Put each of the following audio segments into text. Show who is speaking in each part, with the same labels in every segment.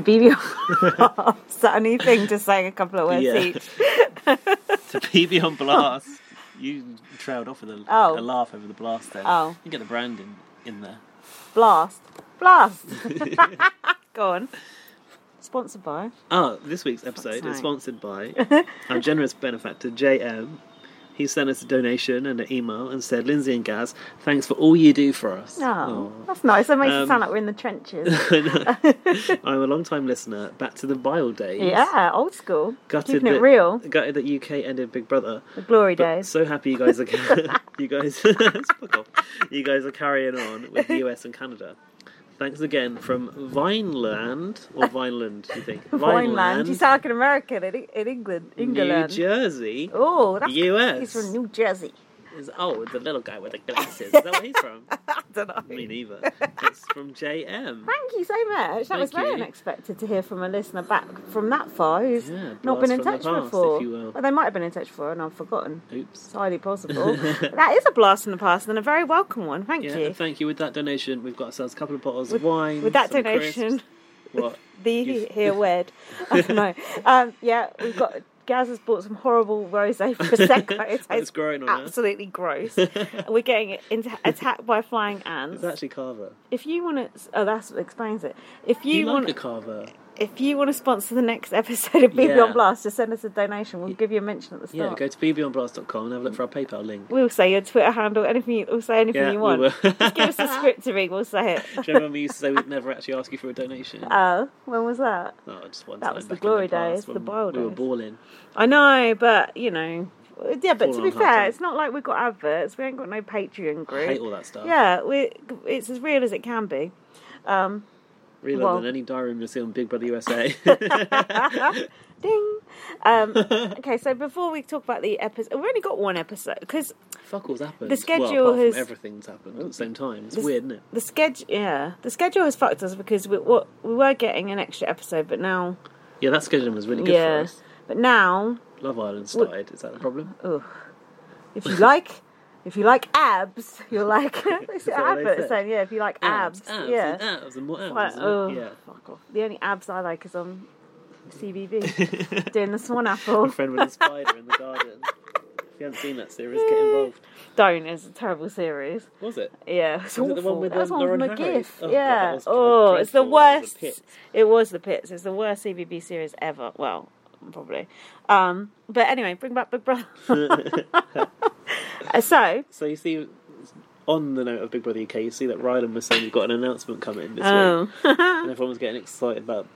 Speaker 1: BB. Is that a new thing? Just saying a couple of words
Speaker 2: Yeah.
Speaker 1: each.
Speaker 2: to PB on Blast. You trailed off with a,
Speaker 1: Oh.
Speaker 2: a laugh over the blast there.
Speaker 1: Oh.
Speaker 2: You get the branding in there.
Speaker 1: Blast. Blast. Go on. Sponsored by.
Speaker 2: Ah, this week's episode
Speaker 1: sake.
Speaker 2: is sponsored by our generous benefactor, JM. He sent us a donation and an email and said, Lindsay and Gaz, thanks for all you do for us.
Speaker 1: Oh, that's nice. That makes it
Speaker 2: Um,
Speaker 1: sound like we're in the trenches.
Speaker 2: Aw. I'm a long time listener, back to the Bile days.
Speaker 1: yeah, old school.
Speaker 2: Gutted
Speaker 1: Keeping it
Speaker 2: that-
Speaker 1: real.
Speaker 2: Gutted that UK ended Big Brother.
Speaker 1: The glory
Speaker 2: But
Speaker 1: days.
Speaker 2: So happy you guys are you guys fuck off. You guys are carrying on with the US and Canada. Thanks again from Vineland or Vineland, do you think?
Speaker 1: Vineland. You sound like an American in, E-, in England.
Speaker 2: New
Speaker 1: England.
Speaker 2: Jersey.
Speaker 1: Oh, that's
Speaker 2: US.
Speaker 1: He's from New Jersey.
Speaker 2: Is- Oh, the little guy with the glasses. Is that where he's from?
Speaker 1: I don't know.
Speaker 2: Me neither. It's from JM.
Speaker 1: Thank you so much. That was
Speaker 2: Thank
Speaker 1: very
Speaker 2: you.
Speaker 1: unexpected to hear from a listener back from that far who's
Speaker 2: Yeah,
Speaker 1: not
Speaker 2: blast
Speaker 1: been in
Speaker 2: from the
Speaker 1: touch
Speaker 2: past, if
Speaker 1: before.
Speaker 2: you will.
Speaker 1: Well, they might have been in touch before and I've forgotten. It's
Speaker 2: Oops.
Speaker 1: highly possible. But that is a blast from the past and a very welcome one. Thank
Speaker 2: Yeah,
Speaker 1: you.
Speaker 2: and thank you. With that donation, we've got ourselves a couple of bottles of wine.
Speaker 1: With that
Speaker 2: some
Speaker 1: donation,
Speaker 2: crisps. What?
Speaker 1: the
Speaker 2: You-
Speaker 1: here word. I don't know. Um, yeah, we've got. Gaz has bought some horrible rosé prosecco. It tastes
Speaker 2: It's growing on her.
Speaker 1: absolutely gross. We're getting into, attacked by flying ants.
Speaker 2: It's actually Carver.
Speaker 1: if you want to, oh, that's what explains it. If
Speaker 2: Do
Speaker 1: you,
Speaker 2: you, like
Speaker 1: want,
Speaker 2: a Carver?
Speaker 1: if you want to sponsor the next episode of BB
Speaker 2: Yeah.
Speaker 1: on Blast, just send us a donation. We'll give you a mention at the
Speaker 2: Yeah,
Speaker 1: start.
Speaker 2: go to bbonblast.com and have a look for our PayPal link.
Speaker 1: We'll say your Twitter handle, anything. You, we'll say anything
Speaker 2: Yeah,
Speaker 1: you
Speaker 2: we
Speaker 1: want.
Speaker 2: will.
Speaker 1: just give us a script to read. We'll say it.
Speaker 2: Do you remember when we used to say we'd never actually ask you for a donation?
Speaker 1: Oh, when was that?
Speaker 2: oh, just one
Speaker 1: that
Speaker 2: time
Speaker 1: was the
Speaker 2: back in
Speaker 1: glory
Speaker 2: past
Speaker 1: days, the
Speaker 2: when
Speaker 1: wild
Speaker 2: We were
Speaker 1: days.
Speaker 2: balling.
Speaker 1: I know, but you know, yeah. But
Speaker 2: Fallen
Speaker 1: to be
Speaker 2: on hard
Speaker 1: fair,
Speaker 2: times.
Speaker 1: it's not like we've got adverts. We ain't got no Patreon group.
Speaker 2: hate all that stuff.
Speaker 1: Yeah, we. It's as real as it can be. Um,
Speaker 2: Realer
Speaker 1: Well-
Speaker 2: than any diary room you'll see on Big Brother USA.
Speaker 1: ding. Um, okay, so before we talk about the episode, we've only got one episode because
Speaker 2: Fuck all's happened.
Speaker 1: The schedule
Speaker 2: well, apart
Speaker 1: has-
Speaker 2: From everything's happened at the same time. It's weird, isn't it?
Speaker 1: the schedule. Yeah, the schedule has fucked us because we what we were getting an extra episode, but now
Speaker 2: Yeah, that scheduling was really good
Speaker 1: yeah,
Speaker 2: for us.
Speaker 1: but now
Speaker 2: Love Island started. Is that the problem?
Speaker 1: if you like. If you like abs, you're like it's an
Speaker 2: that what they
Speaker 1: advert
Speaker 2: said?
Speaker 1: saying yeah. If you like abs,
Speaker 2: abs
Speaker 1: yeah,
Speaker 2: and abs and more abs.
Speaker 1: Like,
Speaker 2: and-
Speaker 1: oh,
Speaker 2: yeah.
Speaker 1: fuck off. The only abs I like is on CBB doing the swan apple.
Speaker 2: My friend with a spider in the garden. If you haven't seen that series, get involved.
Speaker 1: Don't is a terrible series.
Speaker 2: Was it?
Speaker 1: Yeah,
Speaker 2: Was
Speaker 1: it's
Speaker 2: it
Speaker 1: awful.
Speaker 2: the one with,
Speaker 1: That was
Speaker 2: um,
Speaker 1: one with
Speaker 2: Lauren Harris?
Speaker 1: McGiff.
Speaker 2: Oh, God, that
Speaker 1: yeah.
Speaker 2: was
Speaker 1: oh, it's the
Speaker 2: dreadful. That was
Speaker 1: worst.
Speaker 2: the pits.
Speaker 1: it was the pits. It's the worst CBB series ever. Well, probably. Um, but anyway, bring back Big Brother. Uh, so,
Speaker 2: So you see, on the note of Big Brother UK, you see that Ryland was saying we've got an announcement coming this week,
Speaker 1: oh,
Speaker 2: and everyone was getting excited about.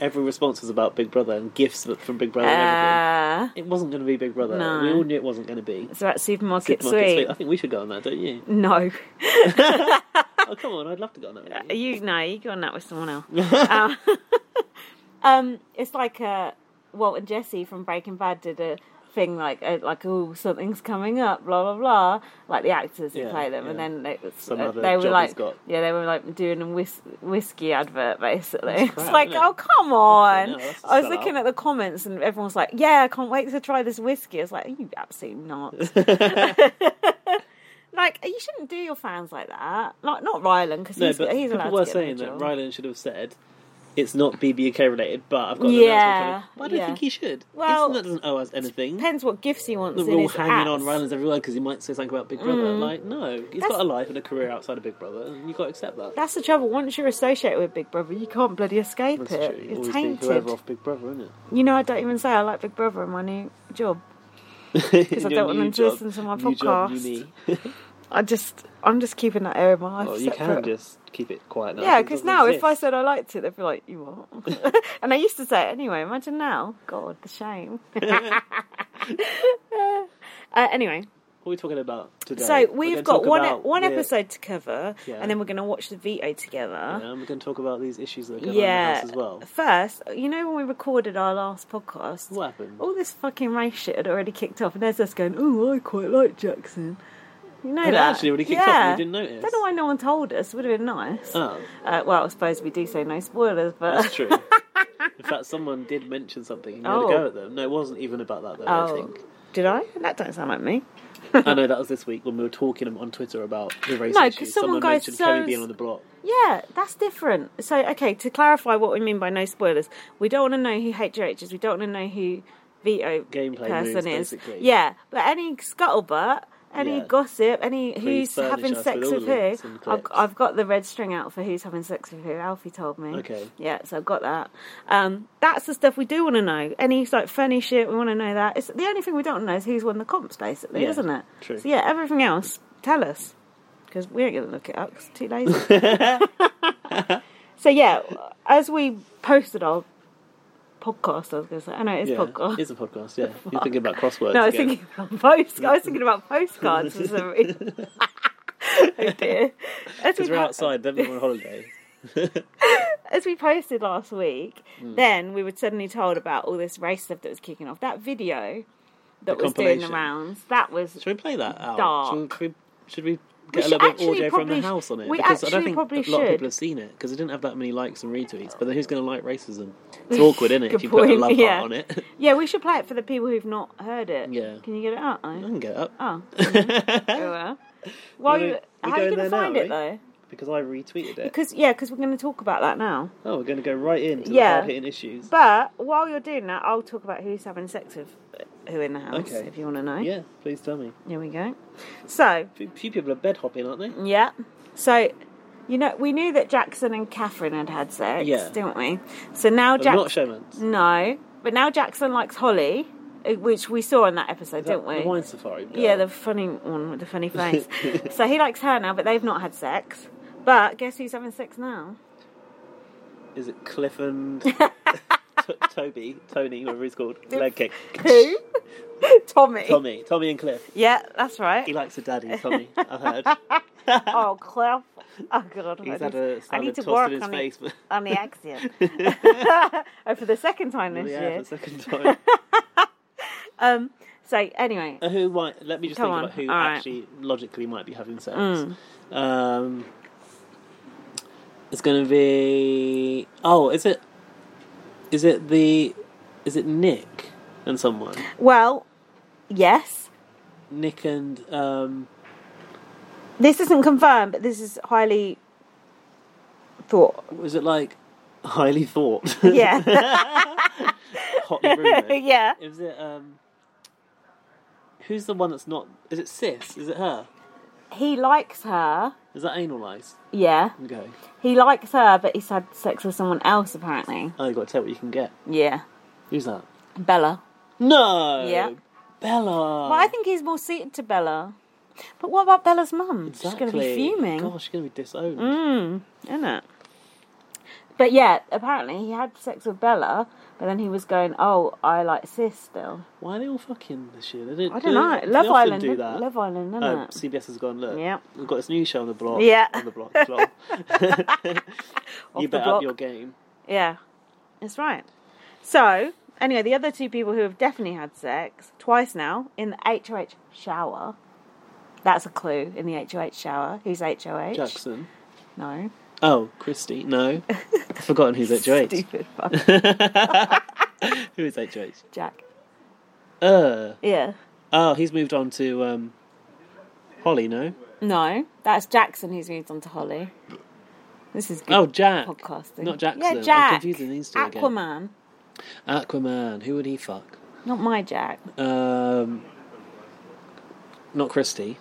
Speaker 2: Every response was about Big Brother and gifts from Big Brother. and
Speaker 1: uh,
Speaker 2: everything. It wasn't going to be Big Brother.
Speaker 1: No.
Speaker 2: We all knew it wasn't going to be.
Speaker 1: it's about supermarket,
Speaker 2: Supermarket Sweep.
Speaker 1: sweep.
Speaker 2: I think we should go on that, don't you?
Speaker 1: No,
Speaker 2: oh come on, I'd love to go on that. with you.
Speaker 1: you no, you go on that with someone else. Uh, um, it's like uh, Walt and Jesse from Breaking Bad did a thing like uh, like oh something's coming up blah blah blah like the actors who
Speaker 2: Yeah,
Speaker 1: play them and
Speaker 2: yeah.
Speaker 1: then they,
Speaker 2: Some
Speaker 1: uh,
Speaker 2: other
Speaker 1: they were
Speaker 2: job
Speaker 1: like
Speaker 2: he's got.
Speaker 1: yeah they were like doing a whis- whiskey advert basically it's
Speaker 2: crap,
Speaker 1: like
Speaker 2: isn't it?
Speaker 1: oh come on
Speaker 2: hell, that's a
Speaker 1: I was
Speaker 2: sellout.
Speaker 1: looking at the comments and everyone's like yeah I can't wait to try this whiskey it's like you absolutely not like you shouldn't do your fans like that like not Rylan because
Speaker 2: No,
Speaker 1: he's,
Speaker 2: but
Speaker 1: he's allowed
Speaker 2: people were
Speaker 1: to get them a
Speaker 2: saying that
Speaker 1: job.
Speaker 2: Ryland should have said, it's not BBUK related, but I've got an
Speaker 1: Yeah,
Speaker 2: announcement coming. But I don't
Speaker 1: yeah.
Speaker 2: think he should.
Speaker 1: Well,
Speaker 2: Isn't that doesn't owe us anything.
Speaker 1: Depends what gifts he wants
Speaker 2: That
Speaker 1: in
Speaker 2: we're all
Speaker 1: his
Speaker 2: hanging on
Speaker 1: apps. Mm.
Speaker 2: Rylands everywhere because he might say something about Big Brother. Like, no, he's
Speaker 1: That's-
Speaker 2: got a life and a career outside of Big Brother, and you've got to accept that.
Speaker 1: That's the trouble. Once you're associated with Big Brother, you can't bloody escape
Speaker 2: That's
Speaker 1: it.
Speaker 2: true. You
Speaker 1: You're
Speaker 2: always think whoever
Speaker 1: tainted.
Speaker 2: off Big Brother, isn't it?
Speaker 1: You know, I don't even say I like Big Brother in my new job.
Speaker 2: Because
Speaker 1: I don't want them to listen to my
Speaker 2: new Job, new
Speaker 1: podcast.
Speaker 2: me.
Speaker 1: I just, I'm just keeping that area of my life.
Speaker 2: Well, Oh, you can
Speaker 1: separate.
Speaker 2: just keep it quiet now.
Speaker 1: Yeah,
Speaker 2: it
Speaker 1: because
Speaker 2: doesn't
Speaker 1: now if I
Speaker 2: exist.
Speaker 1: said I liked it, they'd be like, "You what?" and I used to say it anyway. Imagine now, God, the shame. uh, anyway,
Speaker 2: What are we talking about today?
Speaker 1: so
Speaker 2: We're
Speaker 1: we've
Speaker 2: gonna
Speaker 1: got
Speaker 2: talk
Speaker 1: one
Speaker 2: about
Speaker 1: one
Speaker 2: the-
Speaker 1: episode to cover,
Speaker 2: Yeah.
Speaker 1: and then we're going to watch the veto together.
Speaker 2: Yeah, and we're going to talk about these issues that are going on in the
Speaker 1: Yeah.
Speaker 2: house as well.
Speaker 1: First, you know when we recorded our last podcast,
Speaker 2: What happened?
Speaker 1: all this fucking race shit had already kicked off, and there's us going, "Oh, I quite like Jackson." You know
Speaker 2: Had it
Speaker 1: that
Speaker 2: actually already kicked off
Speaker 1: yeah.
Speaker 2: and we didn't notice?
Speaker 1: Don't know why no one told us. Would have been nice.
Speaker 2: Oh,
Speaker 1: Uh, well, I suppose we do say no spoilers, but
Speaker 2: that's true. in fact, someone did mention something and you had
Speaker 1: Oh.
Speaker 2: a go at them. No, it wasn't even about that, though, I
Speaker 1: Oh.
Speaker 2: think.
Speaker 1: Did I? That don't sound like me.
Speaker 2: I know that was this week when we were talking on Twitter about the race
Speaker 1: No, 'cause
Speaker 2: issues.
Speaker 1: someone
Speaker 2: Someone
Speaker 1: goes,
Speaker 2: mentioned
Speaker 1: "So
Speaker 2: Kerry
Speaker 1: is-
Speaker 2: being on the block.
Speaker 1: Yeah, that's different. So, okay, to clarify what we mean by no spoilers, we don't want to know who HGH is. We don't want to know who veto
Speaker 2: Gameplay
Speaker 1: person
Speaker 2: moves,
Speaker 1: is.
Speaker 2: basically.
Speaker 1: Yeah, but any scuttlebutt, any
Speaker 2: Yeah.
Speaker 1: gossip, any
Speaker 2: Please
Speaker 1: who's
Speaker 2: furnish
Speaker 1: having
Speaker 2: us
Speaker 1: sex
Speaker 2: with all
Speaker 1: with
Speaker 2: the links
Speaker 1: who.
Speaker 2: and
Speaker 1: I've,
Speaker 2: clips.
Speaker 1: I've got the red string out for who's having sex with who. Alfie told me.
Speaker 2: Okay.
Speaker 1: Yeah, so I've got that. Um, that's the stuff we do want to know. Any like funny shit, we want to know that. It's the only thing we don't want to know is who's won the comps, basically,
Speaker 2: Yeah,
Speaker 1: isn't it?
Speaker 2: true.
Speaker 1: So yeah, everything else, tell us because we ain't going to look it up 'cause it's too lazy. So yeah, as we posted our podcast, I was going to say, I know it's
Speaker 2: Yeah,
Speaker 1: podcast.
Speaker 2: it's a podcast, yeah. You're thinking about crosswords.
Speaker 1: no, I was
Speaker 2: again.
Speaker 1: thinking about post. I was thinking about postcards for some reason. oh dear! As we,
Speaker 2: Because we're
Speaker 1: po-
Speaker 2: outside, then we're on holiday.
Speaker 1: as we posted last week,
Speaker 2: Hmm.
Speaker 1: then we were suddenly told about all this race stuff that was kicking off. That video that was doing the
Speaker 2: compilation.
Speaker 1: rounds. That was
Speaker 2: Should we play that out?
Speaker 1: Dark.
Speaker 2: Should we, should we get
Speaker 1: should
Speaker 2: a little bit of
Speaker 1: actually
Speaker 2: audio from
Speaker 1: probably
Speaker 2: the
Speaker 1: sh-
Speaker 2: house on it?
Speaker 1: we
Speaker 2: because I
Speaker 1: actually
Speaker 2: don't think
Speaker 1: probably
Speaker 2: a lot of
Speaker 1: should.
Speaker 2: people have seen it because it didn't have that many likes and retweets. But then who's going to like racism? It's awkward, isn't it?
Speaker 1: Good
Speaker 2: if you put a
Speaker 1: point,
Speaker 2: love heart
Speaker 1: yeah.
Speaker 2: on it,
Speaker 1: yeah. We should play it for the people who've not heard it.
Speaker 2: Yeah.
Speaker 1: Can you get it out? though?
Speaker 2: I can get up
Speaker 1: Oh. well, While
Speaker 2: We're
Speaker 1: you,
Speaker 2: go- we're
Speaker 1: how are
Speaker 2: going
Speaker 1: you going to
Speaker 2: there now,
Speaker 1: find
Speaker 2: are
Speaker 1: it
Speaker 2: we?
Speaker 1: though?
Speaker 2: because I retweeted it.
Speaker 1: Because yeah, because we're going to talk about that now.
Speaker 2: Oh, we're going to go right into
Speaker 1: Yeah.
Speaker 2: the hard hitting issues.
Speaker 1: But while you're doing that, I'll talk about who's having sex with who in the house,
Speaker 2: Okay.
Speaker 1: if you want to know.
Speaker 2: Yeah, please tell me.
Speaker 1: Here we go. So
Speaker 2: A few people are bed hopping, aren't they?
Speaker 1: yeah, so you know we knew that Jackson and Catherine had had sex,
Speaker 2: Yeah.
Speaker 1: didn't we? So now
Speaker 2: I'm not
Speaker 1: Jackson,
Speaker 2: showmans.
Speaker 1: no, but now Jackson likes Holly, uh, which we saw in that episode,
Speaker 2: That-
Speaker 1: didn't we?
Speaker 2: The wine safari. Girl.
Speaker 1: Yeah, the funny one with the funny face. so he likes her now, but they've not had sex. But guess who's having sex now?
Speaker 2: Is it Cliff and T- Toby, Tony, whatever he's called, leg kick.
Speaker 1: Who? Tommy.
Speaker 2: Tommy, Tommy and Cliff.
Speaker 1: Yeah, that's right.
Speaker 2: He likes a daddy, Tommy. I've heard.
Speaker 1: Oh, Cliff. Oh, God. I
Speaker 2: He's
Speaker 1: need-
Speaker 2: had a
Speaker 1: I need
Speaker 2: standard
Speaker 1: to
Speaker 2: toss
Speaker 1: work
Speaker 2: in his
Speaker 1: on,
Speaker 2: face.
Speaker 1: The,
Speaker 2: but-
Speaker 1: on the accent. oh, for the second time this
Speaker 2: yeah, for
Speaker 1: year. Um,
Speaker 2: the second time.
Speaker 1: So, anyway,
Speaker 2: Uh, who might? Let me just
Speaker 1: Come
Speaker 2: think
Speaker 1: on,
Speaker 2: about who
Speaker 1: all right. Mm.
Speaker 2: actually logically might be having sex. Um, it's going to be. Oh, is it? Is it the? Is it Nick and someone?
Speaker 1: well, yes.
Speaker 2: Nick and um,
Speaker 1: This isn't confirmed, but this is highly thought.
Speaker 2: was it like highly thought?
Speaker 1: Yeah.
Speaker 2: Hotly rumoured.
Speaker 1: yeah.
Speaker 2: Is it um? Who's the one that's not? Is it Sis? Is it her?
Speaker 1: He likes her.
Speaker 2: Is that analysed?
Speaker 1: Yeah.
Speaker 2: Okay.
Speaker 1: He likes her, but he's had sex with someone else, apparently.
Speaker 2: Oh, you got to tell what you can get.
Speaker 1: Yeah.
Speaker 2: Who's that?
Speaker 1: Bella.
Speaker 2: No.
Speaker 1: Yeah.
Speaker 2: Bella.
Speaker 1: Well, I think he's more suited to Bella. But what about Bella's mum? She's going to be
Speaker 2: Exactly.
Speaker 1: fuming. Mm.
Speaker 2: Gosh, she's going to be disowned.
Speaker 1: isn't it? But yeah, apparently he had sex with Bella, but then he was going, "Oh, I like sis still."
Speaker 2: Why are they all fucking this year? They didn't,
Speaker 1: I don't
Speaker 2: they-
Speaker 1: know.
Speaker 2: they
Speaker 1: Love
Speaker 2: often
Speaker 1: Island,
Speaker 2: do
Speaker 1: isn't-
Speaker 2: that.
Speaker 1: Love Island, isn't
Speaker 2: Oh,
Speaker 1: it?
Speaker 2: CBS has gone. Look,
Speaker 1: Yep.
Speaker 2: we've got this new show on the block.
Speaker 1: Yeah.
Speaker 2: on the block. block.
Speaker 1: Off the
Speaker 2: you better
Speaker 1: block.
Speaker 2: up your game.
Speaker 1: Yeah, that's right. So anyway, the other two people who have definitely had sex twice now in the HOH shower. That's a clue in the HOH shower. Who's HOH?
Speaker 2: Jackson.
Speaker 1: No.
Speaker 2: Oh, Christy. No, I've forgotten who's HOH.
Speaker 1: Stupid fuck.
Speaker 2: Who is HOH?
Speaker 1: Jack.
Speaker 2: Uh,
Speaker 1: Yeah.
Speaker 2: oh, he's moved on to um, Holly. No,
Speaker 1: No, that's Jackson who's moved on to Holly. This is good
Speaker 2: Oh, Jack.
Speaker 1: podcasting.
Speaker 2: Not Jackson.
Speaker 1: Yeah, Jack.
Speaker 2: I'm confusing these two again.
Speaker 1: Aquaman.
Speaker 2: Aquaman. Who would he fuck?
Speaker 1: Not my Jack.
Speaker 2: Um, not Christie.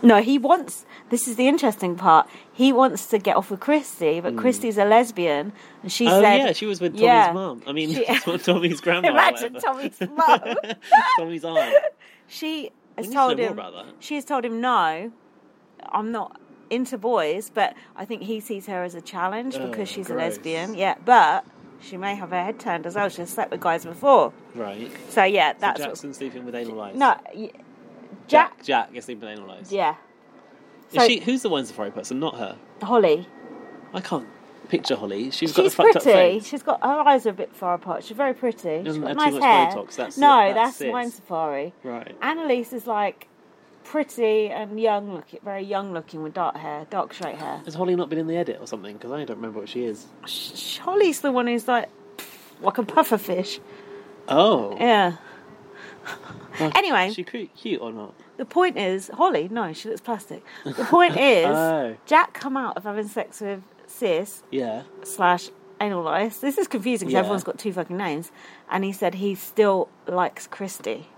Speaker 1: No, he wants. This is the interesting part. He wants to get off with Christy, but Christy's a lesbian, and she
Speaker 2: Hmm. Oh
Speaker 1: said,
Speaker 2: yeah, she was with Tommy's
Speaker 1: Yeah.
Speaker 2: mum. I mean,
Speaker 1: She-
Speaker 2: Tommy's grandma. or
Speaker 1: "Imagine
Speaker 2: whatever.
Speaker 1: Tommy's mum."
Speaker 2: Tommy's aunt.
Speaker 1: She has
Speaker 2: need to
Speaker 1: told
Speaker 2: know more
Speaker 1: him.
Speaker 2: about that.
Speaker 1: She has told him no. I'm not into boys, but I think he sees her as a challenge because she's a
Speaker 2: Oh, gross.
Speaker 1: lesbian. Yeah, but she may have her head turned as well. She's slept with guys before,
Speaker 2: Right.
Speaker 1: so yeah,
Speaker 2: So
Speaker 1: that's
Speaker 2: Jackson sleeping with anal lights.
Speaker 1: what, no. y- Jack,
Speaker 2: Jack. Jack is sleeping with anal lights.
Speaker 1: yeah,
Speaker 2: Is
Speaker 1: so-
Speaker 2: she, who's the wine safari person? Not her.
Speaker 1: Holly.
Speaker 2: I can't picture Holly. She's got a
Speaker 1: She's
Speaker 2: fucked up
Speaker 1: pretty.
Speaker 2: face.
Speaker 1: She's got her eyes are a bit far apart. She's very pretty. She's
Speaker 2: Doesn't
Speaker 1: got
Speaker 2: have
Speaker 1: nice
Speaker 2: too much
Speaker 1: hair.
Speaker 2: Botox, that's
Speaker 1: no,
Speaker 2: it,
Speaker 1: that's,
Speaker 2: that's it.
Speaker 1: Wine Safari.
Speaker 2: Right.
Speaker 1: Annalise is like pretty and young looking, very young looking with dark hair, dark straight hair.
Speaker 2: Has Holly not been in the edit or something? Because I don't remember what she is.
Speaker 1: Sh- Holly's the one who's like like a puffer fish.
Speaker 2: Oh.
Speaker 1: Yeah.
Speaker 2: Well,
Speaker 1: Anyway.
Speaker 2: Is she cu- cute or not?
Speaker 1: The point is, Holly. No, she looks plastic. The point is,
Speaker 2: Oh.
Speaker 1: Jack come out of having sex with sis
Speaker 2: Yeah.
Speaker 1: slash anal lice. This is confusing because
Speaker 2: Yeah.
Speaker 1: everyone's got two fucking names. And he said he still likes Christy.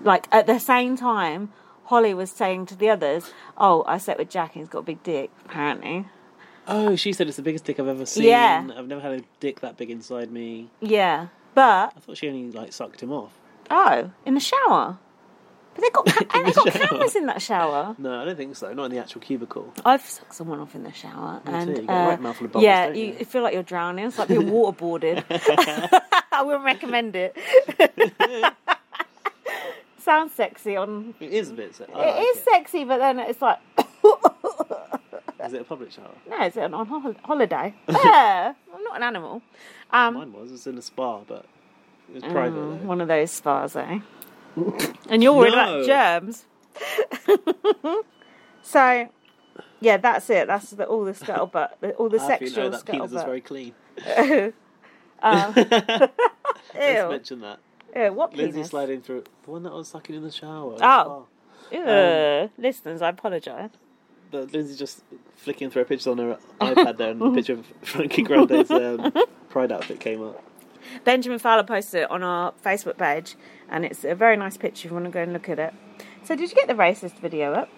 Speaker 1: Like at the same time, Holly was saying to the others, "Oh, I slept with Jack. and He's got a big dick, apparently."
Speaker 2: Oh, she said it's the biggest dick I've ever seen.
Speaker 1: Yeah.
Speaker 2: I've never had a dick that big inside me.
Speaker 1: Yeah, but
Speaker 2: I thought she only like sucked him off.
Speaker 1: oh, in the shower. But they got ca- and they
Speaker 2: the
Speaker 1: got
Speaker 2: shower.
Speaker 1: cameras in that shower.
Speaker 2: No, I don't think so. Not in the actual cubicle.
Speaker 1: I've sucked someone off in the shower, and uh,
Speaker 2: too. You get a right mouthful of bubbles,
Speaker 1: yeah,
Speaker 2: don't
Speaker 1: you,
Speaker 2: you?
Speaker 1: feel like you're drowning. It's like being waterboarded. I wouldn't recommend it. Sounds sexy on.
Speaker 2: It is a bit. Se- I
Speaker 1: It
Speaker 2: like
Speaker 1: is sexy, but then it's like,
Speaker 2: Is it a public shower?
Speaker 1: no, it's on hol- holiday. yeah, I'm not an animal. Um, mm,
Speaker 2: Mine was. It was in a spa, but it was private. though.
Speaker 1: one of those spas, eh? Oh, and you're worried
Speaker 2: No.
Speaker 1: about germs. so, yeah, that's it. That's the, all the scuttlebutt, the, all the
Speaker 2: I feel
Speaker 1: sexual
Speaker 2: that penis is
Speaker 1: scuttlebutt.
Speaker 2: very clean. Let's
Speaker 1: Ew,
Speaker 2: mention that.
Speaker 1: ew, what
Speaker 2: Lindsay
Speaker 1: penis?
Speaker 2: sliding through the one that I was sucking in the shower. at the
Speaker 1: Oh.
Speaker 2: spa. Um,
Speaker 1: Ugh, listeners, I apologise.
Speaker 2: But Lindsay just flicking through her pictures on her iPad there, and the picture of Frankie Grande's um, pride outfit came up.
Speaker 1: Benjamin Fowler posted it on our Facebook page, and it's a very nice picture if you want to go and look at it. So, did you get the racist video up?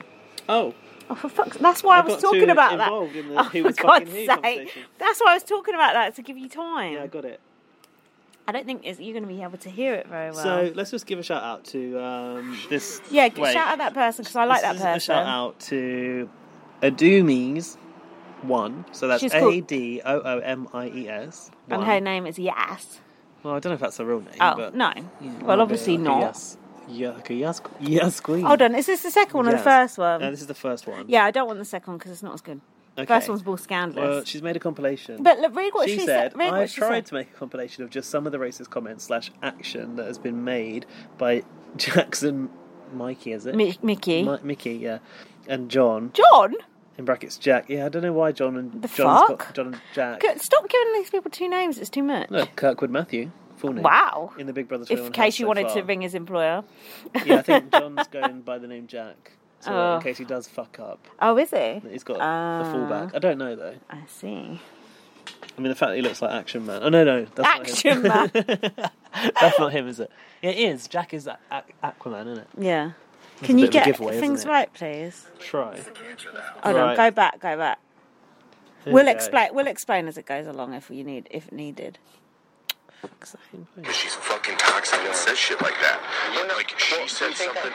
Speaker 2: Oh,
Speaker 1: Oh, for fuck's That's why I,
Speaker 2: I
Speaker 1: was
Speaker 2: got
Speaker 1: talking
Speaker 2: too
Speaker 1: about that.
Speaker 2: involved in the
Speaker 1: oh,
Speaker 2: who
Speaker 1: for
Speaker 2: was fucking
Speaker 1: God's
Speaker 2: who
Speaker 1: sake.
Speaker 2: conversation.
Speaker 1: That's why I was talking about that, to give you time.
Speaker 2: yeah, I got it.
Speaker 1: I don't think it's, you're going to be able to hear it very well.
Speaker 2: So let's just give a shout out to um, this.
Speaker 1: Oh, yeah, g-
Speaker 2: wait.
Speaker 1: shout out that person because I like that
Speaker 2: This is
Speaker 1: person.
Speaker 2: A shout out to Adoomies One. So that's
Speaker 1: She's called-
Speaker 2: A D O O M I E S.
Speaker 1: And
Speaker 2: one.
Speaker 1: her name is Yas.
Speaker 2: Well, I don't know if that's her real name.
Speaker 1: Oh,
Speaker 2: but
Speaker 1: no.
Speaker 2: Yeah,
Speaker 1: well,
Speaker 2: might
Speaker 1: obviously
Speaker 2: be, like a
Speaker 1: not.
Speaker 2: Yes, yeah, like a yes, yes queen.
Speaker 1: Hold on, is this the second one or the
Speaker 2: Yes.
Speaker 1: first one?
Speaker 2: No, this is the first one.
Speaker 1: yeah, I don't want the second one because it's not as good.
Speaker 2: Okay.
Speaker 1: First one's more scandalous.
Speaker 2: Well, she's made a compilation.
Speaker 1: but look, read what
Speaker 2: she,
Speaker 1: she,
Speaker 2: said,
Speaker 1: Read
Speaker 2: "I've
Speaker 1: what she
Speaker 2: tried
Speaker 1: said.
Speaker 2: to make a compilation of just some of the racist comments slash action that has been made by Jackson, Mikey, is it?
Speaker 1: Mi- Mickey.
Speaker 2: Mi- Mickey, yeah, and John
Speaker 1: John?
Speaker 2: in brackets Jack. Yeah, I don't know why John and
Speaker 1: The
Speaker 2: John's
Speaker 1: fuck?
Speaker 2: got- John and Jack.
Speaker 1: Good, Stop giving these people two names, it's too much.
Speaker 2: Look, Kirkwood Matthew, full name.
Speaker 1: Wow.
Speaker 2: In the Big Brother.
Speaker 1: If,
Speaker 2: 21
Speaker 1: in
Speaker 2: house
Speaker 1: case you
Speaker 2: so
Speaker 1: wanted to
Speaker 2: far.
Speaker 1: ring his employer.
Speaker 2: yeah, I think John's going by the name Jack. So uh,
Speaker 1: Oh.
Speaker 2: in case he does fuck up,
Speaker 1: Oh, is he?
Speaker 2: he's got a
Speaker 1: Ah.
Speaker 2: fallback. I don't know though.
Speaker 1: I see.
Speaker 2: I mean, the fact that he looks like Action Man. Oh no, no, that's
Speaker 1: Action
Speaker 2: not him.
Speaker 1: man.
Speaker 2: that's not him, is it? Yeah, it is. Jack is a- a- Aquaman, isn't it?
Speaker 1: yeah.
Speaker 2: a
Speaker 1: Can you
Speaker 2: bit of a
Speaker 1: get
Speaker 2: giveaway, isn't
Speaker 1: things
Speaker 2: it?
Speaker 1: right, please?
Speaker 2: Try.
Speaker 1: Hold on,
Speaker 2: Right.
Speaker 1: go back, go back.
Speaker 2: Here
Speaker 1: we'll
Speaker 2: we go.
Speaker 1: explain. We'll explain as it goes along if you need, if needed.
Speaker 3: She's fucking toxic and says shit like that. When, like she said something.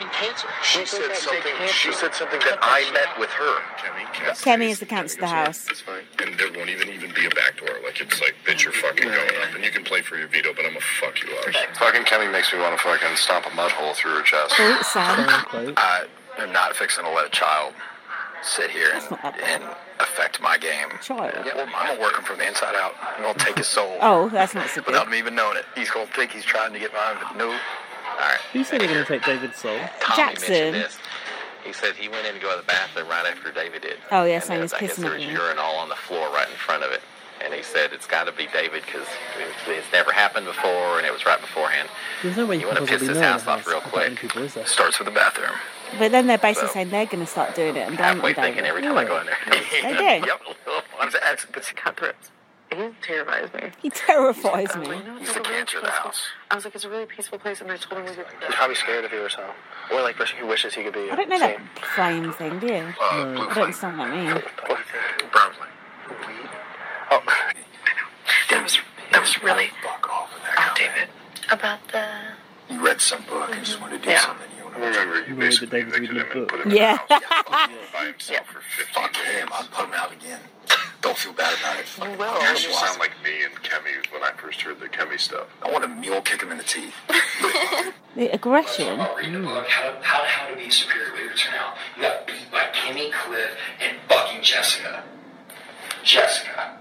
Speaker 3: She said something. She said something that I met with her.
Speaker 1: Kemi is the council of the house.
Speaker 3: It's fine. And there won't even even be a backdoor. Like it's like, bitch, you're fucking going up, and you can play for your veto, but I'm gonna fuck you up. fucking Kemi makes me want to fucking stomp a mud hole through her chest.
Speaker 1: Oh, Sam.
Speaker 2: Quote.
Speaker 3: I am not fixing to let a child sit here and,
Speaker 1: not up.
Speaker 3: and affect my game.
Speaker 1: Child.
Speaker 3: Yeah, well, I'm gonna work him from the inside out. I'm gonna take his soul
Speaker 1: Oh, that's not so
Speaker 3: without
Speaker 1: good.
Speaker 3: him even knowing it. He's gonna think he's trying to get mine, but no. All right.
Speaker 2: Who said they're going to take David's soul?
Speaker 4: Tommy
Speaker 1: Jackson.
Speaker 4: mentioned this. He said he went in to go to the bathroom right after David did.
Speaker 1: Oh, yeah,
Speaker 4: and
Speaker 1: saying he's
Speaker 4: then I guess
Speaker 1: pissing
Speaker 4: there
Speaker 1: at
Speaker 4: was
Speaker 1: you.
Speaker 4: urinal on the floor right in front of it, and he said it's got to be David because it's never happened before, and it was right beforehand.
Speaker 2: There's no way you
Speaker 4: You
Speaker 2: can
Speaker 4: wanna piss
Speaker 2: possibly
Speaker 4: this
Speaker 2: know in a
Speaker 4: house off
Speaker 2: house
Speaker 4: real
Speaker 2: how
Speaker 4: quick.
Speaker 2: many people is there.
Speaker 3: Starts with the bathroom.
Speaker 1: But then they're basically
Speaker 4: So-
Speaker 1: saying they're going to start doing it and blame it on
Speaker 4: Halfway thinking
Speaker 1: David.
Speaker 4: every time I go in there.
Speaker 1: They do.
Speaker 4: yep.
Speaker 5: I'm saying that's, that's cutthroat. He terrifies me.
Speaker 1: He terrifies
Speaker 5: I was
Speaker 1: me.
Speaker 5: like, no, it's
Speaker 3: He's
Speaker 5: a
Speaker 3: the
Speaker 5: really
Speaker 3: cancer of the
Speaker 5: peaceful-
Speaker 3: house.
Speaker 5: I was like, it's a really peaceful place, and I told him we were.
Speaker 6: He's probably scared of you or something. Or like wish- he wishes he could be.
Speaker 1: I don't know that flame thing, do you?
Speaker 3: Uh, blue
Speaker 1: I don't
Speaker 3: flame.
Speaker 1: understand what I mean.
Speaker 3: Brown flame.
Speaker 6: Oh,
Speaker 5: That was that was really.
Speaker 3: Fuck off with that
Speaker 5: Oh,
Speaker 3: comment.
Speaker 5: David, about the.
Speaker 3: You read some book and just want to do
Speaker 5: Yeah.
Speaker 3: something. You want to remember you
Speaker 2: read the
Speaker 3: basically
Speaker 2: David
Speaker 3: evicted
Speaker 2: Reed
Speaker 3: him and
Speaker 2: book.
Speaker 3: put him
Speaker 1: Yeah.
Speaker 3: in the house by himself for 15 Fuck him. I'll put him out again. Don't feel bad about it.
Speaker 5: You will.
Speaker 3: You used to sound like me and Kemi when I first heard the Kemi stuff. I want to mule kick him in the teeth.
Speaker 1: The aggression.
Speaker 7: I'll read the book, how, how, how to be a superior leader turn out. You got beat by Kimmy, Cliff, and fucking Jessica. Jessica.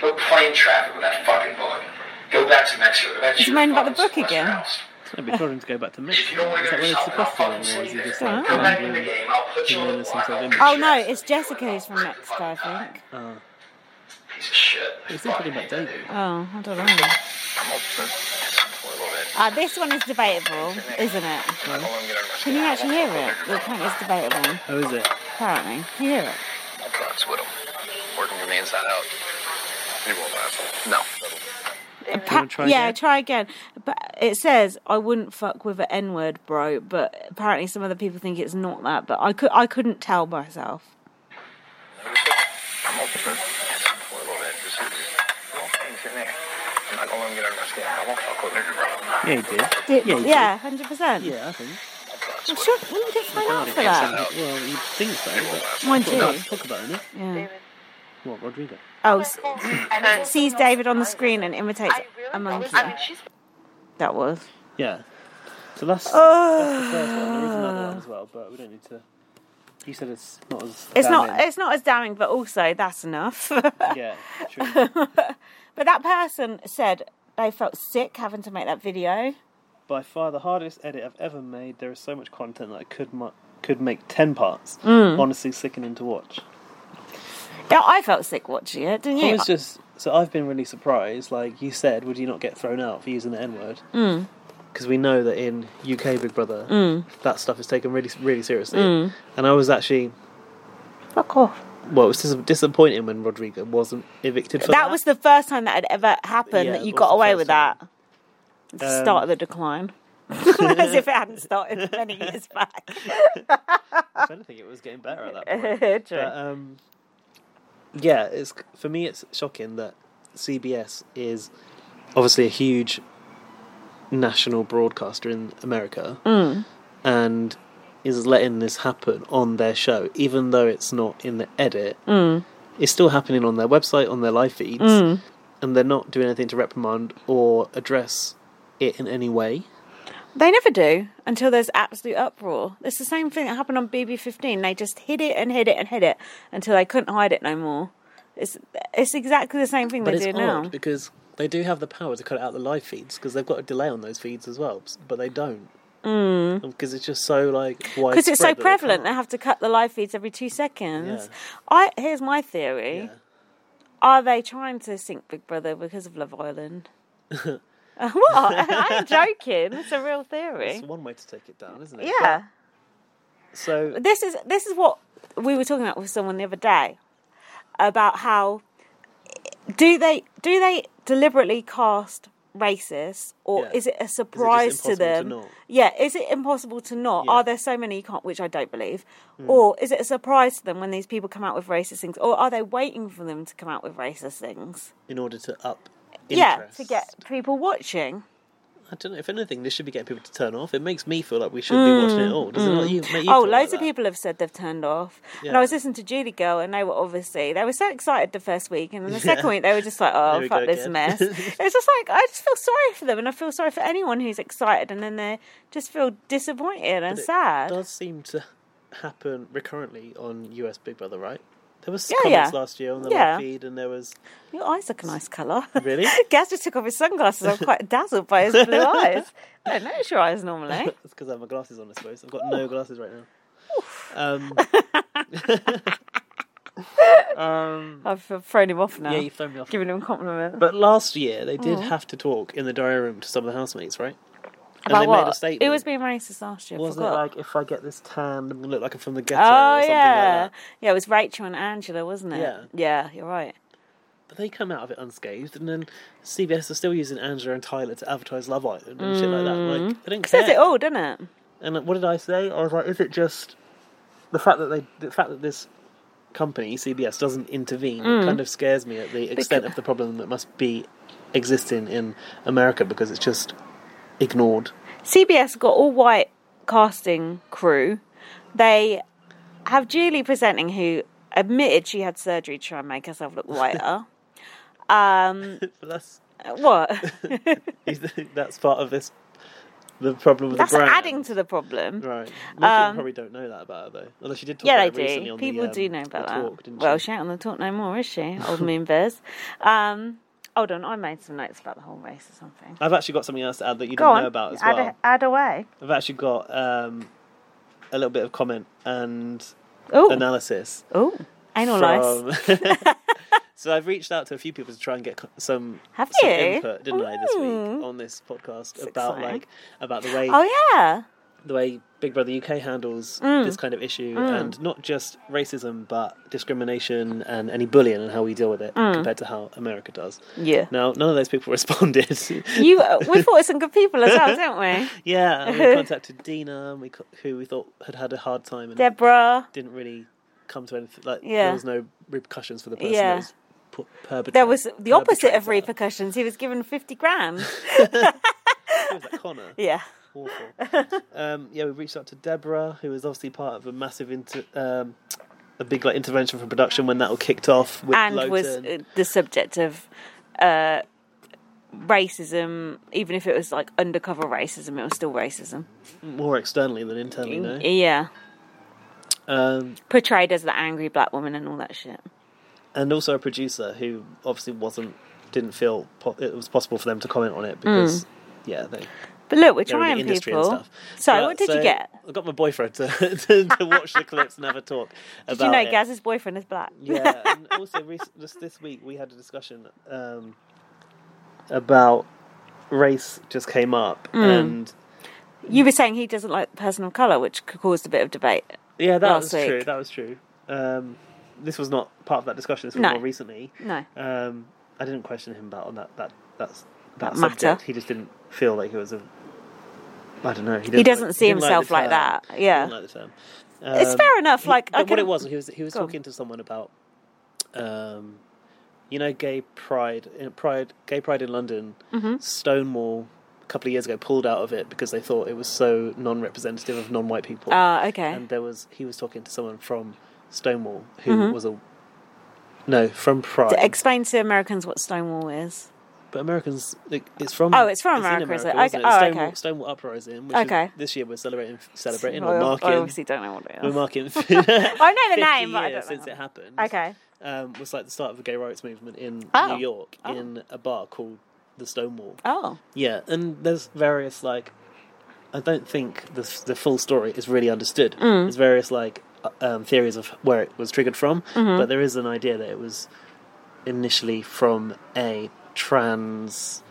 Speaker 7: Go play in traffic with that fucking book. Go back to Mexico. Go back to
Speaker 1: He's
Speaker 7: your
Speaker 1: moaning about
Speaker 7: fucking
Speaker 1: the book
Speaker 7: sister's
Speaker 1: again.
Speaker 7: house.
Speaker 2: It'd be for him to go back
Speaker 7: If
Speaker 2: to
Speaker 7: you
Speaker 2: Mexico.
Speaker 7: don't want
Speaker 2: Is
Speaker 7: to
Speaker 2: that
Speaker 7: go
Speaker 2: when it's
Speaker 7: yourself, I'll
Speaker 2: supposed to
Speaker 7: fucking
Speaker 2: end, or
Speaker 7: send
Speaker 2: is he
Speaker 7: you there.
Speaker 2: just
Speaker 7: Go
Speaker 2: like
Speaker 7: back in the
Speaker 2: rambling?
Speaker 7: game. I'll put you on
Speaker 2: Remember
Speaker 7: the
Speaker 2: some sort of
Speaker 7: blackout.
Speaker 2: image.
Speaker 1: Oh no, it's Jessica who's from Mexico, I think.
Speaker 7: Piece of shit.
Speaker 2: He's still Ah. talking about David.
Speaker 1: Oh, I don't know. Uh, this one is debatable, isn't it? Can you actually hear it? The apparently it's debatable.
Speaker 2: Oh, is it?
Speaker 1: Apparently, Can you hear it.
Speaker 4: Drugs with them. Working from the inside out.
Speaker 3: You won't last
Speaker 4: No.
Speaker 1: Pa-
Speaker 2: try
Speaker 1: yeah,
Speaker 2: again?
Speaker 1: try again. But it says I wouldn't fuck with an N word, bro. But apparently, some other people think it's not that. But I could, I couldn't tell myself.
Speaker 3: I'm open. A little bit. Just little things in there. I'm not going to let him get under my skin. I won't fuck with him.
Speaker 2: Yeah, he did.
Speaker 1: Did-
Speaker 2: Yeah, you did.
Speaker 1: yeah, hundred percent.
Speaker 2: Yeah, I think.
Speaker 1: I'm sure we can get thrown out for that.
Speaker 2: Well, you'd think so, but
Speaker 1: Mine
Speaker 2: no,
Speaker 1: too.
Speaker 2: talk about it, innit?
Speaker 1: Yeah.
Speaker 2: What, Rodrigo?
Speaker 1: Oh, s- sees David on the screen and imitates a monkey.
Speaker 5: I mean, she's
Speaker 1: That was.
Speaker 2: Yeah. So that's, that's the first one. There is another one as well, but we don't need to. You said it's not as.
Speaker 1: It's not.
Speaker 2: damning.
Speaker 1: It's not as damning, but also that's enough.
Speaker 2: Yeah, true.
Speaker 1: But that person said they felt sick having to make that video.
Speaker 2: By far the hardest edit I've ever made. There is so much content that I could mu- could make ten parts.
Speaker 1: Mm.
Speaker 2: Honestly, sickening to watch.
Speaker 1: Yeah, I felt sick watching it, didn't
Speaker 2: I
Speaker 1: you?
Speaker 2: was just so I've been really surprised. Like you said, would you not get thrown out for using the N word?
Speaker 1: Mm.
Speaker 2: Because we know that in UK Big Brother, that stuff is taken really really seriously. And I was actually
Speaker 1: Mm. Fuck off.
Speaker 2: well, it was dis- disappointing when Rodrigo wasn't evicted for that.
Speaker 1: That was the first time that had ever happened
Speaker 2: Yeah,
Speaker 1: that you
Speaker 2: it was
Speaker 1: got
Speaker 2: the
Speaker 1: away
Speaker 2: first
Speaker 1: with
Speaker 2: time. Um,
Speaker 1: that. It's the start of the decline. As if it hadn't started many years back.
Speaker 2: If anything, it was getting better at that point.
Speaker 1: True.
Speaker 2: But, um, yeah, it's for me. It's shocking that CBS is obviously a huge national broadcaster in America,
Speaker 1: Mm.
Speaker 2: and is letting this happen on their show, even though it's not in the edit.
Speaker 1: Mm.
Speaker 2: It's still happening on their website, on their live feeds, and they're not doing anything to reprimand or address it in any way.
Speaker 1: They never do until there's absolute uproar. It's the same thing that happened on BB15. They just hid it and hid it and hid it until they couldn't hide it no more. It's it's exactly the same thing
Speaker 2: But
Speaker 1: they
Speaker 2: it's
Speaker 1: do
Speaker 2: odd
Speaker 1: now.
Speaker 2: because they do have the power to cut out the live feeds because they've got a delay on those feeds as well, but they don't
Speaker 1: Mm.
Speaker 2: because Um, it's just so like widespread.
Speaker 1: Mm-hmm. Because it's so
Speaker 2: that they
Speaker 1: prevalent, they
Speaker 2: can't.
Speaker 1: have to cut the live feeds every two seconds.
Speaker 2: Yeah.
Speaker 1: I here's my theory:
Speaker 2: Yeah.
Speaker 1: Are they trying to sink Big Brother because of Love Island? Uh, what? I'm joking. It's a real theory.
Speaker 2: It's one way to take it down, isn't it?
Speaker 1: Yeah.
Speaker 2: But- so
Speaker 1: this is this is what we were talking about with someone the other day about how do they do they deliberately cast racist or
Speaker 2: Yeah.
Speaker 1: is it a surprise to
Speaker 2: impossible to
Speaker 1: them
Speaker 2: not?
Speaker 1: yeah is it impossible to not
Speaker 2: Yeah. Hmm.
Speaker 1: are there so many you can't which i don't believe or is it a surprise to them when these people come out with racist things or are they waiting for them to come out with racist things
Speaker 2: in order to up,
Speaker 1: yeah to
Speaker 2: interest,
Speaker 1: get people watching
Speaker 2: I don't know. If anything, this should be getting people to turn off. It makes me feel like we should be watching it all. Does it not? You, make you
Speaker 1: Mm. oh,
Speaker 2: feel
Speaker 1: loads
Speaker 2: like
Speaker 1: of people have said they've turned off. And
Speaker 2: Yeah.
Speaker 1: I was listening to Julie Girl, and they were obviously they were so excited the first week, and then the second week they were just like,
Speaker 2: There
Speaker 1: "Oh,
Speaker 2: we
Speaker 1: fuck
Speaker 2: go
Speaker 1: this
Speaker 2: again.
Speaker 1: mess." it's just like I just feel sorry for them, and I feel sorry for anyone who's excited, and then they just feel disappointed and
Speaker 2: But it
Speaker 1: sad.
Speaker 2: does seem to happen recurrently on US Big Brother, right? There was
Speaker 1: Yeah,
Speaker 2: comments
Speaker 1: yeah.
Speaker 2: last year on the
Speaker 1: Yeah.
Speaker 2: live feed, and there was
Speaker 1: Your eyes look a nice colour.
Speaker 2: Really?
Speaker 1: Gaz just took off his sunglasses. I'm quite dazzled by his blue eyes. I don't notice your eyes normally.
Speaker 2: That's because I have my glasses on, I suppose. I've got no glasses right now. Um, um,
Speaker 1: I've thrown him off now.
Speaker 2: yeah, you thrown me off.
Speaker 1: Giving him compliments. Mm.
Speaker 2: But last year, they did have to talk in the diary room to some of the housemates, right?
Speaker 1: About
Speaker 2: they made
Speaker 1: what?
Speaker 2: a statement.
Speaker 1: It was being racist last year. I
Speaker 2: Wasn't it like
Speaker 1: forgot.
Speaker 2: if I get this tan, I'm gonna look like I'm from the ghetto?
Speaker 1: oh
Speaker 2: or something
Speaker 1: yeah,
Speaker 2: Like that.
Speaker 1: yeah. It was Rachel and Angela, wasn't it?
Speaker 2: Yeah.
Speaker 1: yeah. You're right.
Speaker 2: But they come out of it unscathed, and then CBS are still using Angela and Tyler to advertise Love Island and shit like that. Like they don't care.
Speaker 1: Says Mm. it all, doesn't it?
Speaker 2: And like, what did I say? I was like, is it just the fact that they, the fact that this company CBS doesn't intervene
Speaker 1: Mm.
Speaker 2: kind of scares me at the extent of the problem that must be existing in America because it's just ignored.
Speaker 1: CBS got all white casting crew. They have Julie presenting, who admitted she had surgery to try and make herself look whiter. um,
Speaker 2: But that's
Speaker 1: what?
Speaker 2: you think that's part of this the problem with
Speaker 1: That's
Speaker 2: the brand.
Speaker 1: adding to the problem. Um,
Speaker 2: Right. Most people probably don't know that about her though. Although she did talk
Speaker 1: Yeah,
Speaker 2: about it
Speaker 1: they
Speaker 2: recently
Speaker 1: do.
Speaker 2: on
Speaker 1: People
Speaker 2: the, um,
Speaker 1: do know
Speaker 2: the
Speaker 1: about that.
Speaker 2: talk, didn't
Speaker 1: well,
Speaker 2: she?
Speaker 1: she ain't on the talk no more, is she? Old Moonbears. Um, hold on, I made some notes about the whole race or something.
Speaker 2: I've actually got something else to add that you
Speaker 1: Go
Speaker 2: don't
Speaker 1: on,
Speaker 2: know about as
Speaker 1: add,
Speaker 2: well.
Speaker 1: a, add away.
Speaker 2: I've actually got um, a little bit of comment and
Speaker 1: Oh,
Speaker 2: analysis.
Speaker 1: oh, anal lice.
Speaker 2: from- so I've reached out to a few people to try and get co- some,
Speaker 1: Have
Speaker 2: some
Speaker 1: you?
Speaker 2: input, didn't I, this
Speaker 1: Mm.
Speaker 2: week on this podcast about
Speaker 1: exciting.
Speaker 2: like about the way
Speaker 1: Oh yeah. Mm.
Speaker 2: the way Big Brother UK handles this kind of issue, and not just racism, but discrimination and any bullying, and how we deal with it compared to how America does.
Speaker 1: Mm. Yeah.
Speaker 2: Now, none of those people responded.
Speaker 1: You, uh, we thought of some good people as well, didn't we?
Speaker 2: yeah, and we contacted Dina, and we co- who we thought had had a hard time and
Speaker 1: Deborah.
Speaker 2: didn't really come to anything. Like
Speaker 1: Yeah.
Speaker 2: there was no repercussions for the person
Speaker 1: Yeah.
Speaker 2: that was pu- perpetrated.
Speaker 1: There was the opposite of repercussions. He was given 50 grand.
Speaker 2: Connor.
Speaker 1: yeah.
Speaker 2: awful. um, yeah, we reached out to Deborah, who was obviously part of a massive inter- um, a big like intervention from production when that all kicked off with
Speaker 1: And
Speaker 2: Logan.
Speaker 1: was uh, the subject of uh, racism, even if it was like undercover racism, it was still racism.
Speaker 2: more externally than internally. No,
Speaker 1: Yeah.
Speaker 2: um,
Speaker 1: Portrayed as the angry black woman and all that shit.
Speaker 2: and also a producer who obviously wasn't didn't feel po- it was possible for them to comment on it because yeah they.
Speaker 1: Hmm. But look, we're
Speaker 2: they're in
Speaker 1: trying
Speaker 2: the industry
Speaker 1: people.
Speaker 2: and stuff.
Speaker 1: So,
Speaker 2: But-
Speaker 1: what did
Speaker 2: so
Speaker 1: you get?
Speaker 2: I got my boyfriend to, to, to watch the clips and have a talk about
Speaker 1: Did you know
Speaker 2: it.
Speaker 1: Gaz's boyfriend is black?
Speaker 2: Yeah, and also rec- just this week we had a discussion um, about race. Just came up, and
Speaker 1: Hmm. You were saying he doesn't like the person of colour, which c- caused a bit of debate.
Speaker 2: yeah, that
Speaker 1: Last
Speaker 2: was true.
Speaker 1: week.
Speaker 2: That was true. Um, this was not part of that discussion. This was
Speaker 1: No.
Speaker 2: more recently.
Speaker 1: No.
Speaker 2: Um, I didn't question him about on that that that's, that,
Speaker 1: That
Speaker 2: subject.
Speaker 1: matter.
Speaker 2: He just didn't feel like he was a. I don't know.
Speaker 1: He
Speaker 2: didn't
Speaker 1: doesn't see
Speaker 2: didn't
Speaker 1: himself
Speaker 2: the
Speaker 1: like
Speaker 2: term.
Speaker 1: that.
Speaker 2: He
Speaker 1: Yeah.
Speaker 2: didn't like the term.
Speaker 1: It's
Speaker 2: Um,
Speaker 1: fair enough.
Speaker 2: He-
Speaker 1: Like, I
Speaker 2: but what
Speaker 1: can-
Speaker 2: it was, he was he was
Speaker 1: Go on.
Speaker 2: talking to someone about, um, you know, gay pride, in- pride, gay pride in London.
Speaker 1: Mm-hmm.
Speaker 2: Stonewall a couple of years ago pulled out of it because they thought it was so non-representative of non-white people.
Speaker 1: Ah, okay.
Speaker 2: And there was he was talking to someone from Stonewall who
Speaker 1: Mm-hmm.
Speaker 2: was a no from Pride,
Speaker 1: To explain to Americans what Stonewall is.
Speaker 2: but Americans like, it's from
Speaker 1: Oh, it's from
Speaker 2: in
Speaker 1: America, is it?
Speaker 2: America,
Speaker 1: Okay.
Speaker 2: wasn't
Speaker 1: Oh,
Speaker 2: Stonewall,
Speaker 1: okay.
Speaker 2: Stonewall uprising. Which is-
Speaker 1: Okay.
Speaker 2: this year we're celebrating celebrating
Speaker 1: I
Speaker 2: or
Speaker 1: ob- I
Speaker 2: marking
Speaker 1: obviously don't know what it
Speaker 2: we're
Speaker 1: is.
Speaker 2: marking.
Speaker 1: I know the
Speaker 2: 50
Speaker 1: name, but I
Speaker 2: years
Speaker 1: don't know.
Speaker 2: since it happened.
Speaker 1: Okay.
Speaker 2: um, was like the start of the gay rights movement in
Speaker 1: Oh.
Speaker 2: New York in a bar called the Stonewall.
Speaker 1: Oh,
Speaker 2: Yeah, and there's various like, I don't think the the full story is really understood.
Speaker 1: Mm.
Speaker 2: There's various like uh, um, theories of where it was triggered from,
Speaker 1: Mm-hmm.
Speaker 2: but there is an idea that it was initially from a trans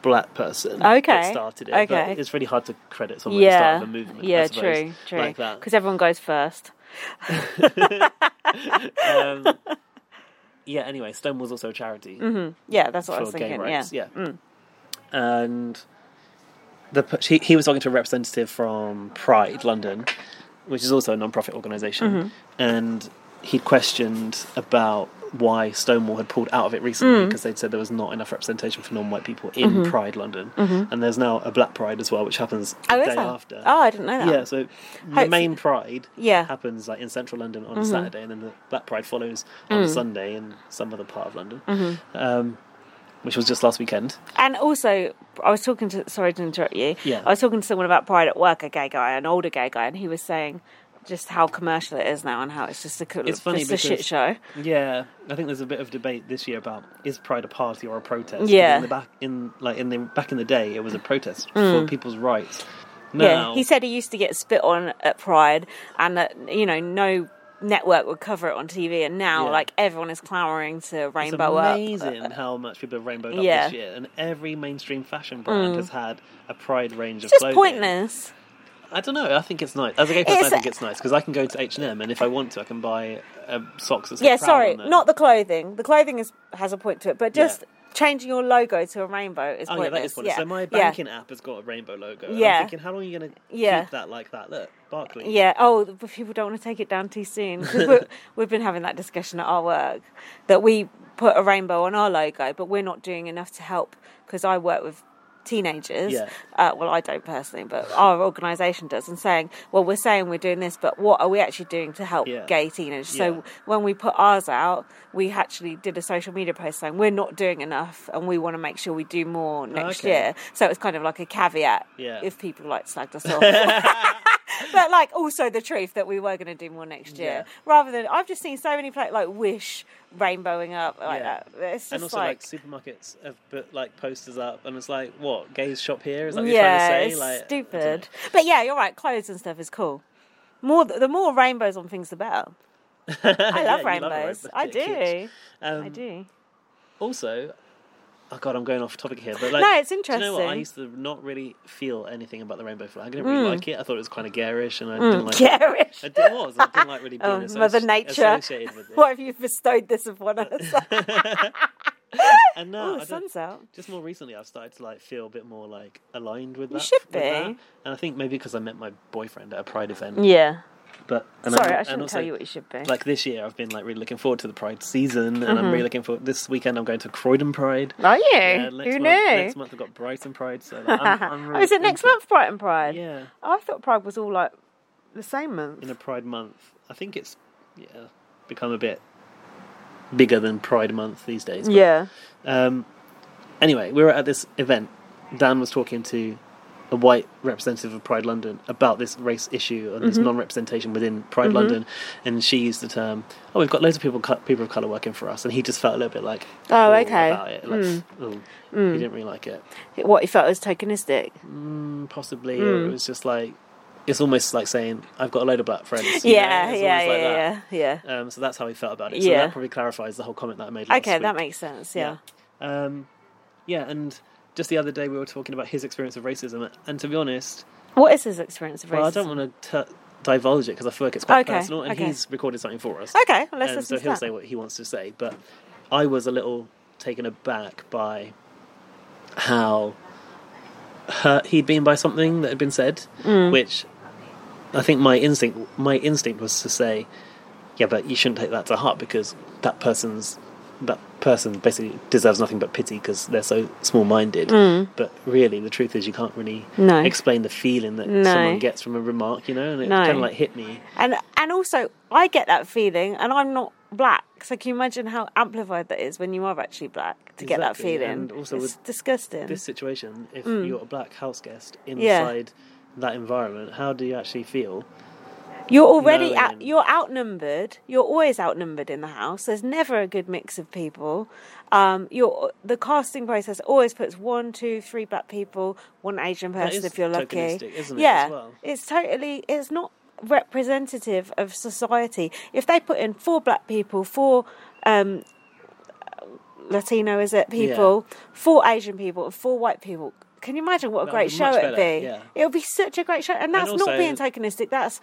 Speaker 2: black person
Speaker 1: Okay.
Speaker 2: that started it.
Speaker 1: Okay.
Speaker 2: but it's really hard to credit someone who
Speaker 1: yeah,
Speaker 2: started a movement. I
Speaker 1: yeah,
Speaker 2: suppose,
Speaker 1: true, true.
Speaker 2: Like
Speaker 1: Because
Speaker 2: that.
Speaker 1: everyone goes first.
Speaker 2: Um, Yeah. Anyway, Stonewall's also a charity.
Speaker 1: Mm-hmm. Yeah, that's what I was
Speaker 2: for
Speaker 1: thinking.
Speaker 2: gay rights.
Speaker 1: yeah.
Speaker 2: Yeah, and the p- he, he was talking to a representative from Pride London, which is also a non-profit organization
Speaker 1: Mm-hmm.
Speaker 2: and he'd questioned about why Stonewall had pulled out of it
Speaker 1: Mm.
Speaker 2: recently because they'd said there was not enough representation for non-white people in
Speaker 1: Mm-hmm.
Speaker 2: Pride London, and there's now a Black Pride as well, which happens the
Speaker 1: Oh,
Speaker 2: day
Speaker 1: is there?
Speaker 2: after.
Speaker 1: Oh, I didn't know that.
Speaker 2: Yeah, so the main Pride
Speaker 1: Yeah. Mm-hmm.
Speaker 2: happens like in central London on a Saturday, and then the Black Pride follows on
Speaker 1: Mm.
Speaker 2: Sunday in some other part of London,
Speaker 1: Mm-hmm.
Speaker 2: um, which was just last weekend.
Speaker 1: And also, I was talking to sorry to interrupt you.
Speaker 2: Yeah.
Speaker 1: I was talking to someone about Pride at work, a gay guy, an older gay guy, and he was saying just how commercial it is now and how it's just a
Speaker 2: It's funny
Speaker 1: just a shit
Speaker 2: because-
Speaker 1: show.
Speaker 2: Yeah, I think there's a bit of debate this year about is Pride a party or a protest?
Speaker 1: Yeah.
Speaker 2: in the back in like in the back in the day, it was a protest for people's rights.
Speaker 1: Hmm. Yeah,
Speaker 2: Now,
Speaker 1: he said he used to get spit on at Pride, and that you know no network would cover it on TV, and now
Speaker 2: Yeah.
Speaker 1: like everyone is clamoring to
Speaker 2: It's
Speaker 1: Rainbow
Speaker 2: amazing
Speaker 1: Up.
Speaker 2: how much people have rainbowed up
Speaker 1: Yeah.
Speaker 2: this
Speaker 1: Hmm.
Speaker 2: year, and every mainstream fashion brand has had a pride range of
Speaker 1: It's just
Speaker 2: clothing.
Speaker 1: pointless.
Speaker 2: I don't know. I think it's nice. As a gay person, I
Speaker 1: It's-
Speaker 2: think it's nice because I can go to H and M, and if I want to, I can buy a socks. That say
Speaker 1: Yeah,
Speaker 2: proud
Speaker 1: sorry,
Speaker 2: on them.
Speaker 1: not the clothing. The clothing is has a point to it, but
Speaker 2: Yeah.
Speaker 1: just changing your logo to a rainbow is
Speaker 2: Oh
Speaker 1: pointless.
Speaker 2: yeah, that is funny. So my
Speaker 1: Yeah.
Speaker 2: banking app has got a rainbow logo. and
Speaker 1: Yeah.
Speaker 2: I'm thinking, how long are you going to
Speaker 1: Yeah.
Speaker 2: keep that like that? Look, Barclays.
Speaker 1: Yeah. Oh, but people don't want to take it down too soon because we've, we've been having that discussion at our work that we put a rainbow on our logo, but we're not doing enough to help because I work with teenagers.
Speaker 2: Yeah.
Speaker 1: Uh, well, I don't personally, but our organisation does, and saying, well, we're saying we're doing this, but what are we actually doing to help
Speaker 2: Yeah.
Speaker 1: gay teenagers?
Speaker 2: Yeah.
Speaker 1: So when we put ours out, we actually did a social media post saying we're not doing enough, and we want to make sure we do more next
Speaker 2: okay.
Speaker 1: year. So it's kind of like a caveat
Speaker 2: Yeah.
Speaker 1: if people like slagged us off. but like also the truth that we were going to do more next year
Speaker 2: Yeah.
Speaker 1: rather than i've just seen so many pla like wish rainbowing up like
Speaker 2: Yeah.
Speaker 1: that it's just
Speaker 2: And also, like,
Speaker 1: like,
Speaker 2: supermarkets have put like posters up, and it's like, what gays shop here? Is that what
Speaker 1: yeah
Speaker 2: you're trying to say?
Speaker 1: it's
Speaker 2: Like, I don't know.
Speaker 1: stupid but yeah you're right clothes and stuff is cool more the more rainbows on things the better i
Speaker 2: Yeah,
Speaker 1: love
Speaker 2: you love a rainbow.
Speaker 1: rainbows i
Speaker 2: Yeah,
Speaker 1: do
Speaker 2: cute. Um,
Speaker 1: i do
Speaker 2: Also, oh god, I'm going off topic here, but like,
Speaker 1: No, it's
Speaker 2: Do you know what? I
Speaker 1: interesting. Mm.
Speaker 2: used to not really feel anything about the rainbow flag. I didn't really like it. I thought it was kind of garish, and I didn't like. it.
Speaker 1: garish
Speaker 2: I did, was. I didn't like really being
Speaker 1: Mm, Oh,
Speaker 2: associ-
Speaker 1: mother nature
Speaker 2: associated with it.
Speaker 1: what have you bestowed this upon us
Speaker 2: And now
Speaker 1: oh
Speaker 2: I
Speaker 1: the
Speaker 2: don't,
Speaker 1: sun's out
Speaker 2: just more recently I've started to like feel a bit more like aligned with that.
Speaker 1: should
Speaker 2: with that.
Speaker 1: be.
Speaker 2: And I think maybe because I met my boyfriend at a pride event.
Speaker 1: yeah
Speaker 2: But and
Speaker 1: sorry
Speaker 2: I'm,
Speaker 1: i
Speaker 2: and
Speaker 1: shouldn't
Speaker 2: also,
Speaker 1: tell you what you should be Mm-hmm.
Speaker 2: Like this year, I've been like really looking forward to the Pride season, and I'm really looking forward. This weekend, I'm going to Croydon Pride.
Speaker 1: are you
Speaker 2: Yeah, next
Speaker 1: who
Speaker 2: month,
Speaker 1: knew
Speaker 2: Next month, I've got Brighton Pride. So like, I'm, I'm really
Speaker 1: oh, is it next
Speaker 2: into
Speaker 1: month Brighton Pride?
Speaker 2: Yeah,
Speaker 1: I thought Pride was all like the same month.
Speaker 2: in a Pride month, I think it's yeah become a bit bigger than Pride month these days. but
Speaker 1: yeah.
Speaker 2: Um, anyway, we were at this event. Dan was talking to a white representative of Pride London about this race issue and this
Speaker 1: Mm-hmm.
Speaker 2: non-representation within Pride London, and she used the term, "Oh, we've got loads of people co- people of color working for us," and he just felt a little bit like,
Speaker 1: Oh,
Speaker 2: "Ooh,"
Speaker 1: okay. Mm.
Speaker 2: about it. Like, "Ooh," he didn't really like it.
Speaker 1: What he felt was tokenistic.
Speaker 2: Mm, Possibly or it was just like it's almost like saying, "I've got a load of black friends." you know?
Speaker 1: Yeah,
Speaker 2: It's
Speaker 1: yeah,
Speaker 2: almost
Speaker 1: yeah,
Speaker 2: like that.
Speaker 1: yeah, yeah.
Speaker 2: Um, so that's how he felt about it. So
Speaker 1: Yeah.
Speaker 2: that probably clarifies the whole comment that I made. last
Speaker 1: Okay, that
Speaker 2: week.
Speaker 1: makes sense. Yeah.
Speaker 2: Um, yeah, and just the other day we were talking about his experience of racism, and to be honest,
Speaker 1: What is his experience of racism?
Speaker 2: well, I don't want to t- divulge it because I feel like it's quite
Speaker 1: Okay,
Speaker 2: personal, and
Speaker 1: okay.
Speaker 2: he's recorded something for us.
Speaker 1: Okay, well, let's
Speaker 2: and
Speaker 1: listen
Speaker 2: so
Speaker 1: to
Speaker 2: he'll
Speaker 1: that.
Speaker 2: say what he wants to say. But I was a little taken aback by how hurt he'd been by something that had been said,
Speaker 1: Mm.
Speaker 2: which I think my instinct my instinct was to say, yeah, but you shouldn't take that to heart because that person's that person basically deserves nothing but pity because they're so small minded. But really, the truth is you can't really
Speaker 1: Mm. No.
Speaker 2: explain the feeling that
Speaker 1: No.
Speaker 2: someone gets from a remark, you know, and it
Speaker 1: No.
Speaker 2: kind of like hit me.
Speaker 1: And and also, I get that feeling, and I'm not black, so can you imagine how amplified that is when you are actually black to get that
Speaker 2: Exactly,
Speaker 1: feeling?
Speaker 2: and also
Speaker 1: it's
Speaker 2: with
Speaker 1: disgusting. Mm.
Speaker 2: This situation, if you're a black house guest
Speaker 1: Yeah.
Speaker 2: inside that environment, how do you actually feel?
Speaker 1: You're already
Speaker 2: knowing-
Speaker 1: out, you're outnumbered. You're always outnumbered in the house. There's never a good mix of people. Um, you're, the casting process always puts one, two, three black people, one Asian person
Speaker 2: is
Speaker 1: if you're lucky.
Speaker 2: tokenistic, isn't it,
Speaker 1: yeah,
Speaker 2: as well?
Speaker 1: it's totally. It's not representative of society. If they put in four black people, four um, Latino, is it people, four Asian people, and four white people. Can you imagine what a
Speaker 2: That would
Speaker 1: great
Speaker 2: be
Speaker 1: show
Speaker 2: much
Speaker 1: it'd
Speaker 2: better,
Speaker 1: be?
Speaker 2: yeah.
Speaker 1: It would be such a great show, and that's
Speaker 2: also-
Speaker 1: not being tokenistic. That's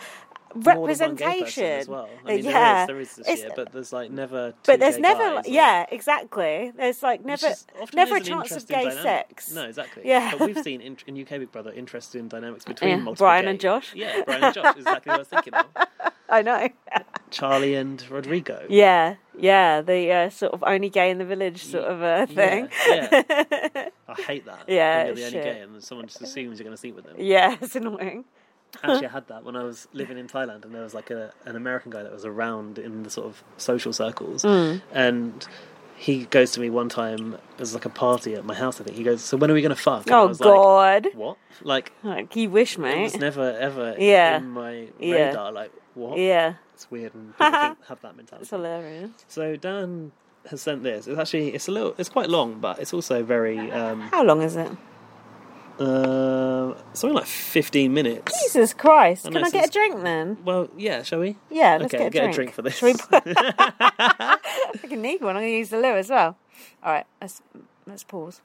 Speaker 2: More than one gay person
Speaker 1: representation.
Speaker 2: as well. I mean,
Speaker 1: yeah,
Speaker 2: there is, there is this
Speaker 1: It's-
Speaker 2: year, but there's like never. Two
Speaker 1: but there's
Speaker 2: gay
Speaker 1: never,
Speaker 2: guys,
Speaker 1: like-
Speaker 2: or-
Speaker 1: yeah, exactly. There's like
Speaker 2: which
Speaker 1: never,
Speaker 2: is- often
Speaker 1: never a
Speaker 2: is an
Speaker 1: chance of
Speaker 2: interesting
Speaker 1: gay
Speaker 2: dynamic.
Speaker 1: sex.
Speaker 2: No, exactly.
Speaker 1: Yeah.
Speaker 2: But we've seen in, in UK Big Brother interesting dynamics between
Speaker 1: Yeah,
Speaker 2: multiple
Speaker 1: Brian
Speaker 2: gay-
Speaker 1: and Josh.
Speaker 2: Yeah, Brian and Josh. is Exactly what I was thinking of.
Speaker 1: I know.
Speaker 2: Charlie and Rodrigo.
Speaker 1: yeah, yeah. The uh, sort of only gay in the village sort of uh, thing.
Speaker 2: Yeah, yeah. I hate that.
Speaker 1: Yeah,
Speaker 2: When you're the
Speaker 1: shit.
Speaker 2: only gay, and someone just assumes you're going to sleep with them.
Speaker 1: Yeah, it's annoying.
Speaker 2: Actually, I had that when I was living in Thailand, and there was like a, an American guy that was around in the sort of social circles,
Speaker 1: Mm.
Speaker 2: and he goes to me one time. It was like a party at my house. I think he goes, "So when are we going to fuck?" And I
Speaker 1: Oh
Speaker 2: was
Speaker 1: God,
Speaker 2: like, "What?" Like
Speaker 1: like you wish,
Speaker 2: it
Speaker 1: mate.
Speaker 2: was never ever
Speaker 1: Yeah.
Speaker 2: in my radar.
Speaker 1: Yeah.
Speaker 2: Like what?
Speaker 1: Yeah,
Speaker 2: It's weird, and people think, have that mentality.
Speaker 1: it's hilarious.
Speaker 2: So Dan has sent this. It's actually it's a little, it's quite long, but it's also very. Um,
Speaker 1: How long is it?
Speaker 2: Uh, something like 15 minutes.
Speaker 1: Jesus Christ!
Speaker 2: I know,
Speaker 1: Can I
Speaker 2: so
Speaker 1: get
Speaker 2: it's-
Speaker 1: a drink then?
Speaker 2: Well, yeah, shall we?
Speaker 1: Yeah, let's
Speaker 2: okay,
Speaker 1: get, a, drink.
Speaker 2: for this.
Speaker 1: Shall we put- I fucking need one. I'm going to use the loo as well. All right, let's let's pause.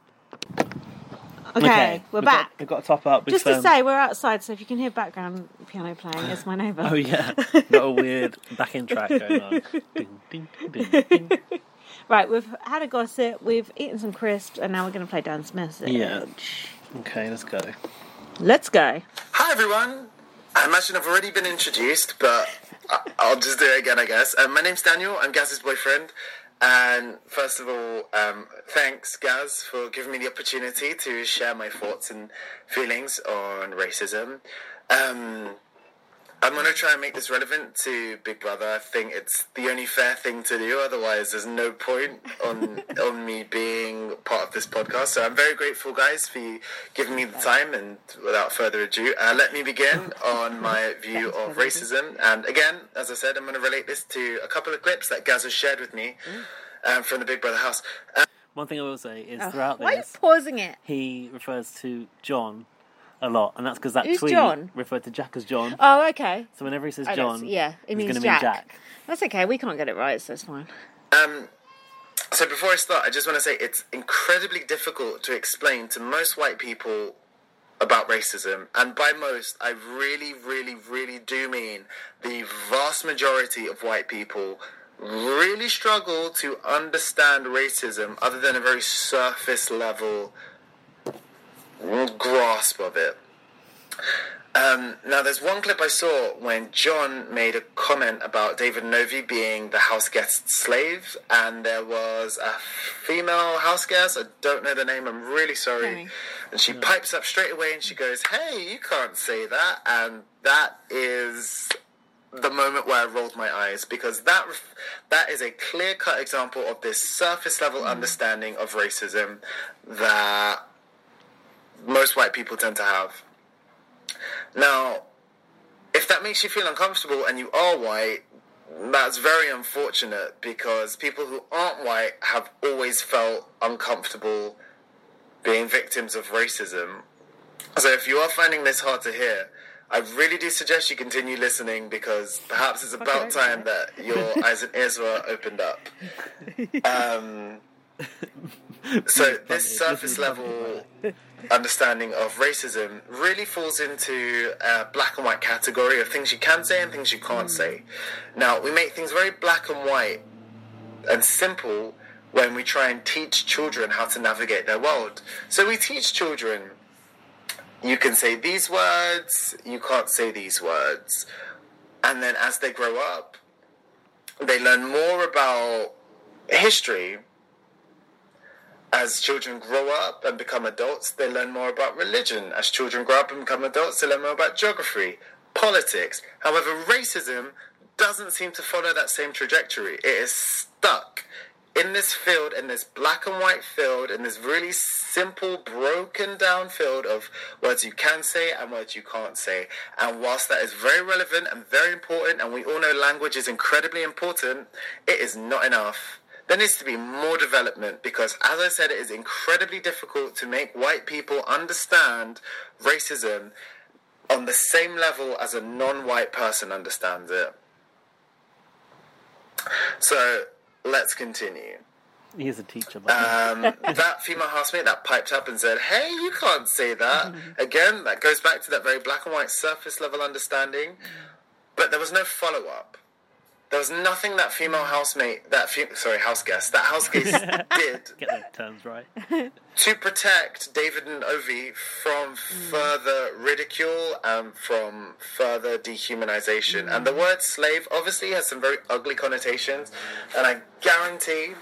Speaker 1: Okay, we're
Speaker 2: we've
Speaker 1: back.
Speaker 2: Got, we've got to top up. We've,
Speaker 1: Just to
Speaker 2: um,
Speaker 1: say, we're outside, so if you can hear background piano playing, it's my neighbour.
Speaker 2: Oh yeah, got a weird backing track going on. Ding, ding, ding, ding.
Speaker 1: Right, we've had a gossip, we've eaten some crisps, and now we're going to play Dan's message.
Speaker 2: Yeah. Okay, let's go.
Speaker 1: Let's go.
Speaker 8: Hi everyone. I imagine I've already been introduced, but I- I'll just do it again, I guess. Um, my name's Daniel. I'm Gaz's boyfriend. And first of all, um, thanks, Gaz, for giving me the opportunity to share my thoughts and feelings on racism. Um, I'm going to try and make this relevant to Big Brother. I think it's the only fair thing to do. Otherwise, there's no point on on me being part of this podcast. So I'm very grateful, guys, for you giving me the time. And without further ado, uh, let me begin on my view of racism. And again, as I said, I'm going to relate this to a couple of clips that Gaz has shared with me um, from the Big Brother house. Um,
Speaker 2: One thing I will say is throughout
Speaker 1: Oh, Why are you
Speaker 2: this,
Speaker 1: pausing it?
Speaker 2: he refers to John a lot, and that's because that
Speaker 1: Who's
Speaker 2: tweet
Speaker 1: John?
Speaker 2: referred to Jack as John.
Speaker 1: Oh, okay.
Speaker 2: so whenever he says
Speaker 1: I don't
Speaker 2: John,
Speaker 1: see- yeah, it
Speaker 2: he's
Speaker 1: means
Speaker 2: gonna
Speaker 1: Jack.
Speaker 2: mean Jack.
Speaker 1: That's okay, we can't get it right, so it's fine.
Speaker 8: Um, so before I start, I just want to say it's incredibly difficult to explain to most white people about racism, and by most, I really, really, really do mean the vast majority of white people really struggle to understand racism other than a very surface level grasp of it. Um, now, there's one clip I saw when John made a comment about David Novi being the house guest's slave, and there was a female house guest. I don't know the name. I'm really sorry.
Speaker 1: Sorry.
Speaker 8: And she pipes up straight away and she goes, "Hey, you can't say that." And that is the moment where I rolled my eyes because that ref- that is a clear cut example of this surface level understanding of racism that most white people tend to have. Now, if that makes you feel uncomfortable and you are white, that's very unfortunate because people who aren't white have always felt uncomfortable being victims of racism. So if you are finding this hard to hear, I really do suggest you continue listening because perhaps it's about time that your eyes and ears were opened up. Um, so this surface level understanding of racism really falls into a black and white category of things you can say and things you can't say. Now, we make things very black and white and simple when we try and teach children how to navigate their world. So we teach children you can say these words, you can't say these words. And then as they grow up, they learn more about history as children grow up and become adults, they learn more about religion. As children grow up and become adults, they learn more about geography, politics. However, racism doesn't seem to follow that same trajectory. It is stuck in this field, in this black and white field, in this really simple, broken down field of words you can say and words you can't say. And whilst that is very relevant and very important, and we all know language is incredibly important, it is not enough. There needs to be more development because, as I said, it is incredibly difficult to make white people understand racism on the same level as a non white person understands it. So let's continue.
Speaker 2: He is a teacher, but
Speaker 8: Um, that female housemate that piped up and said, "Hey, you can't say that." Again, that goes back to that very black and white surface level understanding. But there was no follow up. There was nothing that female housemate, that fe- sorry house guest, that house guest did
Speaker 2: get the terms right.
Speaker 8: to protect David and Ovi from further ridicule and from further dehumanization. And the word slave obviously has some very ugly connotations, and I guarantee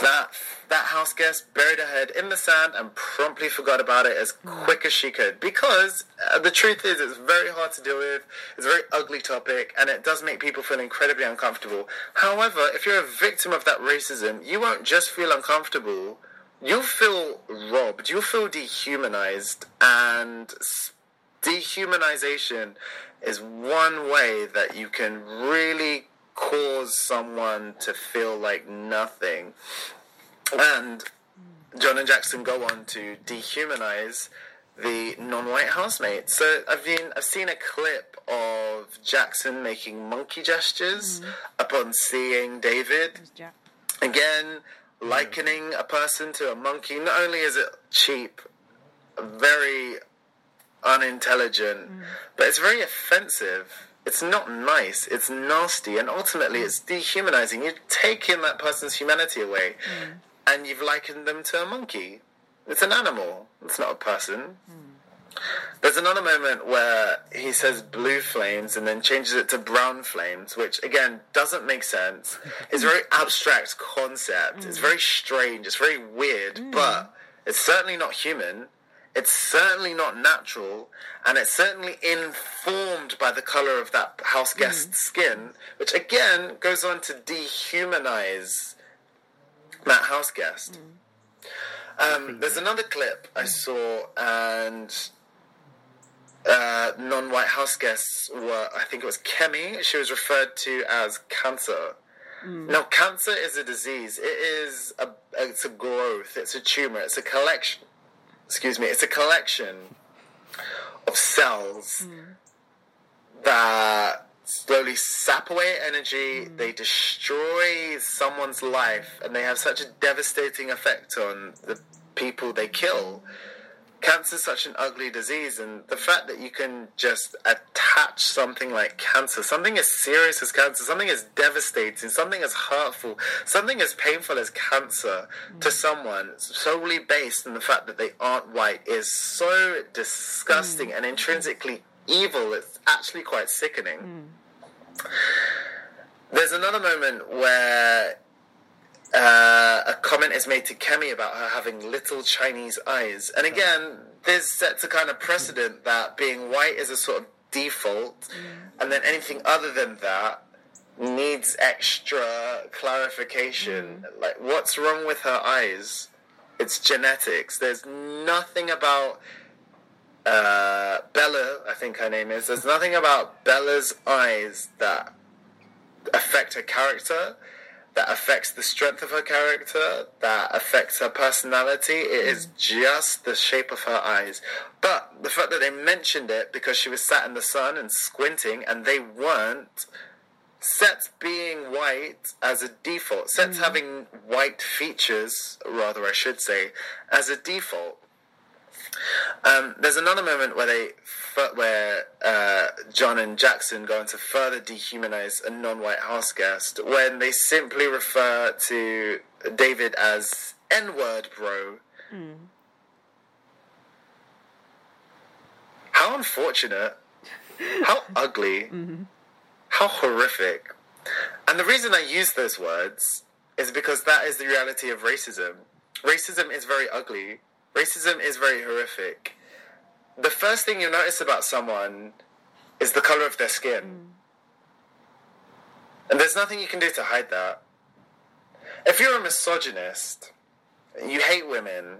Speaker 8: that that house guest buried her head in the sand and promptly forgot about it as quick as she could because uh, the truth is it's very hard to deal with it's a very ugly topic and it does make people feel incredibly uncomfortable however if you're a victim of that racism you won't just feel uncomfortable you'll feel robbed you'll feel dehumanized and s- dehumanization is one way that you can really cause someone to feel like nothing and John and Jackson go on to dehumanize the non-white housemates. So I've been I've seen a clip of Jackson making monkey gestures upon seeing David
Speaker 1: There's Jack.
Speaker 8: again likening a person to a monkey not only is it cheap very unintelligent but it's very offensive it's not nice it's nasty and ultimately it's dehumanizing you're taking that person's humanity away and you've likened them to a monkey it's an animal it's not a person there's another moment where he says blue flames and then changes it to brown flames, which again doesn't make sense. It's a very abstract concept. It's very strange. It's very weird, but it's certainly not human. It's certainly not natural, and it's certainly informed by the color of that house guest's skin, which again goes on to dehumanize that house guest. Um, there's another clip I saw, and uh, non-white house guests were, I think it was Kemi. She was referred to as cancer.
Speaker 1: Mm.
Speaker 4: Mm.
Speaker 8: Now, cancer is a disease. It is a, it's a growth. It's a tumor. It's a collection. Excuse me. It's a collection of cells that slowly sap away energy. They destroy someone's life, and they have such a devastating effect on the people they kill cancer is such an ugly disease, and the fact that you can just attach something like cancer, something as serious as cancer, something as devastating, something as hurtful, something as painful as cancer to someone solely based on the fact that they aren't white is so disgusting and intrinsically evil. It's actually quite sickening.
Speaker 1: Mm.
Speaker 8: There's another moment where uh, a comment is made to Kemi about her having little Chinese eyes. And again, this sets a kind of precedent that being white is a sort of default, and then anything other than that needs extra clarification. Like, what's wrong with her eyes? It's genetics. There's nothing about uh, Bella, I think her name is. There's nothing about Bella's eyes that affect her character that affects the strength of her character, that affects her personality. It is just the shape of her eyes. But the fact that they mentioned it because she was sat in the sun and squinting and they weren't sets being white as a default, sets having white features, rather, I should say, as a default. Um, there's another moment where they, fu- where uh, John and Jackson go on to further dehumanize a non-white house guest when they simply refer to David as N-word bro.
Speaker 1: Mm.
Speaker 8: How unfortunate! How ugly! How horrific! And the reason I use those words is because that is the reality of racism. Racism is very ugly. Racism is very horrific. The first thing you notice about someone is the color of their skin. And there's nothing you can do to hide that. If you're a misogynist, you hate women,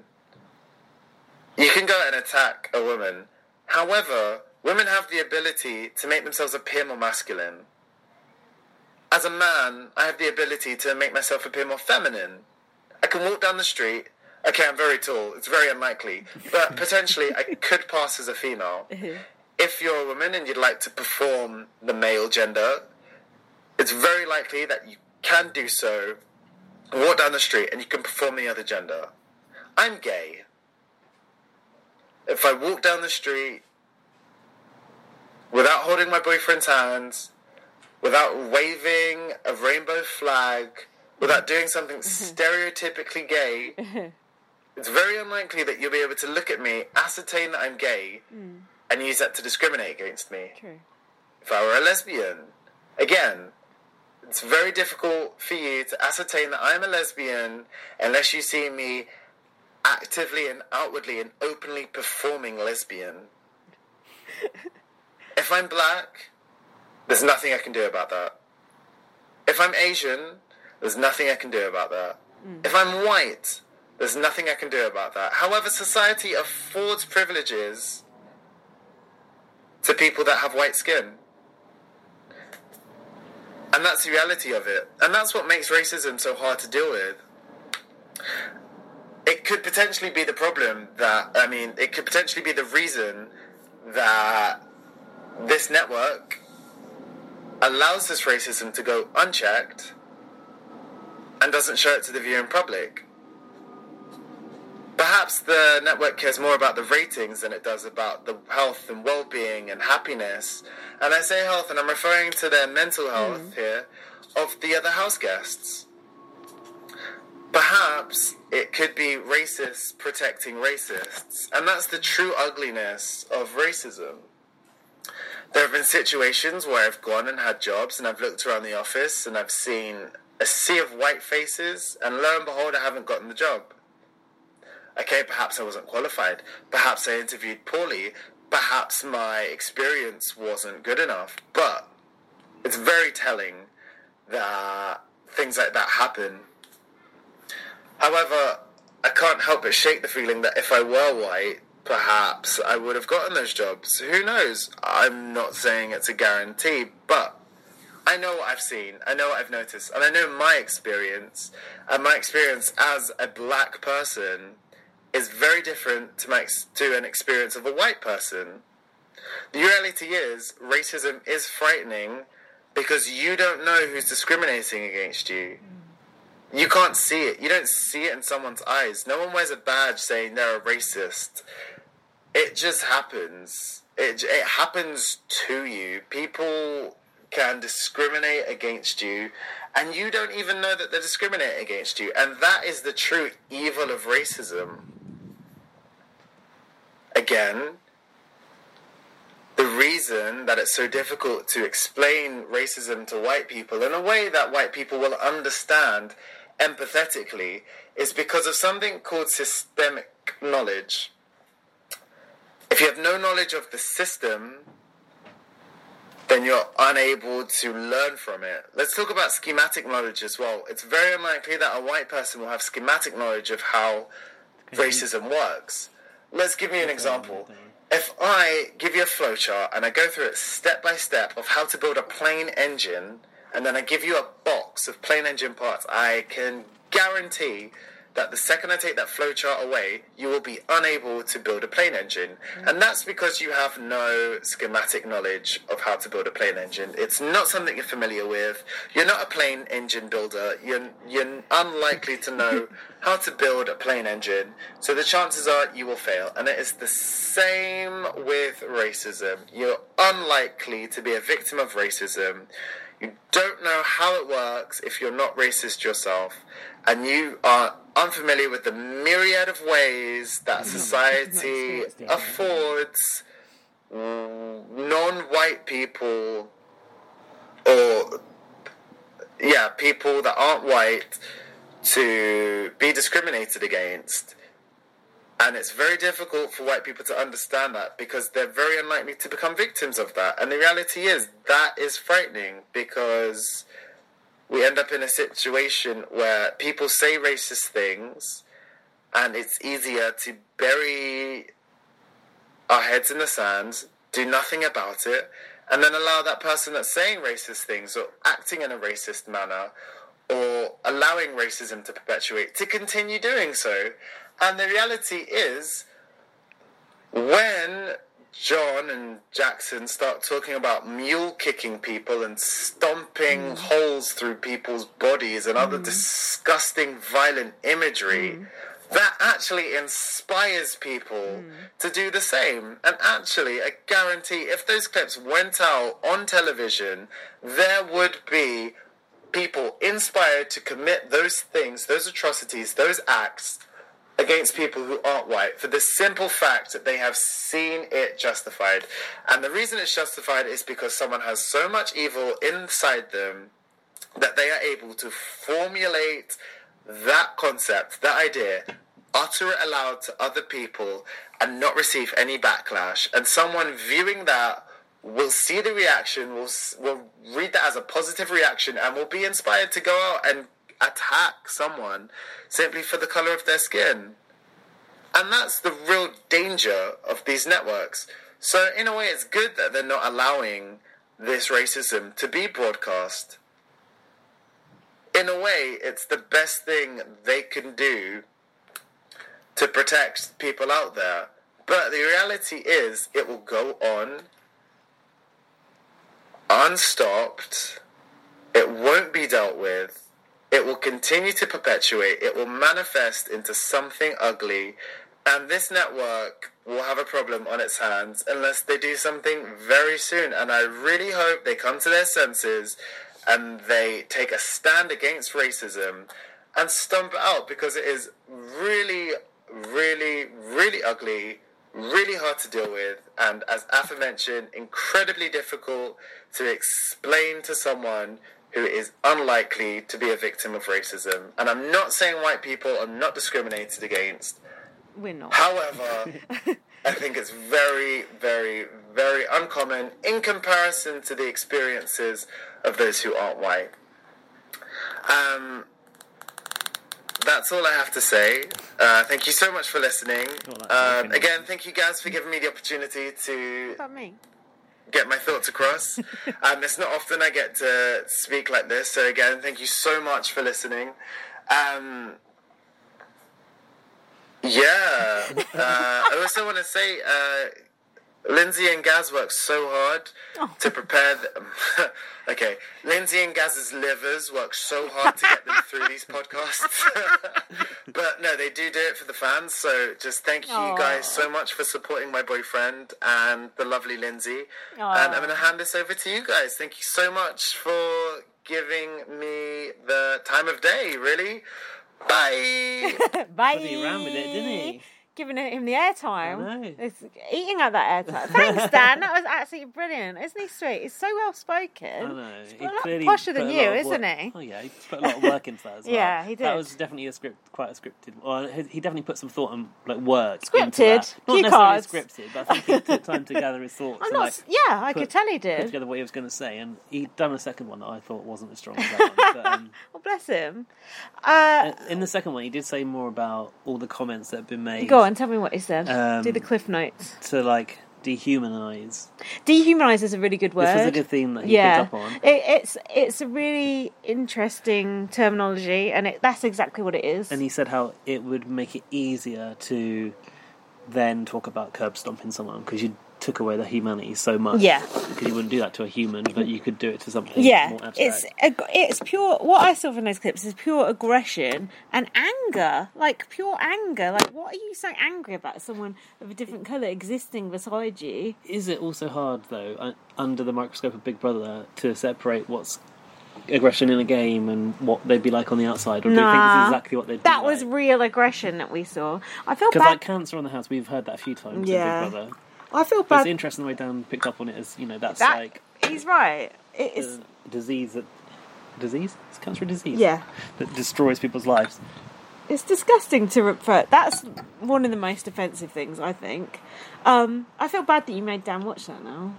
Speaker 8: you can go and attack a woman. However, women have the ability to make themselves appear more masculine. As a man, I have the ability to make myself appear more feminine. I can walk down the street. Okay, I'm very tall. It's very unlikely. But potentially, I could pass as a female. If you're a woman and you'd like to perform the male gender, it's very likely that you can do so. Walk down the street and you can perform the other gender. I'm gay. If I walk down the street without holding my boyfriend's hands, without waving a rainbow flag, without doing something stereotypically gay, it's very unlikely that you'll be able to look at me, ascertain that I'm gay, and use that to discriminate against me.
Speaker 1: True.
Speaker 8: If I were a lesbian, again, it's very difficult for you to ascertain that I'm a lesbian unless you see me actively and outwardly and openly performing lesbian. if I'm black, there's nothing I can do about that. If I'm Asian, there's nothing I can do about that. If I'm white, there's nothing I can do about that. However, society affords privileges to people that have white skin. And that's the reality of it. And that's what makes racism so hard to deal with. could potentially be the problem that I mean, it could potentially be the reason that this network allows this racism to go unchecked and doesn't show it to the viewing public. Perhaps the network cares more about the ratings than it does about the health and well being and happiness. And I say health, and I'm referring to their mental health here of the other house guests. Perhaps it could be racists protecting racists. And that's the true ugliness of racism. There have been situations where I've gone and had jobs and I've looked around the office and I've seen a sea of white faces, and lo and behold, I haven't gotten the job. Okay, perhaps I wasn't qualified. Perhaps I interviewed poorly. Perhaps my experience wasn't good enough. But it's very telling that things like that happen. However, I can't help but shake the feeling that if I were white, perhaps I would have gotten those jobs. Who knows? I'm not saying it's a guarantee, but I know what I've seen, I know what I've noticed, and I know my experience. And my experience as a black person is very different to my ex- to an experience of a white person. The reality is, racism is frightening because you don't know who's discriminating against you. You can't see it. You don't see it in someone's eyes. No one wears a badge saying they're a racist. It just happens. It j- it happens to you. People can discriminate against you, and you don't even know that they're discriminating against you. And that is the true evil of racism. Again, the reason that it's so difficult to explain racism to white people in a way that white people will understand empathetically is because of something called systemic knowledge. If you have no knowledge of the system, then you're unable to learn from it. Let's talk about schematic knowledge as well. It's very unlikely that a white person will have schematic knowledge of how racism works. Let's give you an example. If I give you a flowchart and I go through it step by step of how to build a plane engine, and then I give you a box of plane engine parts, I can guarantee that the second I take that flowchart away, you will be unable to build a plane engine. And that's because you have no schematic knowledge of how to build a plane engine. It's not something you're familiar with. You're not a plane engine builder. You're, you're unlikely to know how to build a plane engine. So the chances are you will fail. And it is the same with racism. You're unlikely to be a victim of racism. You don't know how it works if you're not racist yourself, and you are unfamiliar with the myriad of ways that society
Speaker 1: experienced it, yeah.
Speaker 8: affords non white people or, yeah, people that aren't white to be discriminated against. And it's very difficult for white people to understand that because they're very unlikely to become victims of that. And the reality is that is frightening because we end up in a situation where people say racist things and it's easier to bury our heads in the sand, do nothing about it, and then allow that person that's saying racist things or acting in a racist manner or allowing racism to perpetuate to continue doing so. And the reality is, when John and Jackson start talking about mule kicking people and stomping holes through people's bodies and other disgusting, violent imagery, that actually inspires people to do the same. And actually, I guarantee if those clips went out on television, there would be people inspired to commit those things, those atrocities, those acts against people who aren't white for the simple fact that they have seen it justified. And the reason it's justified is because someone has so much evil inside them that they are able to formulate that concept, that idea, utter it aloud to other people and not receive any backlash. And someone viewing that will see the reaction, will s- will read that as a positive reaction, and will be inspired to go out and attack someone simply for the color of their skin. And that's the real danger of these networks. So, in a way, it's good that they're not allowing this racism to be broadcast. In a way, it's the best thing they can do to protect people out there. But the reality is, it will go on unstopped. It won't be dealt with. It will continue to perpetuate. It will manifest into something ugly. And this network will have a problem on its hands unless they do something very soon. And I really hope they come to their senses and they take a stand against racism and stomp it out because it is really, really, really ugly, really hard to deal with, and as aforementioned, incredibly difficult to explain to someone who is unlikely to be a victim of racism. And I'm not saying white people are not discriminated against.
Speaker 1: We're not.
Speaker 8: However, I think it's very, very, very uncommon in comparison to the experiences of those who aren't white. Um, that's all I have to say. Uh, thank you so much for listening. Um, again, thank you guys for giving me the opportunity to
Speaker 1: About me.
Speaker 8: get my thoughts across. um, it's not often I get to speak like this, so again, thank you so much for listening. Um, yeah, uh, I also want to say uh, Lindsay and Gaz worked so hard to prepare. Them. okay, Lindsay and Gaz's livers worked so hard to get them through these podcasts. but no, they do do it for the fans. So just thank you
Speaker 1: Aw.
Speaker 8: guys so much for supporting my boyfriend and the lovely Lindsay.
Speaker 1: Oh,
Speaker 8: And I'm going to hand this over to you guys. Thank you so much for giving me the time of day, really. Bye.
Speaker 1: Bye.
Speaker 2: Bloody ran with it, didn't he?
Speaker 1: Giving it- him the airtime.
Speaker 2: I know.
Speaker 1: It's eating out that airtime. Thanks, Dan. That was absolutely brilliant. Isn't he sweet? He's so well
Speaker 2: I
Speaker 1: spoken.
Speaker 2: know.
Speaker 1: a lot posher than
Speaker 2: put a
Speaker 1: you,
Speaker 2: lot of
Speaker 1: isn't
Speaker 2: work-
Speaker 1: he?
Speaker 2: Oh yeah, he put a lot of work into that as well.
Speaker 1: Yeah, he did.
Speaker 2: That was definitely a script, quite a scripted. Or he he definitely put some thought and like work. Into
Speaker 1: Scripted.
Speaker 2: that. Not
Speaker 1: Cue
Speaker 2: necessarily
Speaker 1: cards.
Speaker 2: scripted, but I think he took time to gather his thoughts.
Speaker 1: I'm
Speaker 2: and,
Speaker 1: not.
Speaker 2: like,
Speaker 1: s yeah, I
Speaker 2: put-
Speaker 1: could tell he
Speaker 2: put
Speaker 1: did.
Speaker 2: together what he was going to say, and he'd done a second one that I thought wasn't as strong as that one. But, um,
Speaker 1: Well, Oh, bless him. Uh,
Speaker 2: in the second one, he did say more about all the comments that have been made
Speaker 1: go on, tell me what he said.
Speaker 2: Um,
Speaker 1: Do the cliff notes.
Speaker 2: to like dehumanize.
Speaker 1: Dehumanize is a really good word.
Speaker 2: This was a good theme that he
Speaker 1: yeah,
Speaker 2: picked up on.
Speaker 1: It, it's it's a really interesting terminology, and it, that's exactly what it is.
Speaker 2: and he said how it would make it easier to then talk about curb stomping someone because you took away the humanity so much.
Speaker 1: Yeah.
Speaker 2: because you wouldn't do that to a human, but you could do it to something.
Speaker 1: yeah,
Speaker 2: more abstract.
Speaker 1: it's ag- it's pure. What I saw from those clips is pure aggression and anger, like pure anger. Like, what are you so angry about? Someone of a different color existing beside you.
Speaker 2: Is it also hard though, un- under the microscope of Big Brother, to separate what's aggression in a game and what they'd be like on the outside? Or do you think this
Speaker 1: Nah.
Speaker 2: is exactly what they'd be
Speaker 1: That was
Speaker 2: like?
Speaker 1: real aggression that we saw. I feel
Speaker 2: Because
Speaker 1: bad.
Speaker 2: like cancer on the house, we've heard that a few times
Speaker 1: Yeah.
Speaker 2: in Big Brother.
Speaker 1: I feel
Speaker 2: But it's
Speaker 1: bad.
Speaker 2: interesting the way Dan picked up on it as you know that's
Speaker 1: That
Speaker 2: like
Speaker 1: he's right. It is.
Speaker 2: a disease that disease it's cancer a disease
Speaker 1: Yeah.
Speaker 2: that destroys people's lives.
Speaker 1: It's disgusting to refer. That's one of the most offensive things, I think. Um, I feel bad that you made Dan watch that now.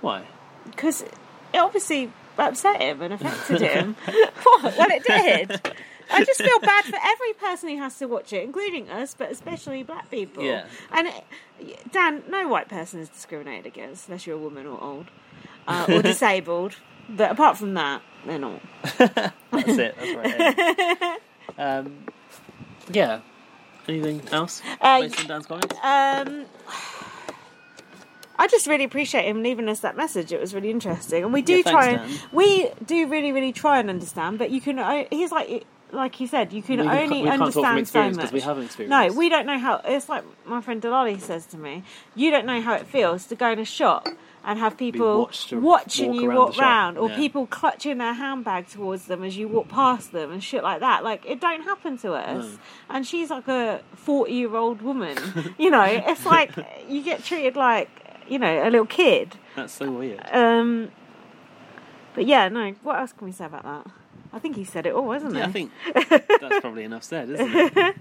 Speaker 2: Why?
Speaker 1: Because it obviously upset him and affected him. what? Well, it did. I just feel bad for every person who has to watch it, including us, but especially black people.
Speaker 2: Yeah.
Speaker 1: And it, Dan, no white person is discriminated against unless you're a woman or old uh, or disabled. But apart from that, they're not.
Speaker 2: That's it. That's right. um, yeah. Anything else
Speaker 1: Uh,
Speaker 2: based on Dan's comments?
Speaker 1: um, I just really appreciate him leaving us that message. It was really interesting, and we do
Speaker 2: Yeah, thanks,
Speaker 1: try and
Speaker 2: Dan.
Speaker 1: we do really, really try and understand. But you can, o- he's like, like you said, you can
Speaker 2: We can't-
Speaker 1: only
Speaker 2: we can't talk from
Speaker 1: understand so
Speaker 2: experience 'cause
Speaker 1: much.
Speaker 2: we haven't
Speaker 1: No,
Speaker 2: experienced.
Speaker 1: we don't know how. It's like my friend Delali says to me, you don't know how it feels to go in a shop. And have people
Speaker 2: watched to
Speaker 1: watching
Speaker 2: walk
Speaker 1: you
Speaker 2: around the
Speaker 1: walk
Speaker 2: shop,
Speaker 1: round, or
Speaker 2: yeah.
Speaker 1: people clutching their handbag towards them as you walk past them, and shit like that. Like it don't happen to us and she's like a 40 year old woman you know it's like you get treated like you know a little kid
Speaker 2: That's so weird.
Speaker 1: um but yeah no what else can we say about that i think he said it all wasn't
Speaker 2: Yeah, I
Speaker 1: it
Speaker 2: think that's probably enough said, isn't it?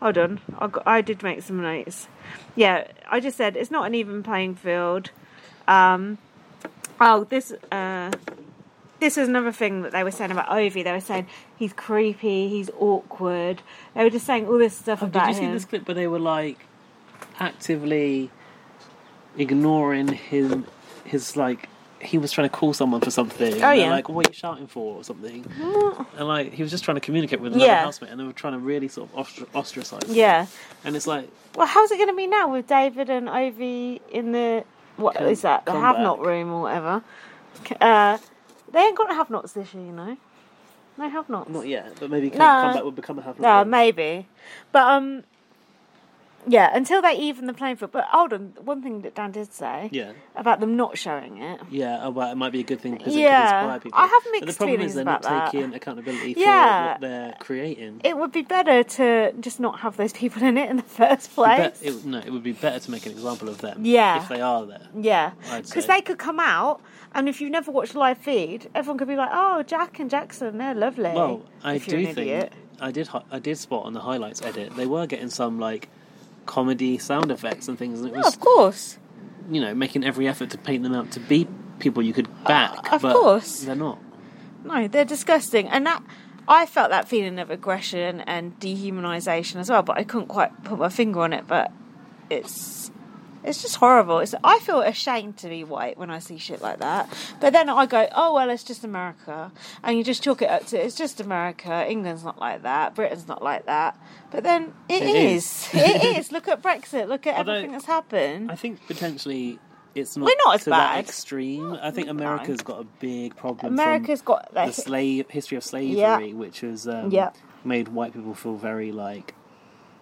Speaker 1: hold on I, got, I did make some notes yeah i just said it's not an even playing field um oh this uh this is another thing that they were saying about Ovi. They were saying he's creepy, he's awkward. They were just saying all this stuff
Speaker 2: Oh, Did
Speaker 1: about
Speaker 2: you see
Speaker 1: him.
Speaker 2: this clip where they were like actively ignoring him, his like he was trying to call someone for something. and
Speaker 1: Oh,
Speaker 2: they're
Speaker 1: yeah. Mm.
Speaker 2: Like, what are you shouting for, or something? And like, he was just trying to communicate with another
Speaker 1: Yeah.
Speaker 2: housemate, and they were trying to really sort of ostr- ostracize. him.
Speaker 1: Yeah.
Speaker 2: And it's like,
Speaker 1: Well, how's it going to be now with David and Ovi in the what is
Speaker 2: Come-
Speaker 1: that the
Speaker 2: come
Speaker 1: have not
Speaker 2: back.
Speaker 1: room or whatever? C- Uh, they ain't got have nots this year, you know. No have nots.
Speaker 2: not yet, but maybe come,
Speaker 1: No.
Speaker 2: come back will become a half.
Speaker 1: No, maybe, but um, yeah. Until they even the playing field. But hold on, one thing that Dan did say
Speaker 2: Yeah.
Speaker 1: about them not showing it.
Speaker 2: Yeah, oh, well, it might be a good thing because it could
Speaker 1: Yeah,
Speaker 2: inspire people.
Speaker 1: I have
Speaker 2: but
Speaker 1: mixed
Speaker 2: the problem
Speaker 1: feelings
Speaker 2: is they're not
Speaker 1: about that.
Speaker 2: taking accountability for
Speaker 1: Yeah.
Speaker 2: what they're creating.
Speaker 1: It would be better to just not have those people in it in the first place.
Speaker 2: But it, no, it would be better to make an example of them.
Speaker 1: Yeah.
Speaker 2: if they are there.
Speaker 1: Yeah,
Speaker 2: I'd
Speaker 1: because
Speaker 2: say.
Speaker 1: they could come out, and if you've never watched live feed, everyone could be like, "Oh, Jack and Jackson, they're lovely."
Speaker 2: Well, I
Speaker 1: if
Speaker 2: do
Speaker 1: you're an
Speaker 2: think
Speaker 1: idiot.
Speaker 2: I did. hi- I did spot on the highlights edit. They were getting some like comedy sound effects and things, and it
Speaker 1: No,
Speaker 2: was
Speaker 1: Oh, of course.
Speaker 2: you know making every effort to paint them out to be people you could back.
Speaker 1: Ah, of
Speaker 2: but
Speaker 1: course.
Speaker 2: they're not.
Speaker 1: No, they're disgusting, and that I felt that feeling of aggression and dehumanization as well, but I couldn't quite put my finger on it. But it's it's just horrible. It's I feel ashamed to be white when I see shit like that. But then I go, oh well, it's just America, and you just chalk it up to it's just America. England's not like that. Britain's not like that. But then
Speaker 2: It
Speaker 1: it
Speaker 2: is.
Speaker 1: is. it is. Look at Brexit. Look at
Speaker 2: Although-
Speaker 1: everything that's happened.
Speaker 2: I think potentially it's not.
Speaker 1: We're not as
Speaker 2: to that
Speaker 1: bad.
Speaker 2: extreme. I think America's got a big problem.
Speaker 1: America's
Speaker 2: from
Speaker 1: got
Speaker 2: the
Speaker 1: that.
Speaker 2: slave history of slavery,
Speaker 1: Yeah.
Speaker 2: which has um,
Speaker 1: Yeah.
Speaker 2: made white people feel very like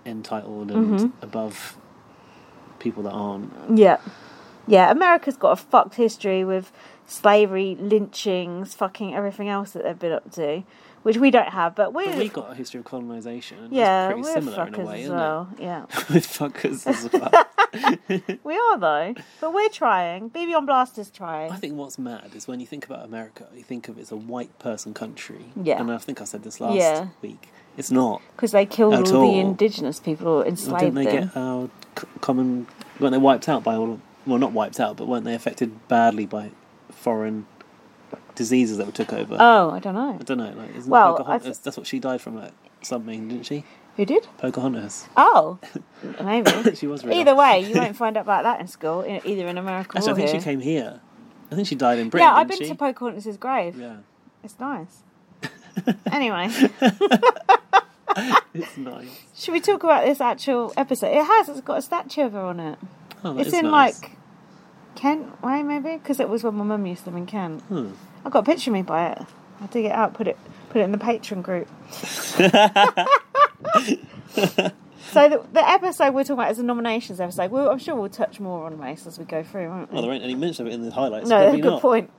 Speaker 2: entitled and above people that aren't.
Speaker 1: Mm-hmm. Yeah. Yeah, America's got a fucked history with slavery, lynchings, fucking everything else that they've been up to, which we don't have, but we're.
Speaker 2: But we got a history of colonization. and it's
Speaker 1: yeah,
Speaker 2: pretty
Speaker 1: we're
Speaker 2: similar in a
Speaker 1: fuckers
Speaker 2: way,
Speaker 1: as
Speaker 2: isn't
Speaker 1: well. Yeah,
Speaker 2: it? With fuckers as well.
Speaker 1: we are though, but we're trying. BB on Blast is trying.
Speaker 2: I think what's mad is when you think about America, you think of it as a white person country.
Speaker 1: Yeah.
Speaker 2: And I think I said this last
Speaker 1: Yeah.
Speaker 2: week. It's not.
Speaker 1: because they killed
Speaker 2: At
Speaker 1: all,
Speaker 2: all.
Speaker 1: the indigenous people or
Speaker 2: Why
Speaker 1: enslaved
Speaker 2: didn't they
Speaker 1: them.
Speaker 2: get our c- common? Weren't they wiped out by all? Well, not wiped out, but weren't they affected badly by foreign diseases that took over?
Speaker 1: Oh, I don't know.
Speaker 2: I don't know. Like, isn't
Speaker 1: Well, I
Speaker 2: Pocahontas?
Speaker 1: th-
Speaker 2: That's what she died from, like something, didn't she?
Speaker 1: Who did?
Speaker 2: Pocahontas.
Speaker 1: Oh, maybe.
Speaker 2: She was real.
Speaker 1: Either way, you won't find out about that in school, in- either in America
Speaker 2: Actually,
Speaker 1: or
Speaker 2: I think
Speaker 1: here.
Speaker 2: she came here. I think she died in Britain.
Speaker 1: yeah, I've
Speaker 2: didn't
Speaker 1: been
Speaker 2: she?
Speaker 1: to Pocahontas' grave.
Speaker 2: Yeah,
Speaker 1: It's nice. anyway,
Speaker 2: it's nice.
Speaker 1: should we talk about this actual episode? It has. It's got a statue of her on it.
Speaker 2: Oh, that
Speaker 1: it's
Speaker 2: is
Speaker 1: in
Speaker 2: nice.
Speaker 1: like Kent way maybe because it was when my mum used to live in Kent.
Speaker 2: Hmm.
Speaker 1: I got a picture of me by it. I dig it out, put it put it in the patron group. so the, the episode we're talking about is a nominations episode. Well, I'm sure we'll touch more on race as we go through, won't we?
Speaker 2: Well, there ain't any mention of it in the highlights.
Speaker 1: No,
Speaker 2: Probably
Speaker 1: good
Speaker 2: not.
Speaker 1: point.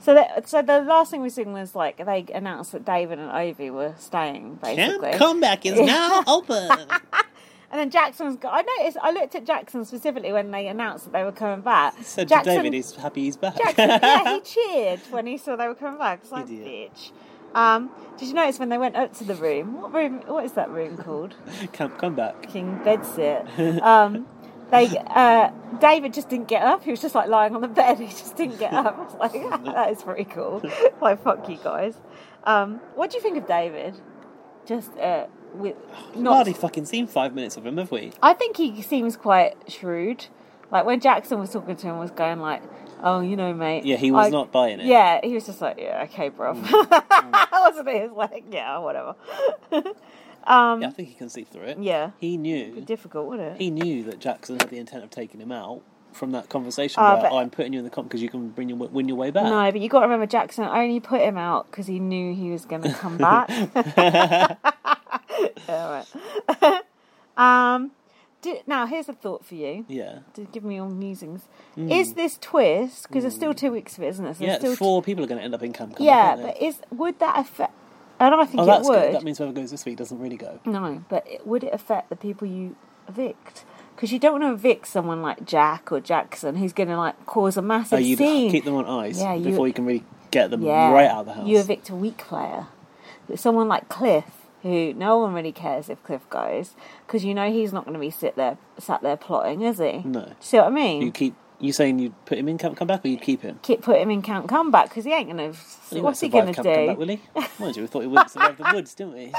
Speaker 1: So, that, so the last thing we seen was like they announced that David and Ovi were staying basically.
Speaker 2: Camp comeback is now open.
Speaker 1: And then Jackson's got. I noticed. I looked at Jackson specifically when they announced that they were coming back.
Speaker 2: Said to
Speaker 1: Jackson,
Speaker 2: David, he's happy he's back.
Speaker 1: Jackson, yeah, he cheered when he saw they were coming back. It's like,
Speaker 2: Idiot.
Speaker 1: bitch. Um, did you notice when they went up to the room? What room? What is that room called?
Speaker 2: Camp comeback.
Speaker 1: King bedsit. Um, they uh, David just didn't get up. He was just like lying on the bed. He just didn't get up. I was like, that is pretty cool. like, fuck you guys. Um, what do you think of David? Just uh, with
Speaker 2: Not...
Speaker 1: not
Speaker 2: Hardly fucking seen five minutes of him, have we?
Speaker 1: I think he seems quite shrewd. Like when Jackson was talking to him, was going like, "Oh, you know, mate."
Speaker 2: Yeah, he was
Speaker 1: I-
Speaker 2: not buying it.
Speaker 1: Yeah, he was just like, "Yeah, okay, bro." Wasn't it? He was like, "Yeah, whatever."
Speaker 2: Yeah, I think he can see through it.
Speaker 1: Um, Yeah.
Speaker 2: He knew.
Speaker 1: Difficult, wouldn't it?
Speaker 2: He knew that Jackson had the intent of taking him out from that conversation
Speaker 1: Ah,
Speaker 2: where
Speaker 1: but-
Speaker 2: "Oh, I'm putting you in the comp because you can bring your, win your way back.
Speaker 1: No, but you got to remember, Jackson only put him out because he knew he was going to come back. yeah, right. um, do, now here's a thought for you.
Speaker 2: Yeah. Mm.
Speaker 1: To give me your musings. Is this twist? Because there's still two weeks of it, isn't it? So there's
Speaker 2: Yeah,
Speaker 1: still
Speaker 2: four people are going to end up in camp comeback.
Speaker 1: Yeah,
Speaker 2: aren't they?
Speaker 1: but is would that affect? And I think
Speaker 2: Oh,
Speaker 1: it
Speaker 2: that's
Speaker 1: would.
Speaker 2: good. That means whoever goes this week doesn't really go.
Speaker 1: no, but it, would it affect the people you evict? Because you don't want to evict someone like Jack or Jackson, who's going to like cause a
Speaker 2: So Oh,
Speaker 1: massive
Speaker 2: you
Speaker 1: scene.
Speaker 2: keep them on ice
Speaker 1: Yeah, you-
Speaker 2: before you can really get them
Speaker 1: yeah,
Speaker 2: right out of the house.
Speaker 1: You evict a weak player, but someone like Cliff, who no one really cares if Cliff goes, because you know he's not going to be sit there sat there plotting, is he?
Speaker 2: No.
Speaker 1: See what I mean?
Speaker 2: You keep you saying you'd put him in camp comeback or you'd keep him?
Speaker 1: Keep put him in camp comeback because he ain't going to.
Speaker 2: won't
Speaker 1: What's he
Speaker 2: survive
Speaker 1: going to
Speaker 2: camp
Speaker 1: do?
Speaker 2: comeback, will he? Mind you, we thought he wouldn't survive the woods, didn't we?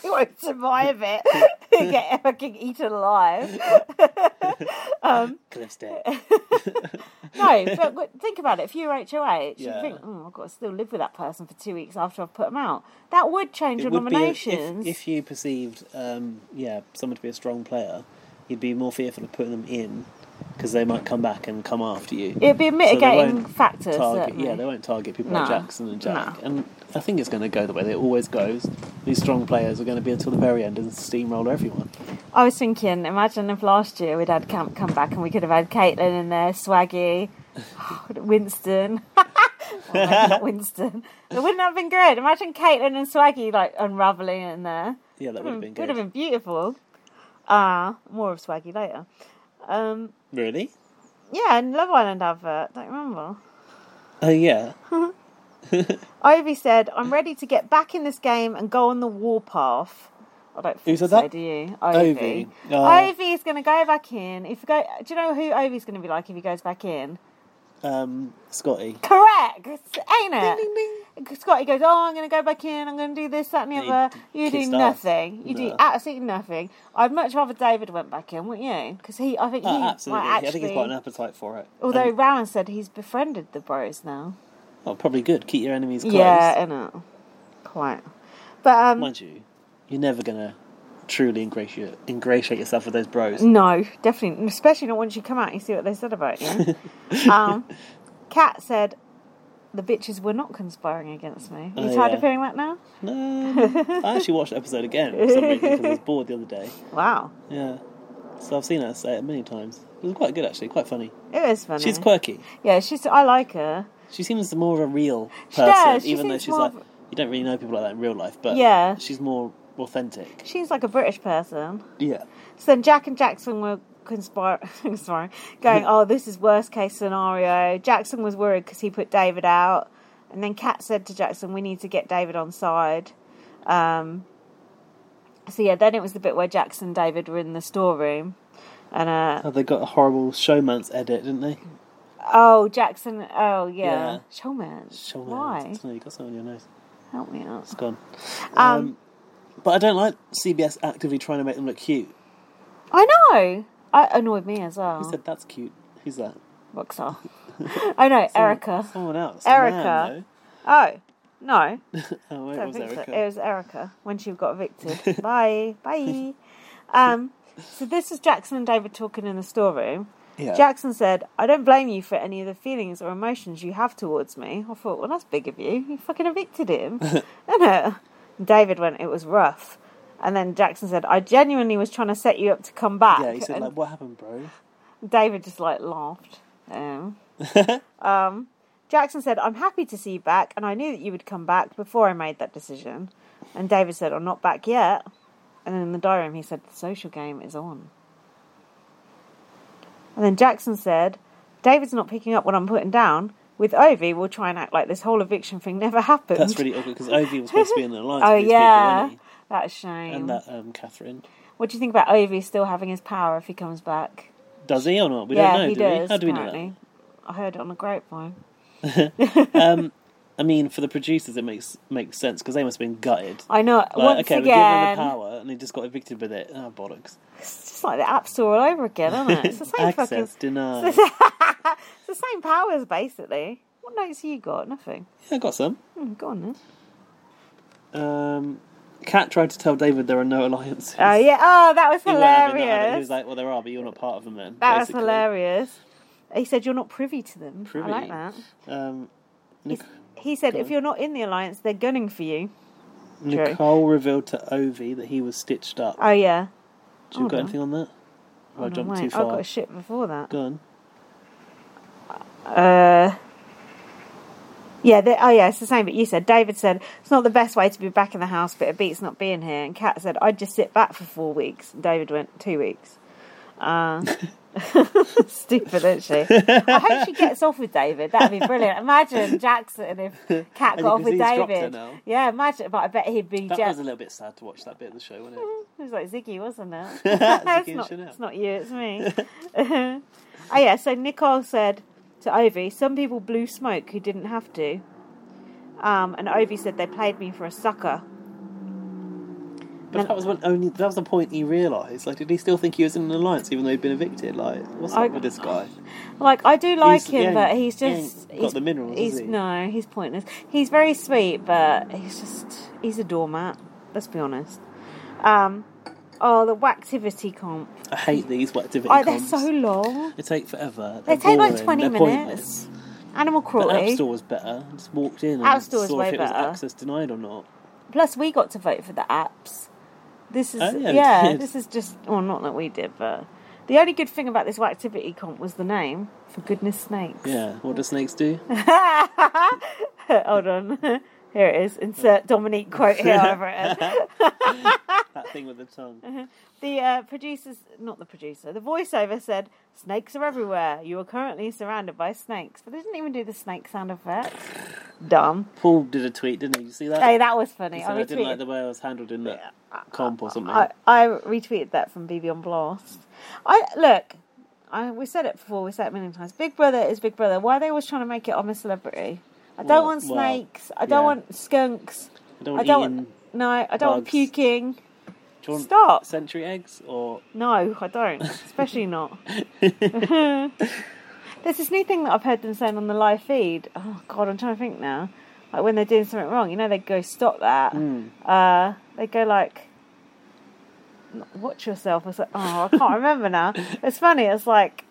Speaker 1: He won't survive it. He'll get fucking eaten alive.
Speaker 2: Cliff's dead.
Speaker 1: Um, No, but, but think about it. If you're HOH,
Speaker 2: Yeah.
Speaker 1: you think, oh, I've got to still live with that person for two weeks after I've put them out. That would change your
Speaker 2: would be a- if-
Speaker 1: nominations.
Speaker 2: if, you perceived, um, yeah, someone to be a strong player, you'd be more fearful of putting them in because they might come back and come after you.
Speaker 1: It'd be a
Speaker 2: So they
Speaker 1: mitigating
Speaker 2: won't
Speaker 1: factor,
Speaker 2: Target,
Speaker 1: certainly.
Speaker 2: yeah, they won't target people like
Speaker 1: No.
Speaker 2: Jackson and Jack. And I think it's going to go the way that it always goes. These strong players are going to be until the very end and steamroll everyone.
Speaker 1: I was thinking, imagine if last year we'd had Camp come back and we could have had Caitlin in there, Swaggy, Winston. Oh, maybe not Winston. It wouldn't have been good. Imagine Caitlin and Swaggy like unraveling in there.
Speaker 2: Yeah, that would have been good.
Speaker 1: Hmm, Would have been beautiful. Ah, more of Swaggy later. Um,
Speaker 2: Really?
Speaker 1: yeah, and Love Island advert. Don't remember.
Speaker 2: Oh, yeah.
Speaker 1: Ivy said, "I'm ready to get back in this game and go on the warpath." I don't think
Speaker 2: said
Speaker 1: so,
Speaker 2: that?
Speaker 1: do you?
Speaker 2: Ivy.
Speaker 1: Ivy.
Speaker 2: Oh.
Speaker 1: Ivy is going to go back in. If you go, do you know who Ivy's going to be like if he goes back in?
Speaker 2: Um, Scotty.
Speaker 1: Correct, ain't it? Scotty goes, "Oh, I'm going to go back in. I'm going to do this, that, and the
Speaker 2: Yeah, he
Speaker 1: other."
Speaker 2: d-
Speaker 1: You do
Speaker 2: kicks ass.
Speaker 1: nothing. You do
Speaker 2: No.
Speaker 1: absolutely nothing. I'd much rather David went back in, wouldn't you? Because he, I think
Speaker 2: Oh,
Speaker 1: he
Speaker 2: absolutely.
Speaker 1: might actually.
Speaker 2: I think he's got an appetite for it. Um,
Speaker 1: although
Speaker 2: And-
Speaker 1: Rowan said he's befriended the bros now.
Speaker 2: oh, probably good. Keep your enemies close.
Speaker 1: Yeah, I know. Quite. But um,
Speaker 2: Mind you, you're never going to truly ingratiate, ingratiate yourself with those bros.
Speaker 1: No, definitely, especially not once you come out and see what they said about you. um, Kat said, "The bitches were not conspiring against me." Are you
Speaker 2: Oh,
Speaker 1: tired
Speaker 2: yeah.
Speaker 1: of hearing that now?
Speaker 2: No, I actually watched the episode again for some reason because I was bored the other day.
Speaker 1: Wow,
Speaker 2: Yeah, so I've seen her say it many times. It was quite good actually, quite funny.
Speaker 1: it was funny.
Speaker 2: She's quirky.
Speaker 1: yeah, she's. I like her.
Speaker 2: She seems more of a real person,
Speaker 1: does, she
Speaker 2: even though
Speaker 1: seems
Speaker 2: she's
Speaker 1: more
Speaker 2: like
Speaker 1: of a-
Speaker 2: you don't really know people like that in real life, but
Speaker 1: Yeah.
Speaker 2: she's more authentic.
Speaker 1: She's like a British person.
Speaker 2: Yeah,
Speaker 1: So then Jack and Jackson were conspiring, sorry, going, oh, this is worst case scenario. Jackson was worried because he put David out. And then Kat said to Jackson, we need to get David on side. Um, so yeah, then it was the bit where Jackson and David were in the storeroom. And uh,
Speaker 2: oh, they got a horrible showman's edit, didn't they?
Speaker 1: oh, Jackson, oh yeah,
Speaker 2: Yeah.
Speaker 1: showman.
Speaker 2: Showman's.
Speaker 1: Why?
Speaker 2: No, you got something on your nose.
Speaker 1: Help me out.
Speaker 2: It's gone.
Speaker 1: Um,
Speaker 2: But I don't like CBS actively trying to make them look cute.
Speaker 1: I know. I annoyed me as well.
Speaker 2: Who said that's cute? Who's that?
Speaker 1: Roxar. I know, Oh, Erica.
Speaker 2: Someone else.
Speaker 1: Erica.
Speaker 2: A man,
Speaker 1: Oh no.
Speaker 2: though. Oh, it
Speaker 1: don't
Speaker 2: was
Speaker 1: think
Speaker 2: Erica.
Speaker 1: so. It was Erica when she got evicted. bye, bye. Um, so this is Jackson and David talking in the storeroom.
Speaker 2: Yeah.
Speaker 1: Jackson said, "I don't blame you for any of the feelings or emotions you have towards me." I thought, well, that's big of you. You fucking evicted him, isn't it? And David went, "It was rough." And then Jackson said, "I genuinely was trying to set you up to come back."
Speaker 2: Yeah, he said
Speaker 1: And-
Speaker 2: like, "What happened, bro?"
Speaker 1: David just like laughed. Um, um, Jackson said, "I'm happy to see you back, and I knew that you would come back before I made that decision." And David said, "I'm not back yet." And then in the diary room, he said, "The social game is on." And then Jackson said, "David's not picking up what I'm putting down. With Ovi, we'll try and act like this whole eviction thing never happened."
Speaker 2: That's really awkward because Ovi was supposed to be in the alliance.
Speaker 1: Oh
Speaker 2: with these
Speaker 1: yeah,
Speaker 2: people,
Speaker 1: that's a
Speaker 2: wasn't
Speaker 1: shame.
Speaker 2: he? and that um, Catherine.
Speaker 1: What do you think about Ovi still having his power if he comes back?
Speaker 2: Does he or not? We
Speaker 1: yeah,
Speaker 2: don't know.
Speaker 1: he
Speaker 2: do
Speaker 1: does.
Speaker 2: we? How do we know
Speaker 1: apparently. I heard it on the grapevine.
Speaker 2: that? Um, I mean, for the producers, it makes makes sense because they must have been gutted.
Speaker 1: I know.
Speaker 2: Like,
Speaker 1: Once
Speaker 2: okay, we gave them
Speaker 1: again,
Speaker 2: the power, and they just got evicted with it. Oh bollocks!
Speaker 1: it's just like the app store all over again, isn't it? It's the same
Speaker 2: Access
Speaker 1: fucking.
Speaker 2: denied.
Speaker 1: It's the same powers basically. What notes have you got? Nothing.
Speaker 2: yeah, I got some.
Speaker 1: Hmm, go on then.
Speaker 2: Um, Cat tried to tell David there are no alliances.
Speaker 1: Oh yeah. Oh, that was
Speaker 2: He went having that at it. He
Speaker 1: hilarious.
Speaker 2: was like, "Well, there are, but you're not part of them." Then
Speaker 1: that was
Speaker 2: basically.
Speaker 1: hilarious. He said you're not privy to them.
Speaker 2: Privy.
Speaker 1: I like that.
Speaker 2: Um, Nic-
Speaker 1: He said
Speaker 2: Go
Speaker 1: if
Speaker 2: on.
Speaker 1: you're not in the alliance, they're gunning for you. True.
Speaker 2: Nicole revealed to Ovi that he was stitched up.
Speaker 1: Oh yeah.
Speaker 2: Do
Speaker 1: Oh,
Speaker 2: you
Speaker 1: hold
Speaker 2: got
Speaker 1: on.
Speaker 2: anything on that? Or I
Speaker 1: Hold on,
Speaker 2: jumped
Speaker 1: wait,
Speaker 2: too
Speaker 1: I
Speaker 2: far.
Speaker 1: got a shit before that.
Speaker 2: Go on.
Speaker 1: Uh, yeah, they, oh yeah, it's the same. But you said David said it's not the best way to be back in the house, but it beats not being here. And Kat said I'd just sit back for four weeks. And David went two weeks. Uh, stupid, isn't she? I hope she gets off with David. That'd be brilliant. Imagine Jackson if Kat
Speaker 2: And
Speaker 1: got off
Speaker 2: because
Speaker 1: with
Speaker 2: he's dropped her
Speaker 1: David.
Speaker 2: now.
Speaker 1: Yeah, imagine. But I bet he'd be.
Speaker 2: That
Speaker 1: Je-
Speaker 2: was a little bit sad to watch that bit of the show, wasn't it?
Speaker 1: it was like Ziggy, wasn't it?
Speaker 2: Ziggy
Speaker 1: it's,
Speaker 2: and
Speaker 1: not,
Speaker 2: Chanel.
Speaker 1: it's not you, it's me. oh, yeah, so Nicole said to Ovi, some people blew smoke who didn't have to. Um, and Ovi said they played me for a sucker.
Speaker 2: But that was when only that was the point he realised. Like, did he still think he was in an alliance even though he'd been evicted? Like, what's
Speaker 1: I-
Speaker 2: up with this guy?
Speaker 1: Like I do like
Speaker 2: He's- yeah,
Speaker 1: him, but he's
Speaker 2: he ain't
Speaker 1: just
Speaker 2: got
Speaker 1: he's,
Speaker 2: the minerals,
Speaker 1: He's
Speaker 2: has he?
Speaker 1: no, he's pointless. He's very sweet, but he's just he's a doormat. Let's be honest. Um, oh, the Wactivity comp.
Speaker 2: I hate these activity
Speaker 1: Oh, they're
Speaker 2: comps.
Speaker 1: so long.
Speaker 2: They take forever.
Speaker 1: They
Speaker 2: They're
Speaker 1: take like
Speaker 2: boring,
Speaker 1: twenty
Speaker 2: they're
Speaker 1: minutes.
Speaker 2: pointless.
Speaker 1: Animal
Speaker 2: But App
Speaker 1: cruelty.
Speaker 2: Store was better. I just walked in and
Speaker 1: App Store is
Speaker 2: saw
Speaker 1: way
Speaker 2: if it was
Speaker 1: better.
Speaker 2: access denied or not.
Speaker 1: Plus, we got to vote for the apps. This is
Speaker 2: Oh, yeah,
Speaker 1: yeah,
Speaker 2: we did.
Speaker 1: this is just well, not that we did, but the only good thing about this Wactivity comp was the name. For goodness sakes.
Speaker 2: Yeah. What do snakes do?
Speaker 1: Hold on. Here it is. Insert Dominique quote here over it. is.
Speaker 2: that thing with the tongue.
Speaker 1: The uh, producers, not the producer, the voiceover said, "Snakes are everywhere. You are currently surrounded by snakes." But they didn't even do the snake sound effect. Dumb.
Speaker 2: Paul did a tweet, didn't he? You see that?
Speaker 1: Hey, that was funny.
Speaker 2: He
Speaker 1: I
Speaker 2: said, I didn't like
Speaker 1: retweeted.
Speaker 2: the way I was handled in that comp or something.
Speaker 1: I, I retweeted that from BB on Blast. I look. I we said it before. We said it many times. Big Brother is Big Brother. Why are they always trying to make it? I'm a celebrity. I don't
Speaker 2: Well,
Speaker 1: want
Speaker 2: well,
Speaker 1: snakes. I don't
Speaker 2: yeah.
Speaker 1: want skunks.
Speaker 2: I don't
Speaker 1: I
Speaker 2: want
Speaker 1: don't
Speaker 2: eating.
Speaker 1: want. No, I don't want
Speaker 2: bugs.
Speaker 1: puking.
Speaker 2: do you want
Speaker 1: Stop.
Speaker 2: Century eggs or
Speaker 1: No, I don't. Especially not. There's this new thing that I've heard them saying on the live feed. Oh God, I'm trying to think now. Like when they're doing something wrong, you know, they go stop that.
Speaker 2: Hmm.
Speaker 1: Uh, they go like, n- watch yourself. It's like, oh, I can't remember now. It's funny. It's like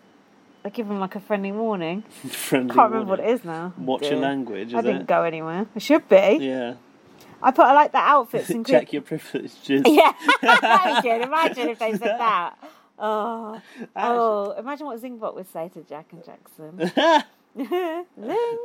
Speaker 1: they give them like a friendly warning.
Speaker 2: friendly?
Speaker 1: I can't remember what
Speaker 2: warning?
Speaker 1: it is now.
Speaker 2: Watch your
Speaker 1: Dear.
Speaker 2: language. Is
Speaker 1: I didn't
Speaker 2: it?
Speaker 1: go anywhere. I should be.
Speaker 2: Yeah.
Speaker 1: I put I like the outfits and
Speaker 2: Check your privileges.
Speaker 1: yeah, Thank you. Imagine if they said that. Oh, oh! Imagine what Zingbot would say to Jack and Jackson. Zing.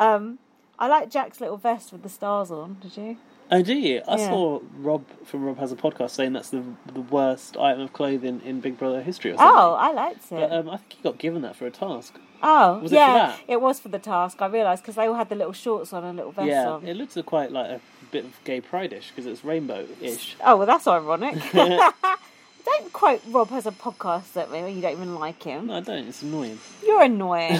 Speaker 1: Um, I like Jack's little vest with the stars on. Did you?
Speaker 2: I Oh, do. I
Speaker 1: Yeah.
Speaker 2: saw Rob from Rob Has a Podcast saying that's the the worst item of clothing in Big Brother history or something.
Speaker 1: Oh, I liked
Speaker 2: But,
Speaker 1: it.
Speaker 2: um, I think he got given that for a task.
Speaker 1: oh,
Speaker 2: was it for
Speaker 1: yeah.
Speaker 2: that?
Speaker 1: It was for the task. I realised because they all had the little shorts on and little vests
Speaker 2: yeah,
Speaker 1: on.
Speaker 2: it looks quite like a bit of gay pride-ish because it's rainbow-ish.
Speaker 1: Oh well, that's ironic. Don't quote Rob has a podcast at me when you don't even like him.
Speaker 2: No, I don't. It's annoying.
Speaker 1: You're annoying.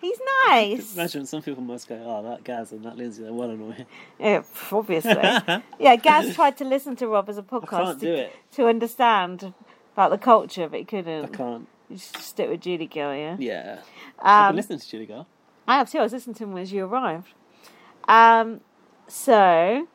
Speaker 1: He's nice.
Speaker 2: Imagine some people must go, "Oh, that Gaz and that Lindsay, they're well annoying." Uh,
Speaker 1: Yeah, pff, obviously. yeah, Gaz tried to listen to Rob as a podcast
Speaker 2: can't
Speaker 1: to,
Speaker 2: do it.
Speaker 1: to understand about the culture, but he
Speaker 2: I
Speaker 1: couldn't.
Speaker 2: can't.
Speaker 1: You just stick with Judy Gill, yeah?
Speaker 2: Yeah, I've been listening to Judy Girl.
Speaker 1: I have too. I was listening to him as you arrived. Um, so,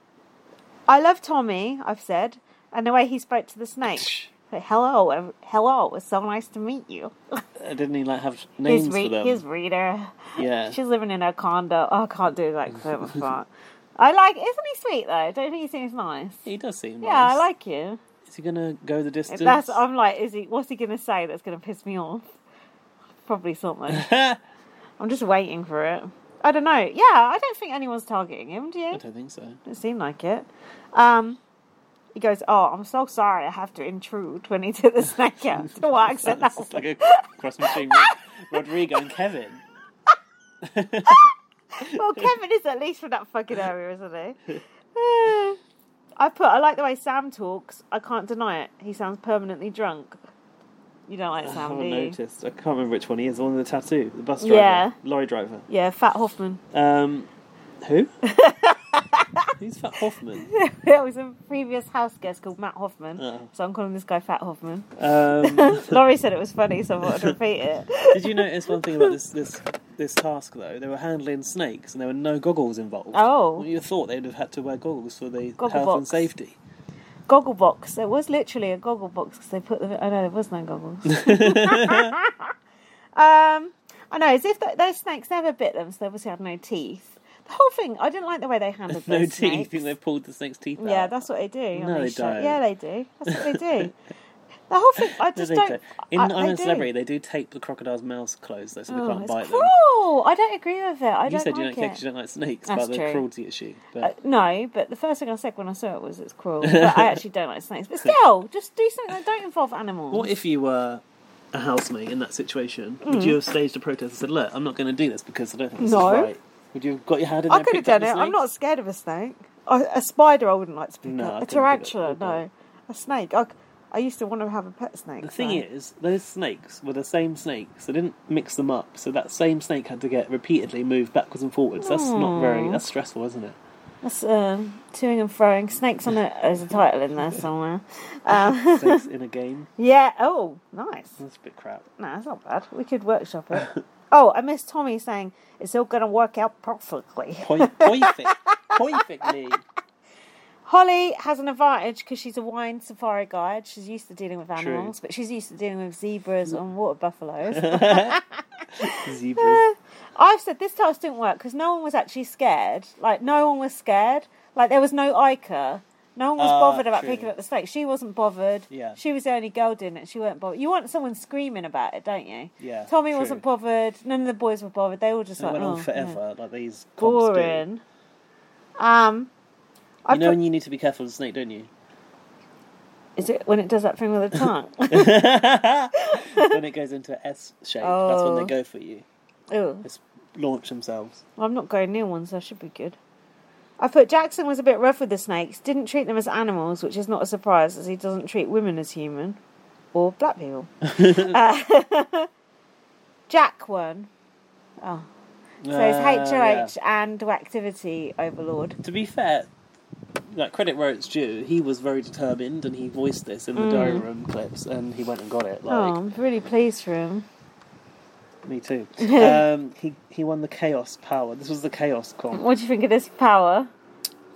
Speaker 1: I love Tommy, I've said, and the way he spoke to the snake. Like, hello, ev- hello, it's so nice to meet you.
Speaker 2: Uh, Didn't he like have
Speaker 1: His,
Speaker 2: names
Speaker 1: re-
Speaker 2: for them?
Speaker 1: his reader.
Speaker 2: Yeah,
Speaker 1: She's living in her condo. Oh, I can't do that because I'm fart. I like, isn't he sweet though? Don't you think he seems nice?
Speaker 2: he does seem.
Speaker 1: Yeah,
Speaker 2: nice.
Speaker 1: I like you.
Speaker 2: Is he gonna go the distance?
Speaker 1: That's I'm like, is he? What's he gonna say that's gonna piss me off? Probably something.
Speaker 2: I
Speaker 1: I'm just waiting for it. I don't know. Yeah, I don't think anyone's targeting him. Do you?
Speaker 2: don't think so.
Speaker 1: It seemed like it. Um, he goes, "Oh, I'm so sorry. I have to intrude when he took the snake out." What accent that
Speaker 2: That's
Speaker 1: was?
Speaker 2: just like a cross between Rod- Rodrigo and Kevin.
Speaker 1: Well, Kevin is at least from that fucking area, isn't he? Eh. I put. I like the way Sam talks. I can't deny it. He sounds permanently drunk. You don't like
Speaker 2: Oh, I
Speaker 1: Sam, do
Speaker 2: haven't
Speaker 1: you?
Speaker 2: noticed. I can't remember which one he is. The one with the tattoo, the bus driver,
Speaker 1: Yeah.
Speaker 2: lorry driver.
Speaker 1: Yeah, Fat Hoffman.
Speaker 2: Um, who? Who's Fat Hoffman?
Speaker 1: There was a previous house guest called Matt Hoffman,
Speaker 2: Oh.
Speaker 1: so I'm calling this guy Fat Hoffman.
Speaker 2: Um,
Speaker 1: Laurie said it was funny, so I wanted to repeat it.
Speaker 2: did you notice one thing about this this this task though? They were handling snakes and there were no goggles involved.
Speaker 1: Oh.
Speaker 2: Well, you thought they'd have had to wear goggles for the
Speaker 1: Goggle
Speaker 2: health and
Speaker 1: box.
Speaker 2: safety.
Speaker 1: Goggle box. There was literally a goggle box because they put the. I know there was no goggles. um, I know. As if th those snakes never bit them, so they obviously had no teeth. The whole thing. I didn't like the way they handled
Speaker 2: No
Speaker 1: those
Speaker 2: teeth. You
Speaker 1: snakes.
Speaker 2: think they pulled the snake's teeth out?
Speaker 1: Yeah, that's what they do. on
Speaker 2: No, they
Speaker 1: these shows.
Speaker 2: don't.
Speaker 1: Yeah, they do. That's what they do. the whole thing. I
Speaker 2: No,
Speaker 1: just
Speaker 2: they
Speaker 1: don't.
Speaker 2: don't. In
Speaker 1: I,
Speaker 2: I'm
Speaker 1: they
Speaker 2: a
Speaker 1: do.
Speaker 2: Celebrity, they do tape the crocodile's mouths closed though, so they
Speaker 1: Oh,
Speaker 2: can't
Speaker 1: it's
Speaker 2: bite them.
Speaker 1: cruel. I don't agree with it. I
Speaker 2: You
Speaker 1: don't
Speaker 2: said
Speaker 1: like
Speaker 2: you don't care
Speaker 1: it.
Speaker 2: 'cause you don't like snakes,
Speaker 1: That's
Speaker 2: about the
Speaker 1: true.
Speaker 2: cruelty issue. But
Speaker 1: Uh, no, but the first thing I said when I saw it was it's cruel. But I actually don't like snakes. But still, just do something that don't involve animals.
Speaker 2: what if you were a housemate in that situation? Would you have staged a protest and said, "Look, I'm not going to do this because I don't think this
Speaker 1: Mm. No.
Speaker 2: is right"? Would you have got your hand in there?
Speaker 1: I could have
Speaker 2: picked up
Speaker 1: done
Speaker 2: the
Speaker 1: it. I'm
Speaker 2: snake?
Speaker 1: not scared of a snake. I, a spider, I wouldn't like to pick
Speaker 2: No, I
Speaker 1: up. A
Speaker 2: couldn't pick
Speaker 1: tarantula,
Speaker 2: up-
Speaker 1: no. A snake. I, c- I used to want to have a pet snake.
Speaker 2: The thing is, those snakes were the same snakes. They didn't mix them up, so that same snake had to get repeatedly moved backwards and forwards. That's not very. That's stressful, isn't it?
Speaker 1: That's um, toing and throwing snakes on it. There's a title in there somewhere. Um,
Speaker 2: Sex in a game.
Speaker 1: yeah. Oh, nice.
Speaker 2: That's a bit crap.
Speaker 1: No, that's not bad. We could workshop it. oh, I miss Tommy saying it's all going to work out perfectly.
Speaker 2: Point, perfect, perfectly.
Speaker 1: Holly has an advantage because she's a wine safari guide. She's used to dealing with animals, but she's used to dealing with
Speaker 2: Mm.
Speaker 1: zebras and water buffaloes.
Speaker 2: Zebras.
Speaker 1: Eh, I've said this task didn't work because no one was actually scared. Like no one was scared. Like there was no Ica. No one was
Speaker 2: Ah,
Speaker 1: bothered about
Speaker 2: true.
Speaker 1: picking up the steak. She wasn't bothered.
Speaker 2: Yeah.
Speaker 1: She was the only girl doing it. She weren't bothered. You want someone screaming about it, don't you?
Speaker 2: Yeah,
Speaker 1: Tommy
Speaker 2: true.
Speaker 1: wasn't bothered. None of the boys were bothered. They were just
Speaker 2: It
Speaker 1: like,
Speaker 2: went
Speaker 1: oh,
Speaker 2: on forever, like these
Speaker 1: yeah,
Speaker 2: comps do.
Speaker 1: boring. Um, I
Speaker 2: You know
Speaker 1: put-
Speaker 2: when you need to be careful of the snake, don't you?
Speaker 1: is it when it does that thing with the tongue?
Speaker 2: when it goes into an S shape, that's when
Speaker 1: Oh.
Speaker 2: they go for you.
Speaker 1: Ew.
Speaker 2: Just launch themselves.
Speaker 1: Well, I'm not going near one, so I should be good. I put Jackson was a bit rough with the snakes, didn't treat them as animals, which is not a surprise as he doesn't treat women as human or black people. Uh, Jack won. Oh. So it's HOH and activity overlord.
Speaker 2: To be fair, like credit where it's due, he was very determined and he voiced this in the diary room clips and he went and got it. Like
Speaker 1: oh, I'm really pleased for him.
Speaker 2: me too. um, he he won the chaos power. This was the chaos comp.
Speaker 1: What do you think of this power?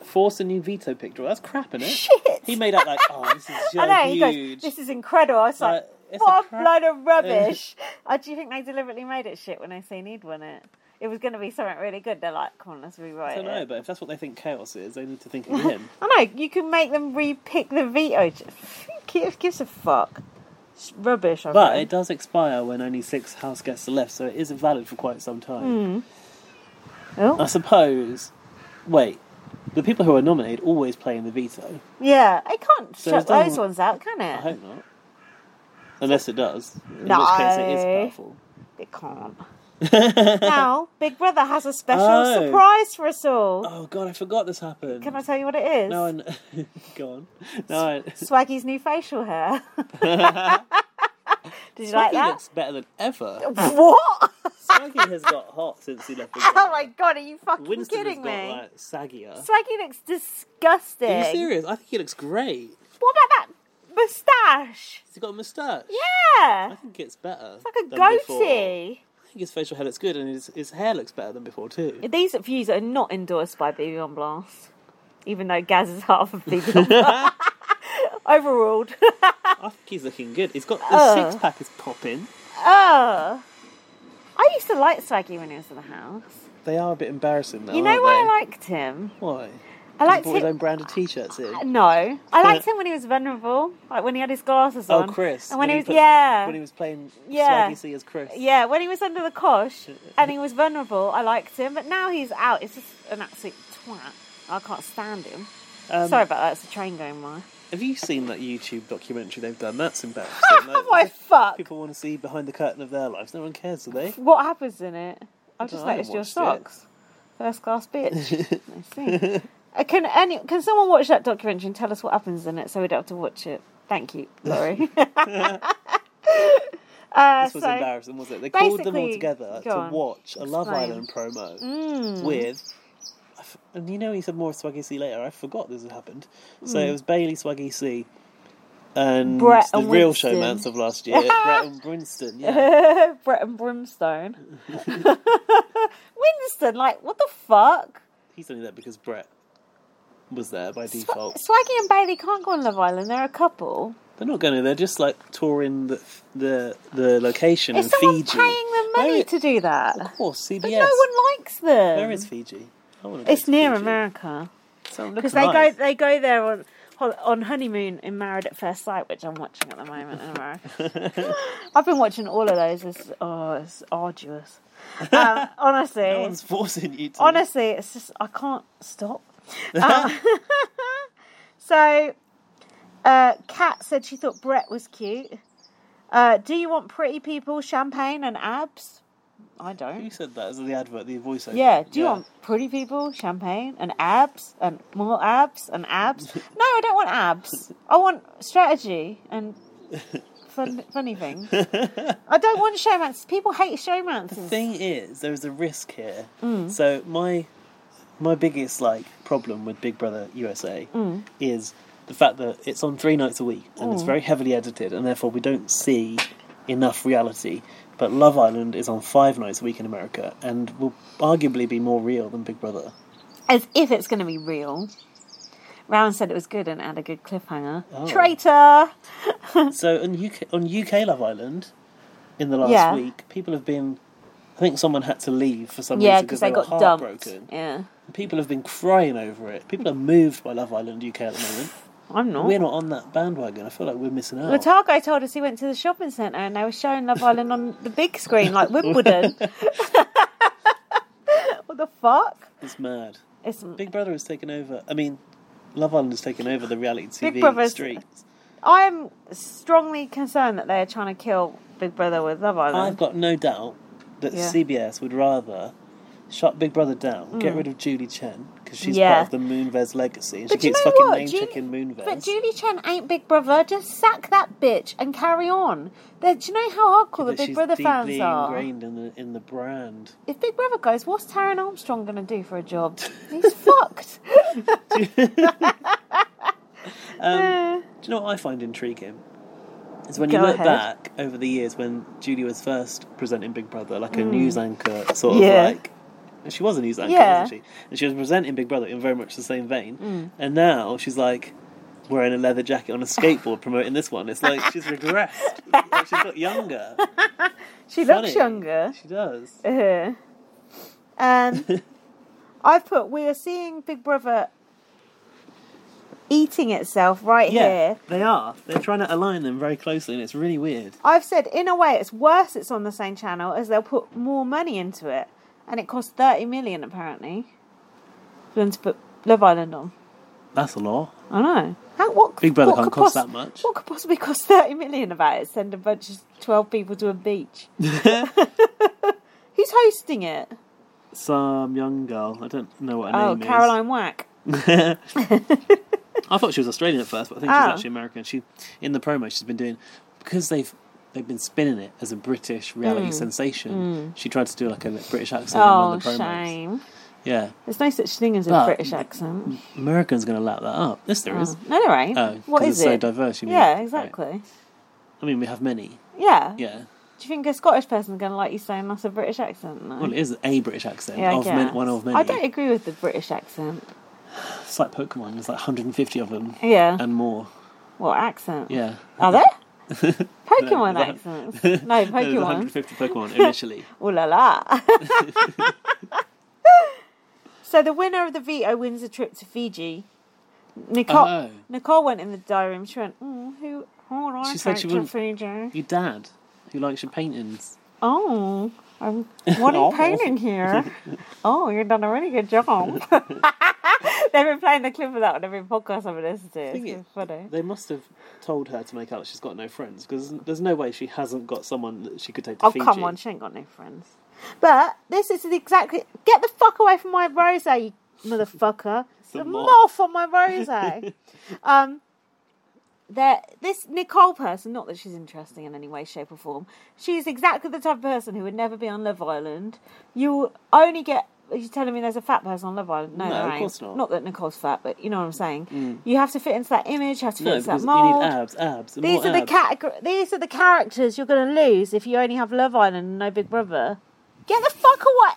Speaker 2: Force a new veto picture. That's crap in it. He made out like, oh, this is so
Speaker 1: I know, he
Speaker 2: huge.
Speaker 1: goes, This is incredible. I was like,
Speaker 2: Like, it's a
Speaker 1: What a
Speaker 2: crap-
Speaker 1: load of rubbish. I do you think they deliberately made it shit when they seen he'd won it? It was going to be something really good. They're like, come on, let's rewrite
Speaker 2: I don't
Speaker 1: it.
Speaker 2: know, but if that's what they think chaos is, they need to think of him.
Speaker 1: I know, you can make them re-pick the veto. Give, gives a fuck. It's rubbish, I
Speaker 2: But it
Speaker 1: think.
Speaker 2: does expire when only six house guests are left, so it is valid for quite some time.
Speaker 1: Hmm.
Speaker 2: I
Speaker 1: Oh,
Speaker 2: suppose. Wait, the people who are nominated always play in the veto.
Speaker 1: yeah, it can't
Speaker 2: So
Speaker 1: shut
Speaker 2: it doesn't-
Speaker 1: those ones out, can
Speaker 2: I
Speaker 1: it?
Speaker 2: hope not. Unless it does, in
Speaker 1: No.
Speaker 2: which case it is powerful.
Speaker 1: It can't. now, Big Brother has a special
Speaker 2: Oh.
Speaker 1: surprise for us all.
Speaker 2: Oh god, I forgot this happened.
Speaker 1: Can I tell you what it is?
Speaker 2: No, I kn- go on. No, I...
Speaker 1: Swaggy's new facial hair. Did you like
Speaker 2: Swaggy
Speaker 1: that?
Speaker 2: looks better than ever.
Speaker 1: What?
Speaker 2: Swaggy has got hot since he left. Big
Speaker 1: Oh
Speaker 2: Brother.
Speaker 1: my god, are you fucking
Speaker 2: Winston
Speaker 1: kidding
Speaker 2: has
Speaker 1: me?
Speaker 2: got like saggier.
Speaker 1: Swaggy looks disgusting.
Speaker 2: Are you serious? I think he looks great.
Speaker 1: What about that moustache?
Speaker 2: He's got a moustache. I
Speaker 1: Yeah,
Speaker 2: think it's better.
Speaker 1: like
Speaker 2: than
Speaker 1: a
Speaker 2: before.
Speaker 1: goatee.
Speaker 2: I think his facial hair looks good, and his, his hair looks better than before too.
Speaker 1: These views are not endorsed by BB on Blast, even though Gaz is half of BB on Blast. Overruled.
Speaker 2: I think he's looking good. He's got his
Speaker 1: Oh.
Speaker 2: six pack is popping.
Speaker 1: oh. I used to like Swaggy when he was in the house.
Speaker 2: They are a bit embarrassing though.
Speaker 1: you know
Speaker 2: aren't
Speaker 1: why
Speaker 2: they?
Speaker 1: I liked him?
Speaker 2: Why?
Speaker 1: I liked
Speaker 2: he bought his
Speaker 1: him.
Speaker 2: own branded t-shirts in.
Speaker 1: No, I liked him when he was vulnerable, like when he had his glasses
Speaker 2: Oh,
Speaker 1: on.
Speaker 2: Chris.
Speaker 1: And when, he was,
Speaker 2: put-
Speaker 1: yeah,
Speaker 2: When he was playing
Speaker 1: Yeah.
Speaker 2: Swaggy C as Chris.
Speaker 1: yeah, when he was under the cosh and he was vulnerable, I liked him. But now he's out. It's just an absolute twat. I can't stand him.
Speaker 2: Um,
Speaker 1: Sorry about that. It's a train going by.
Speaker 2: Have you seen that YouTube documentary they've done? That's embarrassing.
Speaker 1: Oh my
Speaker 2: Like,
Speaker 1: fuck!
Speaker 2: people want to see behind the curtain of their lives. No one cares, do they?
Speaker 1: What happens in it? I've just
Speaker 2: I haven't
Speaker 1: noticed your
Speaker 2: watched it.
Speaker 1: socks. First class bitch. I see. Uh, Can any can someone watch that documentary and tell us what happens in it so we don't have to watch it? Thank you, Laurie. uh,
Speaker 2: This was
Speaker 1: so-
Speaker 2: embarrassing, was it? They called them all
Speaker 1: basically-
Speaker 2: together
Speaker 1: go
Speaker 2: to
Speaker 1: on.
Speaker 2: watch a Love
Speaker 1: Explain. Mm.
Speaker 2: Island promo with. I f- And you know, he said more of Swaggy C later. I forgot this had happened. So it was Bailey, Swaggy C, and
Speaker 1: Mm. Brett
Speaker 2: the
Speaker 1: and
Speaker 2: real
Speaker 1: Winston.
Speaker 2: showmans of last year, Brett and Winston. Yeah,
Speaker 1: Brett and Brimstone. Winston, like, what the fuck?
Speaker 2: he's only there because Brett was there by
Speaker 1: Sw-
Speaker 2: default.
Speaker 1: Swaggy and Bailey can't go on Love Island. They're a couple.
Speaker 2: They're not going to. They're just like touring the the the location
Speaker 1: Is
Speaker 2: in
Speaker 1: someone
Speaker 2: Fiji.
Speaker 1: paying them money
Speaker 2: Where-
Speaker 1: to do that?
Speaker 2: Of course, CBS.
Speaker 1: But no one likes them.
Speaker 2: Where is Fiji? I wanna go
Speaker 1: It's
Speaker 2: to
Speaker 1: near
Speaker 2: Fiji.
Speaker 1: America
Speaker 2: So
Speaker 1: because
Speaker 2: because
Speaker 1: they
Speaker 2: nice.
Speaker 1: go they go there on hol- on honeymoon in Married at First Sight, which I'm watching at the moment in America. I've been watching all of those. It's, oh, it's arduous. Um, honestly,
Speaker 2: No one's forcing you to.
Speaker 1: honestly, it's just I can't stop. Uh, so, uh, Kat said she thought Brett was cute. Uh, do you want pretty people, champagne, and abs? I
Speaker 2: You
Speaker 1: don't.
Speaker 2: said that as the advert, the voiceover.
Speaker 1: Yeah. Do you want pretty people, champagne, and abs, and more abs, and abs? no, I don't want abs. I want strategy and fun, funny things. I don't want showmance. People hate showmances. Mm.
Speaker 2: The thing is, there is a risk here. So my my biggest like problem with Big Brother USA
Speaker 1: Mm.
Speaker 2: is the fact that it's on three nights a week and
Speaker 1: Mm.
Speaker 2: it's very heavily edited, and therefore we don't see enough reality. But Love Island is on five nights a week in America and will arguably be more real than Big Brother.
Speaker 1: As if it's going to be real. Rowan said it was good and had a good cliffhanger.
Speaker 2: Oh.
Speaker 1: Traitor!
Speaker 2: So on UK on UK Love Island, in the last
Speaker 1: Yeah.
Speaker 2: week, people have been. I think someone had to leave for some
Speaker 1: Yeah,
Speaker 2: reason
Speaker 1: because
Speaker 2: they,
Speaker 1: they got
Speaker 2: were
Speaker 1: dumped.
Speaker 2: heartbroken.
Speaker 1: Yeah.
Speaker 2: People have been crying over it. People are moved by Love Island UK at the moment.
Speaker 1: I'm not.
Speaker 2: We're not on that bandwagon. I feel like we're missing out.
Speaker 1: The tar guy told us he went to the shopping centre and they were showing Love Island on the big screen, like Wimbledon. what the fuck?
Speaker 2: It's mad.
Speaker 1: It's,
Speaker 2: Big Brother has taken over. I mean, Love Island has taken over the reality TV
Speaker 1: Big Brother's-
Speaker 2: streets.
Speaker 1: I'm strongly concerned that they're trying to kill Big Brother with Love
Speaker 2: I've
Speaker 1: Island.
Speaker 2: got no doubt that
Speaker 1: Yeah.
Speaker 2: CBS would rather shut Big Brother down, get rid of Julie Chen because she's
Speaker 1: Mm. Yeah.
Speaker 2: part of the Moonves legacy, and
Speaker 1: But
Speaker 2: she
Speaker 1: you
Speaker 2: keeps
Speaker 1: know
Speaker 2: fucking
Speaker 1: what?
Speaker 2: name
Speaker 1: Julie-
Speaker 2: checking Moonves.
Speaker 1: But Julie Chen ain't Big Brother. Just sack that bitch and carry on. They're, do you know how hardcore
Speaker 2: But
Speaker 1: the Big
Speaker 2: she's
Speaker 1: Brother
Speaker 2: deeply
Speaker 1: fans are?
Speaker 2: ingrained in the in the brand.
Speaker 1: If Big Brother goes, what's Taryn Armstrong going to do for a job? He's fucked.
Speaker 2: Um, Do you know what I find intriguing? Is when you
Speaker 1: Go
Speaker 2: look
Speaker 1: ahead.
Speaker 2: back over the years when Julie was first presenting Big Brother, like a news anchor, sort
Speaker 1: Mm. Yeah.
Speaker 2: of like. and She was a news anchor,
Speaker 1: Yeah. Mm.
Speaker 2: wasn't she? And she was presenting Big Brother in very much the same vein. And now she's like wearing a leather jacket on a skateboard promoting this one. It's like she's regressed. Like, she's got younger.
Speaker 1: She
Speaker 2: Funny.
Speaker 1: looks younger.
Speaker 2: She does.
Speaker 1: Uh-huh. Um, I've put we are seeing Big Brother eating itself right
Speaker 2: Yeah,
Speaker 1: here.
Speaker 2: they are. They're trying to align them very closely, and it's really weird.
Speaker 1: I've said in a way it's worse it's on the same channel as they'll put more money into it, and it costs thirty million apparently for them to put Love Island on.
Speaker 2: That's a lot.
Speaker 1: I know. How, what,
Speaker 2: Big Brother
Speaker 1: what
Speaker 2: can't
Speaker 1: could
Speaker 2: cost that much.
Speaker 1: What could possibly cost thirty million about it? Send a bunch of twelve people to a beach. Who's hosting it?
Speaker 2: Some young girl. I don't know what her
Speaker 1: Oh,
Speaker 2: name is.
Speaker 1: Caroline Wack.
Speaker 2: I thought she was Australian at first, but I think
Speaker 1: Oh.
Speaker 2: she's actually American. She in the promo she's been doing because they've they've been spinning it as a British
Speaker 1: Hmm.
Speaker 2: reality sensation. She tried to do like a British accent in one
Speaker 1: Oh,
Speaker 2: of the promos.
Speaker 1: shame.
Speaker 2: Yeah,
Speaker 1: There's no such thing as a
Speaker 2: But-
Speaker 1: British accent.
Speaker 2: Americans going to lap that up. Yes, there is.
Speaker 1: Oh, No, there ain't.
Speaker 2: Oh,
Speaker 1: what
Speaker 2: 'cause
Speaker 1: is
Speaker 2: it's so
Speaker 1: it?
Speaker 2: diverse, you mean.
Speaker 1: yeah,
Speaker 2: Right.
Speaker 1: exactly.
Speaker 2: I mean, we have many.
Speaker 1: Yeah.
Speaker 2: Yeah.
Speaker 1: Do you think a Scottish person's going to like you saying that's a British accent? No.
Speaker 2: Well, it is a British accent
Speaker 1: yeah, I
Speaker 2: of men,
Speaker 1: guess.
Speaker 2: one of many.
Speaker 1: I don't agree with the British accent.
Speaker 2: It's like Pokemon. There's like 150 of them
Speaker 1: Yeah.
Speaker 2: and more.
Speaker 1: what accent?
Speaker 2: Yeah.
Speaker 1: Are there? Pokemon
Speaker 2: No,
Speaker 1: accents. No,
Speaker 2: There's
Speaker 1: Pokemon.
Speaker 2: 150 Pokemon initially.
Speaker 1: Ooh la la. so the winner of the veto wins a trip to Fiji. Nicole
Speaker 2: Oh.
Speaker 1: Nicole went in the diary room. She went, oh, who? Oh, I
Speaker 2: She said
Speaker 1: take
Speaker 2: she
Speaker 1: to
Speaker 2: wouldn't-
Speaker 1: Fiji.
Speaker 2: Your dad, who likes your paintings.
Speaker 1: Oh, I'm what are
Speaker 2: Oh.
Speaker 1: you painting here? Oh, you've done a really good job. They've been playing the clip of that on every podcast I've listened to. It's
Speaker 2: Thing
Speaker 1: been
Speaker 2: is,
Speaker 1: funny.
Speaker 2: They must have told her to make out that she's got no friends because there's no way she hasn't got someone that she could take to
Speaker 1: Oh
Speaker 2: Fiji.
Speaker 1: come on, she ain't got no friends. But this is exactly get the fuck away from my rose, you motherfucker.
Speaker 2: a
Speaker 1: The
Speaker 2: moth.
Speaker 1: moth on my rose. um, there, this Nicole person, not that she's interesting in any way, shape, or form. She's exactly the type of person who would never be on Love Island. You only get. Are you telling me there's a fat person on Love Island? No,
Speaker 2: No,
Speaker 1: there
Speaker 2: of
Speaker 1: ain't.
Speaker 2: course not. Mm.
Speaker 1: that Nicole's fat, but you know what I'm saying. You have to fit into that image. You have to fit
Speaker 2: No,
Speaker 1: into that
Speaker 2: because you
Speaker 1: mold.
Speaker 2: need abs, abs. and
Speaker 1: These
Speaker 2: more
Speaker 1: are the
Speaker 2: abs.
Speaker 1: categor- These are the characters you're going to lose if you only have Love Island and no Big Brother. Get the fuck away!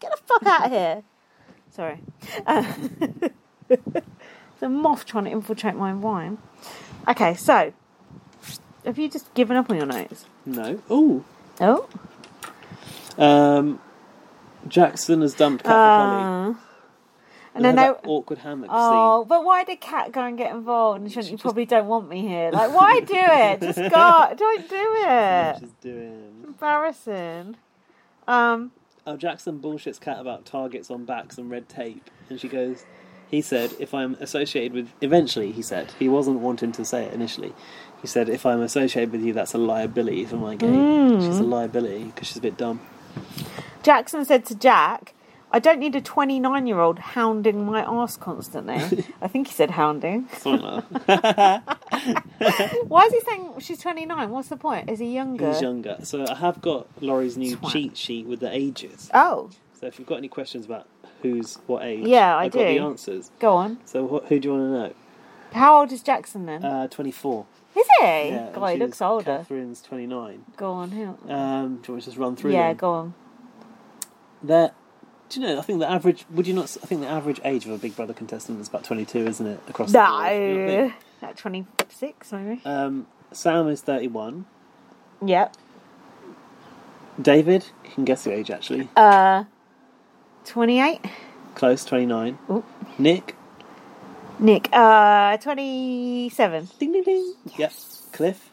Speaker 1: Get the fuck out of here! Sorry. Uh, the moth trying to infiltrate my wine. Okay, so have you just given up on your notes?
Speaker 2: No. Ooh.
Speaker 1: Oh,
Speaker 2: Um, Jackson has dumped Cat for Holly.
Speaker 1: uh, and
Speaker 2: And
Speaker 1: then
Speaker 2: they
Speaker 1: they.
Speaker 2: had that awkward hammock
Speaker 1: Oh, but why did Cat go and get involved? And shouldn't you probably don't want me here? Like, why do it? Just go. Don't do
Speaker 2: scene.
Speaker 1: it.
Speaker 2: She's doing.
Speaker 1: Embarrassing. Um.
Speaker 2: Oh, Jackson bullshits Cat about targets on backs and red tape, and she goes. He said, "If I'm associated with, eventually, he said he wasn't wanting to say it initially. He said, if I'm associated with you, that's a liability for my game.
Speaker 1: Mm.
Speaker 2: She's a liability because she's a bit dumb.
Speaker 1: Jackson said to Jack, I don't need a 29 year old hounding my ass constantly. I think he said hounding.
Speaker 2: Something like that."
Speaker 1: Why is he saying she's 29? What's the point? Is he younger?
Speaker 2: He's younger. So I have got Laurie's new
Speaker 1: Twat.
Speaker 2: cheat sheet with the ages.
Speaker 1: Oh,
Speaker 2: So if you've got any questions about who's what age.
Speaker 1: Yeah, I
Speaker 2: got the
Speaker 1: do.
Speaker 2: answers.
Speaker 1: Go on.
Speaker 2: So wh- who do you want
Speaker 1: How old is Jackson
Speaker 2: to
Speaker 1: then?
Speaker 2: know? Uh, twenty four.
Speaker 1: is he?
Speaker 2: Yeah, and
Speaker 1: God, he
Speaker 2: she's-
Speaker 1: looks older.
Speaker 2: Catherine's twenty nine.
Speaker 1: Go on. Who?
Speaker 2: Um, do you want to just run through?
Speaker 1: Yeah,
Speaker 2: them?
Speaker 1: go on.
Speaker 2: They're- do you know? I think the average. Would you not? s- I think the average age of a Big Brother contestant is about twenty two, isn't it? Across the board, you know what I
Speaker 1: No.
Speaker 2: mean?
Speaker 1: At 26, maybe?
Speaker 2: Um, Sam is thirty one.
Speaker 1: Yep.
Speaker 2: David, you can guess the age actually.
Speaker 1: Uh, 28?
Speaker 2: Close, twenty nine.
Speaker 1: Oop.
Speaker 2: Nick,
Speaker 1: Nick, uh, 27.
Speaker 2: ding ding ding. Yep. Cliff,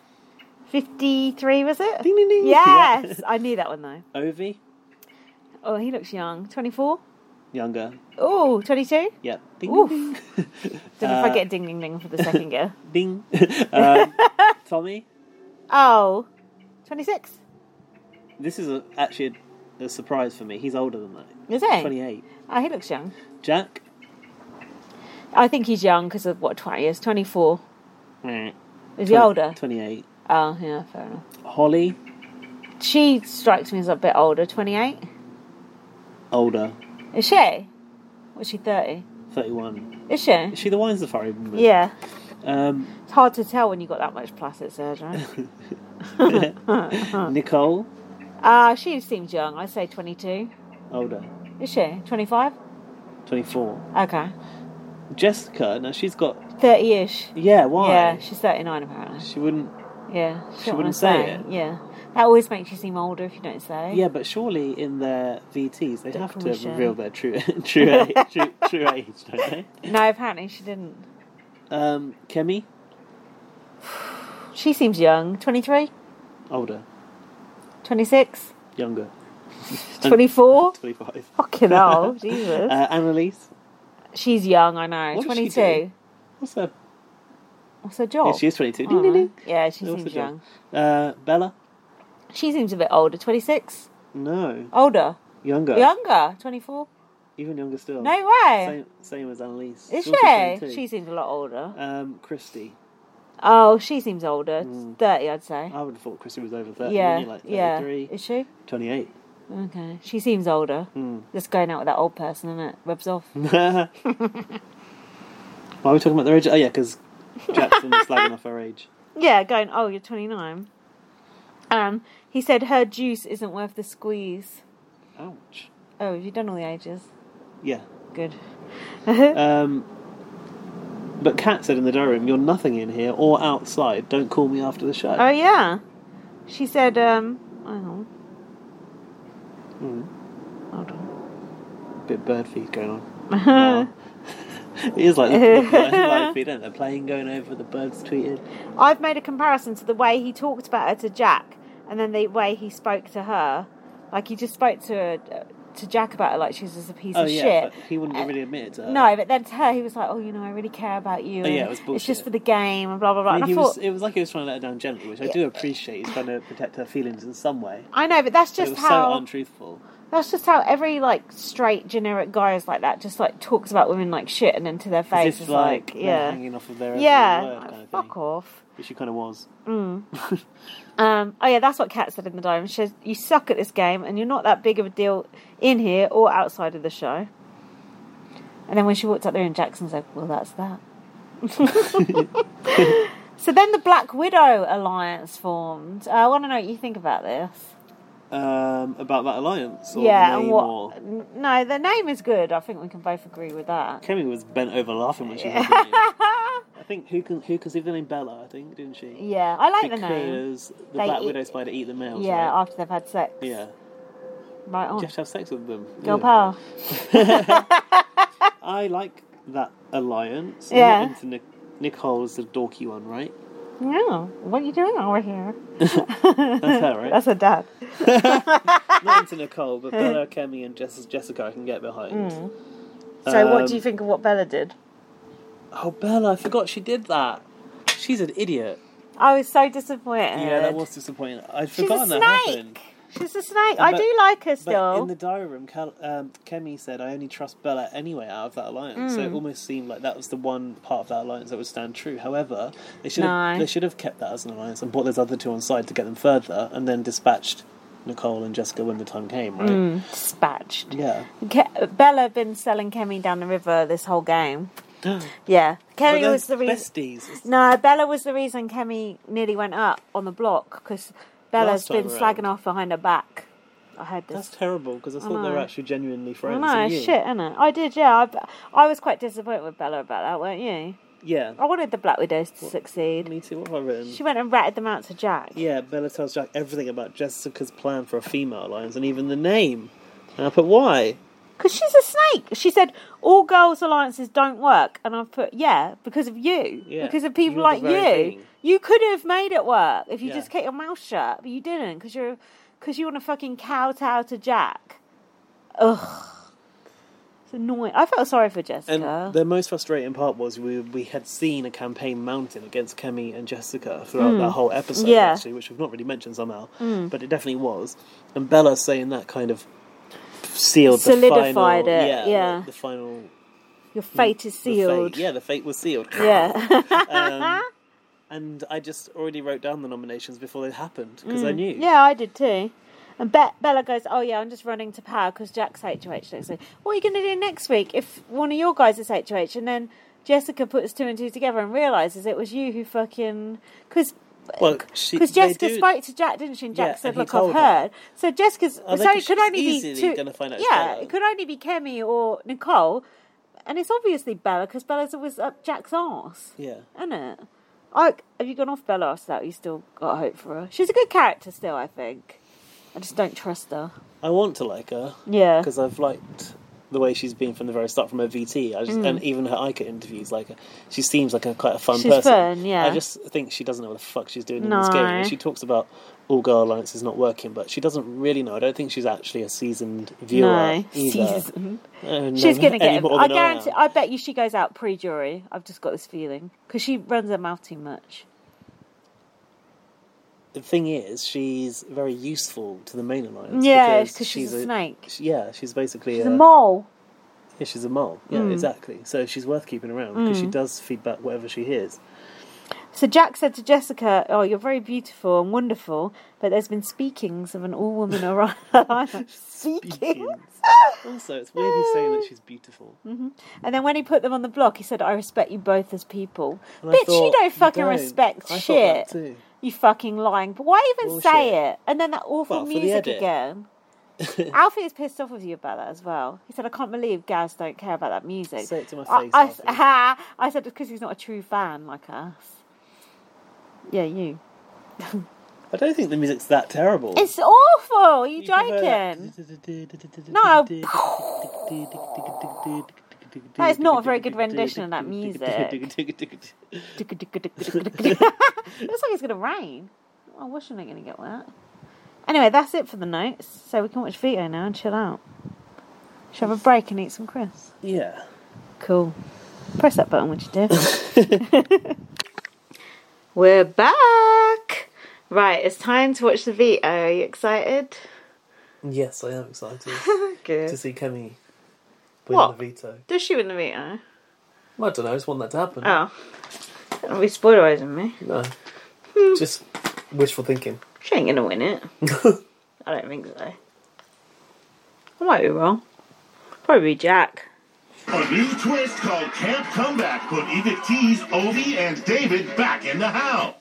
Speaker 1: 53, was it?
Speaker 2: ding ding ding.
Speaker 1: Yes! I knew that one though.
Speaker 2: Yeah. Ovi,
Speaker 1: Oh, he looks young. 24?
Speaker 2: younger.
Speaker 1: Oh, 22?
Speaker 2: Yep. Ding
Speaker 1: Oof.
Speaker 2: ding ding.
Speaker 1: Don't know if
Speaker 2: Uh,
Speaker 1: I get ding ding ding for the second gear.
Speaker 2: ding. um, Tommy,
Speaker 1: Oh, 26?
Speaker 2: this is a, actually a, a surprise for me. He's older than that.
Speaker 1: Is he?
Speaker 2: Twenty eight.
Speaker 1: Oh, he looks young.
Speaker 2: Jack.
Speaker 1: I think he's young because of what 20 is. 24. Is he older?
Speaker 2: Twenty eight.
Speaker 1: Oh, yeah, fair enough.
Speaker 2: Holly,
Speaker 1: She strikes me as a bit older. 28?
Speaker 2: older.
Speaker 1: Is she? Was she 30?
Speaker 2: Thirty one.
Speaker 1: Is she?
Speaker 2: Is she the wine safari woman?
Speaker 1: Yeah.
Speaker 2: Um,
Speaker 1: It's hard to tell when you got that much plastic surgery.
Speaker 2: Nicole,
Speaker 1: Uh, she seems young. I say 22.
Speaker 2: older.
Speaker 1: Is she? 25?
Speaker 2: Twenty four.
Speaker 1: Okay.
Speaker 2: Jessica, now she's got
Speaker 1: 30 ish.
Speaker 2: yeah. Why?
Speaker 1: Yeah, she's 39 apparently.
Speaker 2: She wouldn't.
Speaker 1: Ah. Yeah. She,
Speaker 2: wouldn't
Speaker 1: don't wanna
Speaker 2: say
Speaker 1: say
Speaker 2: it.
Speaker 1: Yeah. That always makes you seem older if you don't say.
Speaker 2: Yeah, but surely in their VTs they have to
Speaker 1: Declaration.
Speaker 2: reveal their true true age, true, true age, don't they?
Speaker 1: No, apparently she didn't.
Speaker 2: Um, Kemi,
Speaker 1: She seems young. 23?
Speaker 2: older,
Speaker 1: 26?
Speaker 2: younger,
Speaker 1: 24?
Speaker 2: twenty five.
Speaker 1: Fucking hell. Jesus.
Speaker 2: Uh, Annalise,
Speaker 1: She's young, I know.
Speaker 2: What does she
Speaker 1: 22.
Speaker 2: do? what's her?
Speaker 1: What's her job?
Speaker 2: Yeah, she is twenty two.
Speaker 1: I don't
Speaker 2: Ding ding
Speaker 1: know.
Speaker 2: ding.
Speaker 1: Yeah, she
Speaker 2: What's her
Speaker 1: seems
Speaker 2: job?
Speaker 1: young.
Speaker 2: Uh, Bella,
Speaker 1: She seems a bit older. 26?
Speaker 2: no,
Speaker 1: Older?
Speaker 2: younger,
Speaker 1: Younger? 24?
Speaker 2: even younger still.
Speaker 1: No way.
Speaker 2: Same, same as Annalise.
Speaker 1: Is
Speaker 2: She's also
Speaker 1: she?
Speaker 2: 22.
Speaker 1: She seems a lot older.
Speaker 2: um, Christy. Hmm.
Speaker 1: Oh, she seems older. 30, I'd say.
Speaker 2: I would have thought Christy was over thirty.
Speaker 1: yeah.
Speaker 2: Yeah, like
Speaker 1: yeah.
Speaker 2: 33,
Speaker 1: Is she?
Speaker 2: 28.
Speaker 1: Okay. She seems older.
Speaker 2: Hmm.
Speaker 1: Just going out with that old person, isn't it? Rubs off.
Speaker 2: Why are we talking about their age? Oh yeah, because Jackson's slagging off her age.
Speaker 1: Yeah, going, oh, you're 29. Um, he said her juice isn't worth the squeeze.
Speaker 2: Ouch.
Speaker 1: Oh, have you done all the ages?
Speaker 2: Yeah.
Speaker 1: Good.
Speaker 2: Um, but Kat said in the diary room, "You're nothing in here or outside. Don't call me after the show."
Speaker 1: Oh, yeah. She said, um, hang on. Hold on.
Speaker 2: Hmm. Bit bird feed going on. Wow. it is like the, the bird bird feed, isn't it? The plane going over, the birds tweeted.
Speaker 1: I've made a comparison to the way he talked about her to Jack and then the way he spoke to her. Like, he just spoke to her, to Jack about her like she was just a piece
Speaker 2: Oh
Speaker 1: of
Speaker 2: yeah,
Speaker 1: shit.
Speaker 2: but he wouldn't really admit it to her.
Speaker 1: No, but then to her, he was like, "Oh, you know, I really care about you.
Speaker 2: Oh, yeah, it
Speaker 1: and
Speaker 2: was
Speaker 1: It's just
Speaker 2: bullshit.
Speaker 1: for the game and blah blah blah."
Speaker 2: I mean,
Speaker 1: and I
Speaker 2: he was,
Speaker 1: thought,
Speaker 2: it was like he was trying to let her down gently, which I do appreciate. He's trying to protect her feelings in some way.
Speaker 1: "I know, but that's
Speaker 2: But it
Speaker 1: just
Speaker 2: was
Speaker 1: how
Speaker 2: so untruthful.
Speaker 1: that's just how every like straight generic guy is like that. Just like talks about women like shit and then to their face
Speaker 2: It's
Speaker 1: is
Speaker 2: like,
Speaker 1: like,
Speaker 2: they're
Speaker 1: yeah,
Speaker 2: hanging off of their
Speaker 1: yeah,
Speaker 2: yeah, word
Speaker 1: like,
Speaker 2: kind of
Speaker 1: fuck
Speaker 2: thing.
Speaker 1: off."
Speaker 2: Which she kind of was.
Speaker 1: Um, oh yeah, that's what Kat said in the diary. She says, "You suck at this game, and you're not that big of a deal in here or outside of the show." And then when she walked up there, and Jackson's like, "Well, that's that." so then the Black Widow alliance formed. Uh, I want to know what you think about this.
Speaker 2: Um, about that alliance, or
Speaker 1: yeah,
Speaker 2: the
Speaker 1: and
Speaker 2: name,
Speaker 1: what?
Speaker 2: or
Speaker 1: n- No, the name is good. I think we can both agree with that.
Speaker 2: Kemi was bent over laughing when she was reading it. I think who can who conceived the name Bella? I think didn't she?
Speaker 1: Yeah, I like the name.
Speaker 2: because the
Speaker 1: They
Speaker 2: Black
Speaker 1: eat-
Speaker 2: Widow spider eat the males.
Speaker 1: Yeah,
Speaker 2: right?
Speaker 1: after they've had sex.
Speaker 2: yeah.
Speaker 1: Right on.
Speaker 2: You have to have sex with them.
Speaker 1: Girl
Speaker 2: Ugh.
Speaker 1: power.
Speaker 2: I like that alliance. I'm
Speaker 1: Yeah.
Speaker 2: not into Nic- Nicole's the dorky one, right?
Speaker 1: Yeah. What are you doing over here?
Speaker 2: That's her, right?
Speaker 1: That's her dad.
Speaker 2: Not into Nicole, but Bella, Kemi, and Jess- Jessica, I can get behind.
Speaker 1: Mm. So, what do
Speaker 2: Um,
Speaker 1: you think of what Bella did?
Speaker 2: Oh, Bella, I forgot she did that. She's an idiot.
Speaker 1: I was so disappointed.
Speaker 2: Yeah, that was disappointing. I'd
Speaker 1: She's a
Speaker 2: forgotten
Speaker 1: snake.
Speaker 2: that happened.
Speaker 1: She's a snake. I
Speaker 2: But-
Speaker 1: do like her
Speaker 2: But
Speaker 1: still.
Speaker 2: in the diary room, Cal- um, Kemi said, I only trust Bella anyway out of that alliance. So it
Speaker 1: Mm.
Speaker 2: almost seemed like that was the one part of that alliance that would stand true. However, they should,
Speaker 1: No.
Speaker 2: have, they should have kept that as an alliance and brought those other two on side to get them further and then dispatched Nicole and Jessica when the time came, right?
Speaker 1: Mm, Dispatched.
Speaker 2: Yeah.
Speaker 1: Ke- Bella been selling Kemi down the river this whole game. Yeah,
Speaker 2: But
Speaker 1: Kemi
Speaker 2: they're
Speaker 1: was the reason.
Speaker 2: besties. It's-
Speaker 1: No, Bella was the reason Kemi nearly went up on the block because Bella's
Speaker 2: Last time
Speaker 1: been
Speaker 2: round.
Speaker 1: slagging off behind her back. I heard this.
Speaker 2: That's terrible because I thought they were
Speaker 1: know.
Speaker 2: actually genuinely
Speaker 1: I
Speaker 2: friends.
Speaker 1: know,
Speaker 2: and you-
Speaker 1: it's shit, isn't it? I did, yeah. I, I was quite disappointed with Bella about that, weren't you?
Speaker 2: Yeah.
Speaker 1: I wanted the Black Widows to succeed.
Speaker 2: Me too. What have I written?
Speaker 1: She went and ratted them out to Jack.
Speaker 2: Yeah, Bella tells Jack everything about Jessica's plan for a female alliance and even the name. And I put why?
Speaker 1: Because she's a snake. She said, all girls' alliances don't work. And I've put, yeah, because of you.
Speaker 2: Yeah,
Speaker 1: Because of
Speaker 2: you're the
Speaker 1: people like you.
Speaker 2: very thing.
Speaker 1: You could have made it work if you
Speaker 2: Yeah.
Speaker 1: just kept your mouth shut. But you didn't because you're, cause you want to fucking kowtow to Jack. Ugh. It's annoying. I felt sorry for Jessica.
Speaker 2: And the most frustrating part was we we had seen a campaign mountain against Kemi and Jessica throughout that whole episode,
Speaker 1: Hmm. Yeah. Hmm.
Speaker 2: actually, which we've not really mentioned somehow, but it definitely was. And Bella saying that kind of sealed the final,
Speaker 1: Solidified it,
Speaker 2: yeah,
Speaker 1: yeah.
Speaker 2: the, the final
Speaker 1: your fate is
Speaker 2: the
Speaker 1: sealed.
Speaker 2: fate- yeah, the fate was sealed.
Speaker 1: yeah.
Speaker 2: Um, and I just already wrote down the nominations before they happened because I knew.
Speaker 1: Mm. Yeah, I did too. And Be- Bella goes, "Oh yeah, I'm just running to power because Jack's HOH next week. What are you going to do next week if one of your guys is HOH?" And then Jessica puts two and two together and realizes it was you who fucking because.
Speaker 2: Well, she- they
Speaker 1: Jessica
Speaker 2: do-
Speaker 1: spoke to Jack, didn't she? And Jack
Speaker 2: Yeah, and
Speaker 1: said,
Speaker 2: he
Speaker 1: "Look, I've
Speaker 2: told her."
Speaker 1: heard." So Jessica's
Speaker 2: Oh, they
Speaker 1: so
Speaker 2: could-
Speaker 1: it could
Speaker 2: she's
Speaker 1: only be
Speaker 2: easily
Speaker 1: two.
Speaker 2: gonna find out it's
Speaker 1: yeah,
Speaker 2: Bella.
Speaker 1: it could only be Kemi or Nicole, and it's obviously Bella because Bella's always up Jack's arse
Speaker 2: Yeah.
Speaker 1: isn't it? I, have you gone off Bella after that? You still got hope for her. She's a good character still, I think. I just don't trust her.
Speaker 2: I want to like her.
Speaker 1: Yeah.
Speaker 2: Because I've liked the way she's been from the very start, from her VT, I just, and even her Ica interviews. Like, she seems like a quite a fun
Speaker 1: Mm. She's
Speaker 2: person.
Speaker 1: fun, yeah.
Speaker 2: I just think she doesn't know what the fuck she's doing in this game.
Speaker 1: No.
Speaker 2: And she talks about all girl alliances not working, but she doesn't really know. I don't think she's actually a seasoned viewer
Speaker 1: No,
Speaker 2: either.
Speaker 1: season.
Speaker 2: I don't
Speaker 1: She's
Speaker 2: know
Speaker 1: gonna
Speaker 2: any
Speaker 1: get.
Speaker 2: more
Speaker 1: I
Speaker 2: than am.
Speaker 1: guarantee. I bet you she goes out pre-jury. I've just got this feeling because she runs her mouth too much.
Speaker 2: the thing is, she's very useful to the main alliance.
Speaker 1: Yeah, it's 'cause she's a snake.
Speaker 2: she- yeah, she's basically
Speaker 1: She's a mole. Hmm.
Speaker 2: Yeah, she's a mole. Yeah, exactly. So she's worth keeping around because she does feedback whatever she hears.
Speaker 1: So Jack said to Jessica, "Oh, you're very beautiful and wonderful, but there's been speakings of an all-woman arrival." Speaking.
Speaker 2: also, it's weird he's saying that she's beautiful.
Speaker 1: Mm-hmm. And then when he put them on the block, he said, "I respect you both as people."
Speaker 2: And I
Speaker 1: Bitch, you
Speaker 2: thought,
Speaker 1: don't fucking
Speaker 2: don't.
Speaker 1: respect
Speaker 2: I thought that
Speaker 1: shit.
Speaker 2: too.
Speaker 1: You fucking lying. But why even say
Speaker 2: Bullshit.
Speaker 1: it? And then that awful
Speaker 2: Well, for the
Speaker 1: music
Speaker 2: edit.
Speaker 1: again. Alfie is pissed off with you about that as well. He said, "I can't believe Gaz don't care about that music."
Speaker 2: Say it to my face,
Speaker 1: I,
Speaker 2: Alfie.
Speaker 1: I, ha, I said because he's not a true fan like us. Yeah, you.
Speaker 2: I don't think the music's that terrible.
Speaker 1: It's awful. Are you,
Speaker 2: You can hear that-
Speaker 1: joking? No. That is not a very good rendition of that music. Looks like it's gonna rain. I wish I'm not gonna get wet. Anyway, that's it for the notes. So we can watch Vito now and chill out. Should have a break and eat some crisps.
Speaker 2: yeah.
Speaker 1: Cool. Press that button, would you do? We're back. Right, it's time to watch the Vito. Are you excited?
Speaker 2: Yes, I am excited
Speaker 1: Good.
Speaker 2: see Kemi win
Speaker 1: What?
Speaker 2: veto.
Speaker 1: Does she win the Vito?
Speaker 2: Well, I don't know. I just want that to happen.
Speaker 1: Oh, don't be spoilerising me.
Speaker 2: No.
Speaker 1: Hmm.
Speaker 2: Just wishful thinking.
Speaker 1: She ain't gonna win it. I don't think so. I might be wrong. Probably Jack.
Speaker 9: A new twist called Camp Comeback put Edith T's Ovi and David back in the house.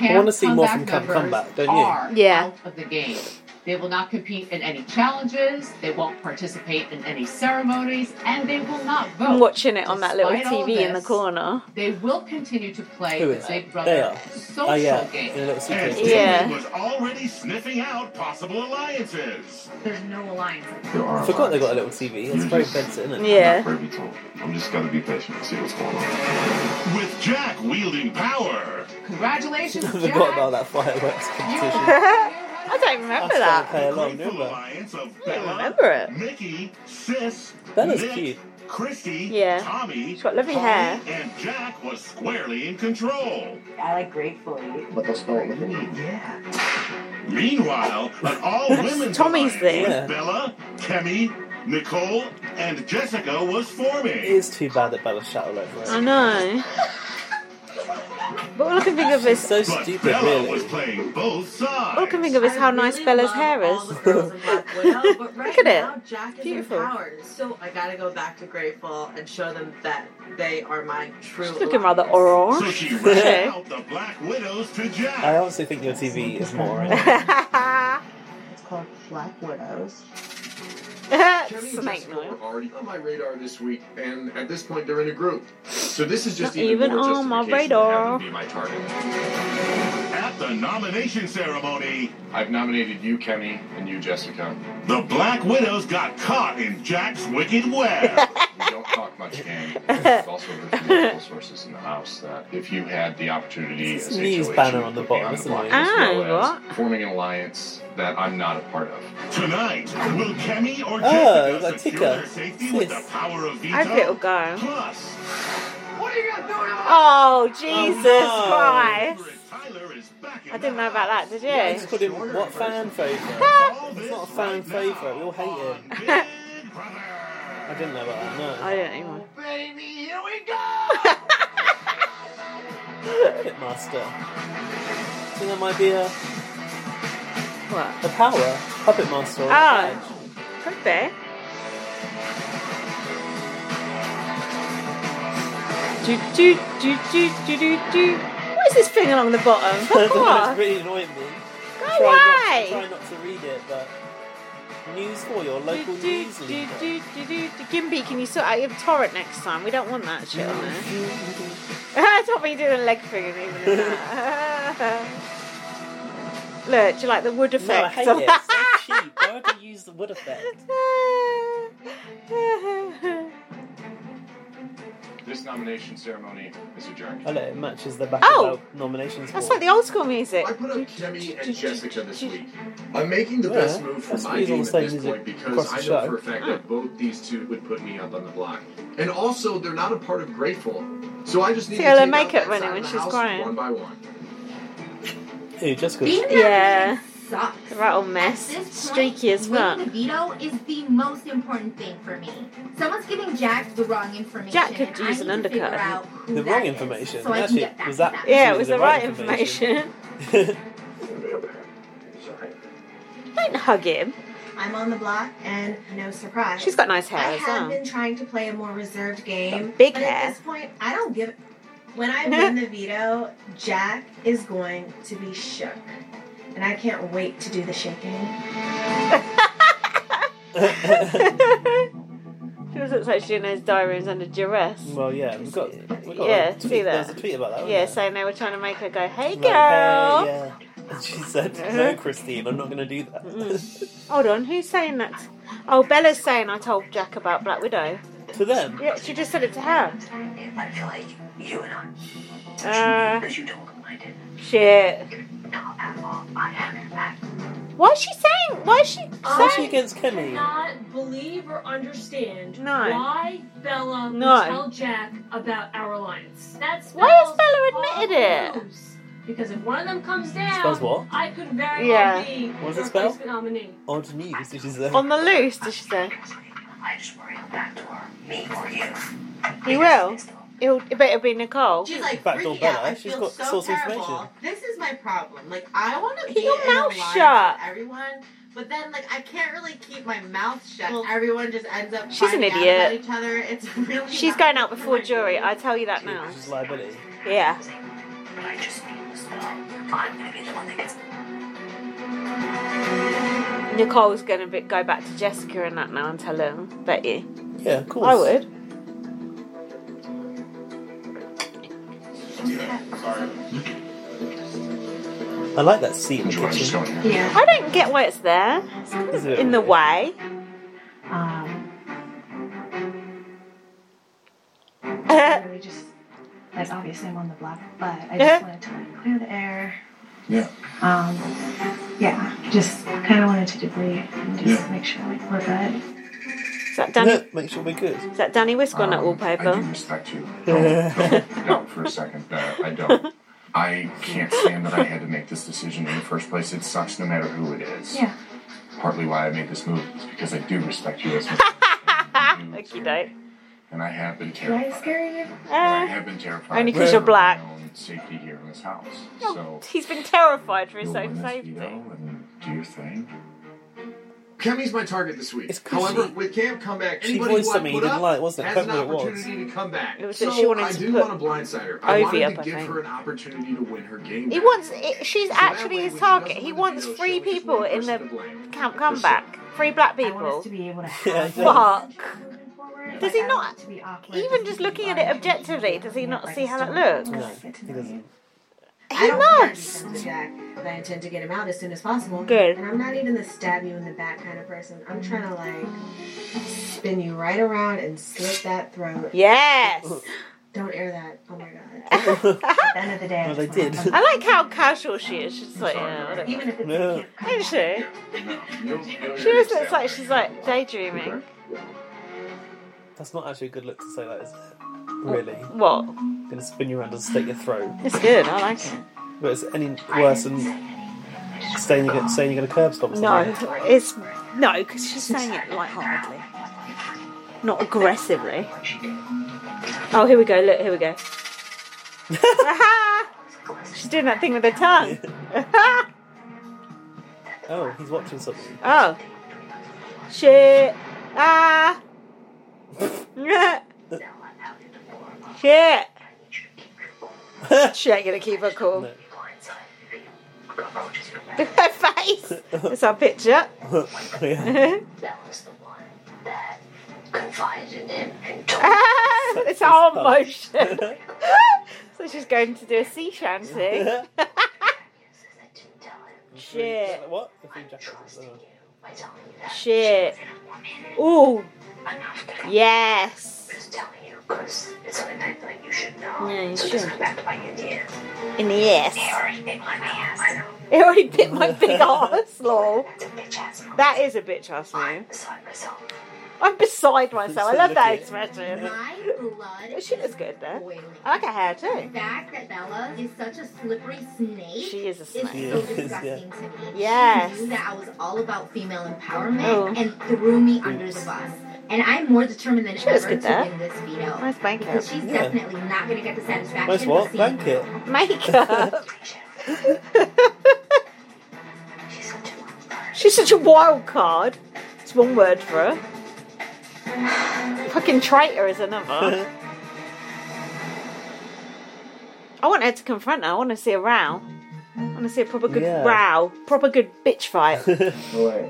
Speaker 2: I want to see more from Camp Comeback, don't you?
Speaker 1: Yeah.
Speaker 10: of the game. They will not compete in any challenges, they won't participate in any ceremonies, and they will not vote.
Speaker 1: I'm watching it on that little
Speaker 10: Despite all
Speaker 1: TV in the
Speaker 10: this,
Speaker 1: corner.
Speaker 10: They will continue to play
Speaker 2: Who
Speaker 10: the
Speaker 2: is
Speaker 10: Big
Speaker 2: that?
Speaker 10: Brother
Speaker 2: They are.
Speaker 10: social
Speaker 2: Oh, yeah. In a
Speaker 10: game.
Speaker 2: little
Speaker 9: And
Speaker 2: suitcase.
Speaker 9: David
Speaker 1: Yeah.
Speaker 9: was already sniffing out possible alliances.
Speaker 10: There's no alliance.
Speaker 2: I forgot they got a little TV. It's very expensive, isn't it?
Speaker 1: Yeah.
Speaker 3: I'm just gonna be patient and see what's going on.
Speaker 9: With Jack wielding power,
Speaker 10: Congratulations,
Speaker 2: I
Speaker 10: Jack.
Speaker 2: forgot about that fireworks competition.
Speaker 1: I don't remember
Speaker 2: That's why I
Speaker 1: that.
Speaker 2: play
Speaker 9: the
Speaker 2: along,
Speaker 9: grateful
Speaker 2: don't I?
Speaker 9: alliance of Bella,
Speaker 1: remember it.
Speaker 9: Mickey, Sis,
Speaker 2: Bella's
Speaker 9: Nick,
Speaker 2: cute.
Speaker 9: Christy,
Speaker 1: Yeah.
Speaker 9: Tommy,
Speaker 1: She's got lovely
Speaker 9: Polly,
Speaker 1: hair.
Speaker 9: and Jack was squarely in control.
Speaker 10: I like gratefully.
Speaker 9: Meanwhile, an all-women
Speaker 1: Tommy's thing.
Speaker 9: with Bella, Kemi, Nicole, and Jessica was
Speaker 2: It
Speaker 9: forming.
Speaker 2: is too bad that Bella shot all over
Speaker 1: I
Speaker 2: it.
Speaker 1: know. But all I can think of is
Speaker 11: so
Speaker 4: But Bella was playing both sides.
Speaker 1: All I can think of is how nice Bella's hair is.
Speaker 12: Right
Speaker 1: Look at it.
Speaker 12: now, Jack is
Speaker 1: Beautiful.
Speaker 12: empowered. So I gotta go back to Grateful and show them that they are my true.
Speaker 1: She's looking rather orange.
Speaker 4: So she ran
Speaker 1: Okay.
Speaker 4: out the Black Widows to Jack.
Speaker 2: I honestly think your TV is more.
Speaker 12: It's called Black Widows.
Speaker 1: Germany and
Speaker 13: and
Speaker 1: Mexico
Speaker 13: Mexico are already on my radar this week, and at this point they're in a group. So this is
Speaker 1: Not
Speaker 13: just
Speaker 1: even
Speaker 13: more
Speaker 1: on my
Speaker 13: justification to have them Be
Speaker 1: radar.
Speaker 13: my target. At the nomination ceremony, I've nominated you, Kenny, and you, Jessica.
Speaker 4: The Black Widows got caught in Jack's wicked web.
Speaker 13: We don't talk much, gang. There's also there's multiple sources in the house that if you had the opportunity
Speaker 2: It's
Speaker 13: as
Speaker 2: news
Speaker 13: HOH,
Speaker 2: banner
Speaker 13: you
Speaker 2: on the
Speaker 13: would be
Speaker 2: bottom,
Speaker 13: on
Speaker 2: isn't
Speaker 13: block
Speaker 2: it?
Speaker 13: as
Speaker 1: Ah,
Speaker 13: well as forming an alliance that I'm not a part of.
Speaker 4: Tonight, will Kemi or
Speaker 2: Oh,
Speaker 4: Jessica
Speaker 2: like
Speaker 4: secure
Speaker 2: Tika.
Speaker 4: their safety with the power of veto?
Speaker 1: I hope it'll go.
Speaker 4: Plus,
Speaker 1: Oh, Jesus
Speaker 2: Oh, no.
Speaker 1: Christ. I didn't know about that, did
Speaker 2: It's
Speaker 1: you?
Speaker 2: called him what fan favourite? it's not a fan favourite, we all hate him. I didn't know about that, no.
Speaker 1: I don't even.
Speaker 12: Baby, here we
Speaker 2: Pitmaster. Do you think that might be a.
Speaker 1: What?
Speaker 2: A power? Puppet Master. or a fan.
Speaker 1: Oh, could be. Do, do, do, do, do, do, do. What is this thing along the bottom?
Speaker 2: I
Speaker 1: Fuck
Speaker 2: don't know, it's
Speaker 1: off.
Speaker 2: really annoying me.
Speaker 1: Go
Speaker 2: I try
Speaker 1: away!
Speaker 2: Not, I try not to read it, but news for your
Speaker 1: Do,
Speaker 2: local
Speaker 1: do,
Speaker 2: news
Speaker 1: do,
Speaker 2: leader.
Speaker 1: do, do, do. Gimby, can you sort out your torrent next time? We don't want that shit on there. That's what we do a leg thing and even in that. Look, do you like the wood effect?
Speaker 2: No, I hate it. It's so cheap. Why would they use the wood effect?
Speaker 13: This nomination ceremony is adjourned.
Speaker 2: Oh, look, it matches the back
Speaker 1: Oh!
Speaker 2: of the nominations.
Speaker 1: That's
Speaker 2: wall.
Speaker 1: like the old school music.
Speaker 13: Jimmy and Jessica this week. I'm making the
Speaker 2: Yeah,
Speaker 13: best move for
Speaker 2: that's
Speaker 13: my
Speaker 2: what he's
Speaker 13: team
Speaker 2: all
Speaker 13: at
Speaker 2: saying,
Speaker 13: this
Speaker 2: is it
Speaker 13: point because
Speaker 2: across the
Speaker 13: I
Speaker 2: show?
Speaker 13: know for a fact that both these two would put me up on the block. And also, they're not a part of Grateful. So I just need
Speaker 1: See
Speaker 13: to
Speaker 1: all
Speaker 13: take
Speaker 1: her
Speaker 13: out that
Speaker 1: makeup running
Speaker 13: side
Speaker 1: when
Speaker 13: of the
Speaker 1: she's
Speaker 13: house
Speaker 1: crying.
Speaker 13: One by one.
Speaker 2: Hey, Jessica.
Speaker 1: Yeah.
Speaker 14: Sucks.
Speaker 1: The right old mess. Streaky as fuck.
Speaker 14: Winning the veto is the most important thing for me. Someone's giving Jack the wrong information.
Speaker 1: Jack could use an
Speaker 14: and I need to
Speaker 1: undercut.
Speaker 14: figure out who
Speaker 2: The
Speaker 14: that
Speaker 2: wrong
Speaker 14: is
Speaker 2: information.
Speaker 14: So I can
Speaker 2: Actually,
Speaker 14: get that
Speaker 2: was that
Speaker 14: back.
Speaker 1: Yeah, it was the right information. Don't hug him.
Speaker 12: I'm on the block, and no surprise.
Speaker 1: She's got nice hair
Speaker 12: I
Speaker 1: as
Speaker 12: have
Speaker 1: well.
Speaker 12: been trying to play a more reserved game.
Speaker 1: Got big
Speaker 12: but
Speaker 1: hair.
Speaker 12: At this point, I don't give. When I win the veto, Jack is going to be shook, and I can't wait to do the shaking.
Speaker 1: She always looks like she knows diaries under duress.
Speaker 2: Well, yeah, we've got. We've got
Speaker 1: Yeah,
Speaker 2: a tweet.
Speaker 1: see
Speaker 2: There was
Speaker 1: that.
Speaker 2: a tweet about that. wasn't
Speaker 1: Yeah,
Speaker 2: there?
Speaker 1: saying they were trying to make her go, hey
Speaker 2: Like,
Speaker 1: girl. Uh-huh.
Speaker 2: hey, yeah. And she said, "No, Christine, I'm not going to do that."
Speaker 1: Mm. Hold on, who's saying that? Oh, Bella's saying I told Jack about Black Widow.
Speaker 2: to them.
Speaker 1: Yeah, she just said it to her.
Speaker 6: I feel like you and I.
Speaker 1: Uh,
Speaker 6: you don't mind it.
Speaker 1: shit.
Speaker 6: Not at all. I have your back.
Speaker 1: Why is she saying? Why is she saying?
Speaker 2: Why is she against Kenny?
Speaker 15: cannot believe or understand
Speaker 1: No.
Speaker 15: why Bella would
Speaker 1: No.
Speaker 15: tell Jack about our alliance. That's
Speaker 1: Why has
Speaker 15: Bella's
Speaker 1: Bella admitted
Speaker 15: whole
Speaker 1: it?
Speaker 15: ruse. Because if one of them comes down,
Speaker 2: Spells what?
Speaker 15: I could very
Speaker 1: Yeah.
Speaker 15: well be
Speaker 2: What does
Speaker 15: the
Speaker 2: it spell?
Speaker 15: replacement nominee.
Speaker 2: Odd news, which is uh,
Speaker 1: On the loose, did she say?
Speaker 6: I just worry on that door. Me or you.
Speaker 1: He will. It'll, it better be Nicole.
Speaker 12: She's like
Speaker 2: Backdoor
Speaker 12: freaking out.
Speaker 2: Bella,
Speaker 12: I
Speaker 2: she's
Speaker 12: feel
Speaker 2: got
Speaker 12: so
Speaker 2: source
Speaker 12: terrible.
Speaker 2: information.
Speaker 12: This is my problem. Like I want to
Speaker 1: Keep
Speaker 12: be
Speaker 1: your
Speaker 12: in alliance
Speaker 1: mouth
Speaker 12: with
Speaker 1: shut.
Speaker 12: everyone, but then like I can't really keep my mouth shut. everyone just ends up
Speaker 1: She's an
Speaker 12: finding out
Speaker 1: idiot.
Speaker 12: about each other. It's really
Speaker 1: She's
Speaker 12: not-
Speaker 1: going out before jury. I tell you that now.
Speaker 2: which is liability.
Speaker 1: Yeah.
Speaker 6: But I just need this spell. I'm gonna be the one that gets.
Speaker 1: Nicole's going to be, go back to Jessica and that now and tell him. Bet you.
Speaker 2: Yeah, of course.
Speaker 1: I would.
Speaker 2: I like that seat in the
Speaker 13: Enjoy, I'm just
Speaker 2: kitchen.
Speaker 13: going here.
Speaker 12: Yeah.
Speaker 1: I don't get why it's there.
Speaker 2: Is it
Speaker 1: In the
Speaker 2: really?
Speaker 1: way.
Speaker 12: Um,
Speaker 1: Uh,
Speaker 12: really just like obviously I'm on the block, but I
Speaker 1: Yeah.
Speaker 12: just wanted to like clear the air.
Speaker 13: Yeah.
Speaker 12: Um, yeah, just kind of wanted to debrief and just make sure like we're good.
Speaker 1: is that Danny?
Speaker 2: Look, make sure we're good.
Speaker 1: Is that Danny Whisk on that
Speaker 13: Um, I do
Speaker 1: wallpaper?
Speaker 13: respect you. Don't, don't doubt for a second that I don't. I can't stand that I had to make this decision in the first place. It sucks no matter who it is.
Speaker 12: Yeah.
Speaker 13: Partly why I made this move is because I do respect you as much,
Speaker 1: Okey doke.
Speaker 13: and I have been terrified.
Speaker 12: Did I scare you?
Speaker 13: I
Speaker 1: Uh,
Speaker 13: have been terrified.
Speaker 1: only because you're black.
Speaker 13: My own safety here in his house.
Speaker 1: Oh,
Speaker 13: So
Speaker 1: he's been terrified for his
Speaker 13: you'll
Speaker 1: own
Speaker 13: win this
Speaker 1: safety.
Speaker 13: veto and do your thing.
Speaker 16: Kemi's my target this week.
Speaker 17: because
Speaker 16: However,
Speaker 17: she-
Speaker 16: with Cam come back,
Speaker 17: she
Speaker 16: anybody
Speaker 17: voiced
Speaker 16: who I
Speaker 17: something
Speaker 16: put
Speaker 17: he didn't
Speaker 16: up
Speaker 17: like, wasn't it?
Speaker 16: has an
Speaker 17: Can't remember what it was.
Speaker 16: opportunity to come back.
Speaker 1: It was
Speaker 16: so
Speaker 1: that she wanted
Speaker 16: I
Speaker 1: to
Speaker 16: do
Speaker 1: put
Speaker 16: want to blindside her. I
Speaker 1: Ovi
Speaker 16: wanted
Speaker 1: up,
Speaker 16: to
Speaker 1: I
Speaker 16: give
Speaker 1: think.
Speaker 16: her an opportunity to win her game.
Speaker 1: He
Speaker 16: back.
Speaker 1: wants. It, she's actually his target. He wants three people in the camp comeback. Three black people. Fuck. Does he not? Even just looking at it objectively, does he not see how it looks?
Speaker 17: He doesn't.
Speaker 12: I
Speaker 1: He
Speaker 12: don't care
Speaker 1: must.
Speaker 12: if he's in the back, but I intend to get him out as soon as possible.
Speaker 1: Good.
Speaker 12: And I'm not even the stab you in the back kind of person. I'm trying to like spin you right around and slit that throat.
Speaker 1: Yes.
Speaker 12: Don't air that. Oh my god. At the end of the day,
Speaker 17: Well, they did.
Speaker 1: I like how casual she is. She's like, yeah, whatever.
Speaker 12: even if it's
Speaker 17: Yeah.
Speaker 1: Isn't she? She
Speaker 13: She
Speaker 1: just looks like she's like daydreaming.
Speaker 17: That's not actually a good look to say that, is it? Really?
Speaker 1: What?
Speaker 17: Gonna spin you around and slit your throat.
Speaker 1: It's good. I like it.
Speaker 17: But it's any worse than saying you're, gonna- saying you're gonna curb stop
Speaker 1: No,
Speaker 17: somebody.
Speaker 1: it's no, because she's saying it lightheartedly, not aggressively. Oh, here we go. Look, here we go. she's doing that thing with her tongue.
Speaker 17: Oh, he's watching something.
Speaker 1: oh, shit! Ah, shit! she ain't gonna keep her cool. Look at her face. That's our picture.
Speaker 17: Yeah.
Speaker 1: confided in him and It's arm motion. so she's going to do a sea shanty. Shit.
Speaker 17: What? The food jacket. Oh.
Speaker 1: Shit. Ooh. Yes.
Speaker 5: It's on a night like you should know.
Speaker 1: Yeah, you
Speaker 5: so
Speaker 1: should.
Speaker 5: just come back to my Indian.
Speaker 1: In the ass.
Speaker 5: They already bit my ass. I know.
Speaker 1: It already bit my big ass, lol. That is a bitch ass move. I'm beside myself. I love that expression.
Speaker 14: blood
Speaker 1: She looks good though. I like her hair too.
Speaker 14: The fact that Bella is such a slippery snake.
Speaker 1: She is a snake.
Speaker 14: Is
Speaker 1: Yeah,
Speaker 14: so
Speaker 1: she is,
Speaker 14: disgusting to me.
Speaker 1: Yes.
Speaker 14: She knew that I was all about female empowerment
Speaker 1: Oh.
Speaker 14: and threw me under the bus. And I'm more determined than
Speaker 1: She looks
Speaker 14: ever
Speaker 1: good
Speaker 14: to
Speaker 1: there.
Speaker 14: win this veto.
Speaker 1: Nice blanket.
Speaker 14: Because she's
Speaker 1: Yeah.
Speaker 14: definitely not going to get the satisfaction.
Speaker 17: Nice
Speaker 14: of
Speaker 17: what?
Speaker 14: seeing
Speaker 17: Blanket.
Speaker 1: Makeup. She's such a wild card. It's one word for her. Fucking traitor is another. I want her to confront her. I want to see a row. I want to see a proper good
Speaker 18: Yeah.
Speaker 1: row. Proper good bitch fight.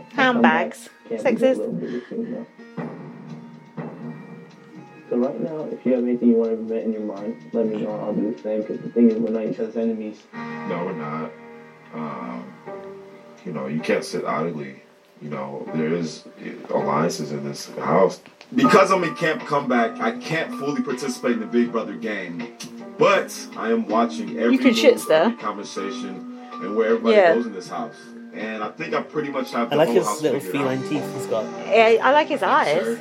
Speaker 1: Handbags. Sexist.
Speaker 18: Sexist. So right now, if you have anything you want to invent in your mind, let me know. and I'll do the same. Because the thing is, we're not each other's enemies.
Speaker 13: No, we're not. Um, you know, you can't sit idly. You know, there is alliances in this house.
Speaker 16: Because I'm in camp comeback, I can't fully participate in the Big Brother game, but I am watching every
Speaker 1: You can
Speaker 16: move,
Speaker 1: shit stir.
Speaker 16: every conversation, and where everybody
Speaker 1: Yeah.
Speaker 16: goes in this house. And I think I pretty much have.
Speaker 17: I
Speaker 16: The
Speaker 17: like
Speaker 16: whole
Speaker 17: his
Speaker 16: house
Speaker 17: little
Speaker 16: figured out.
Speaker 17: feline teeth he's got.
Speaker 1: Yeah, I like his eyes.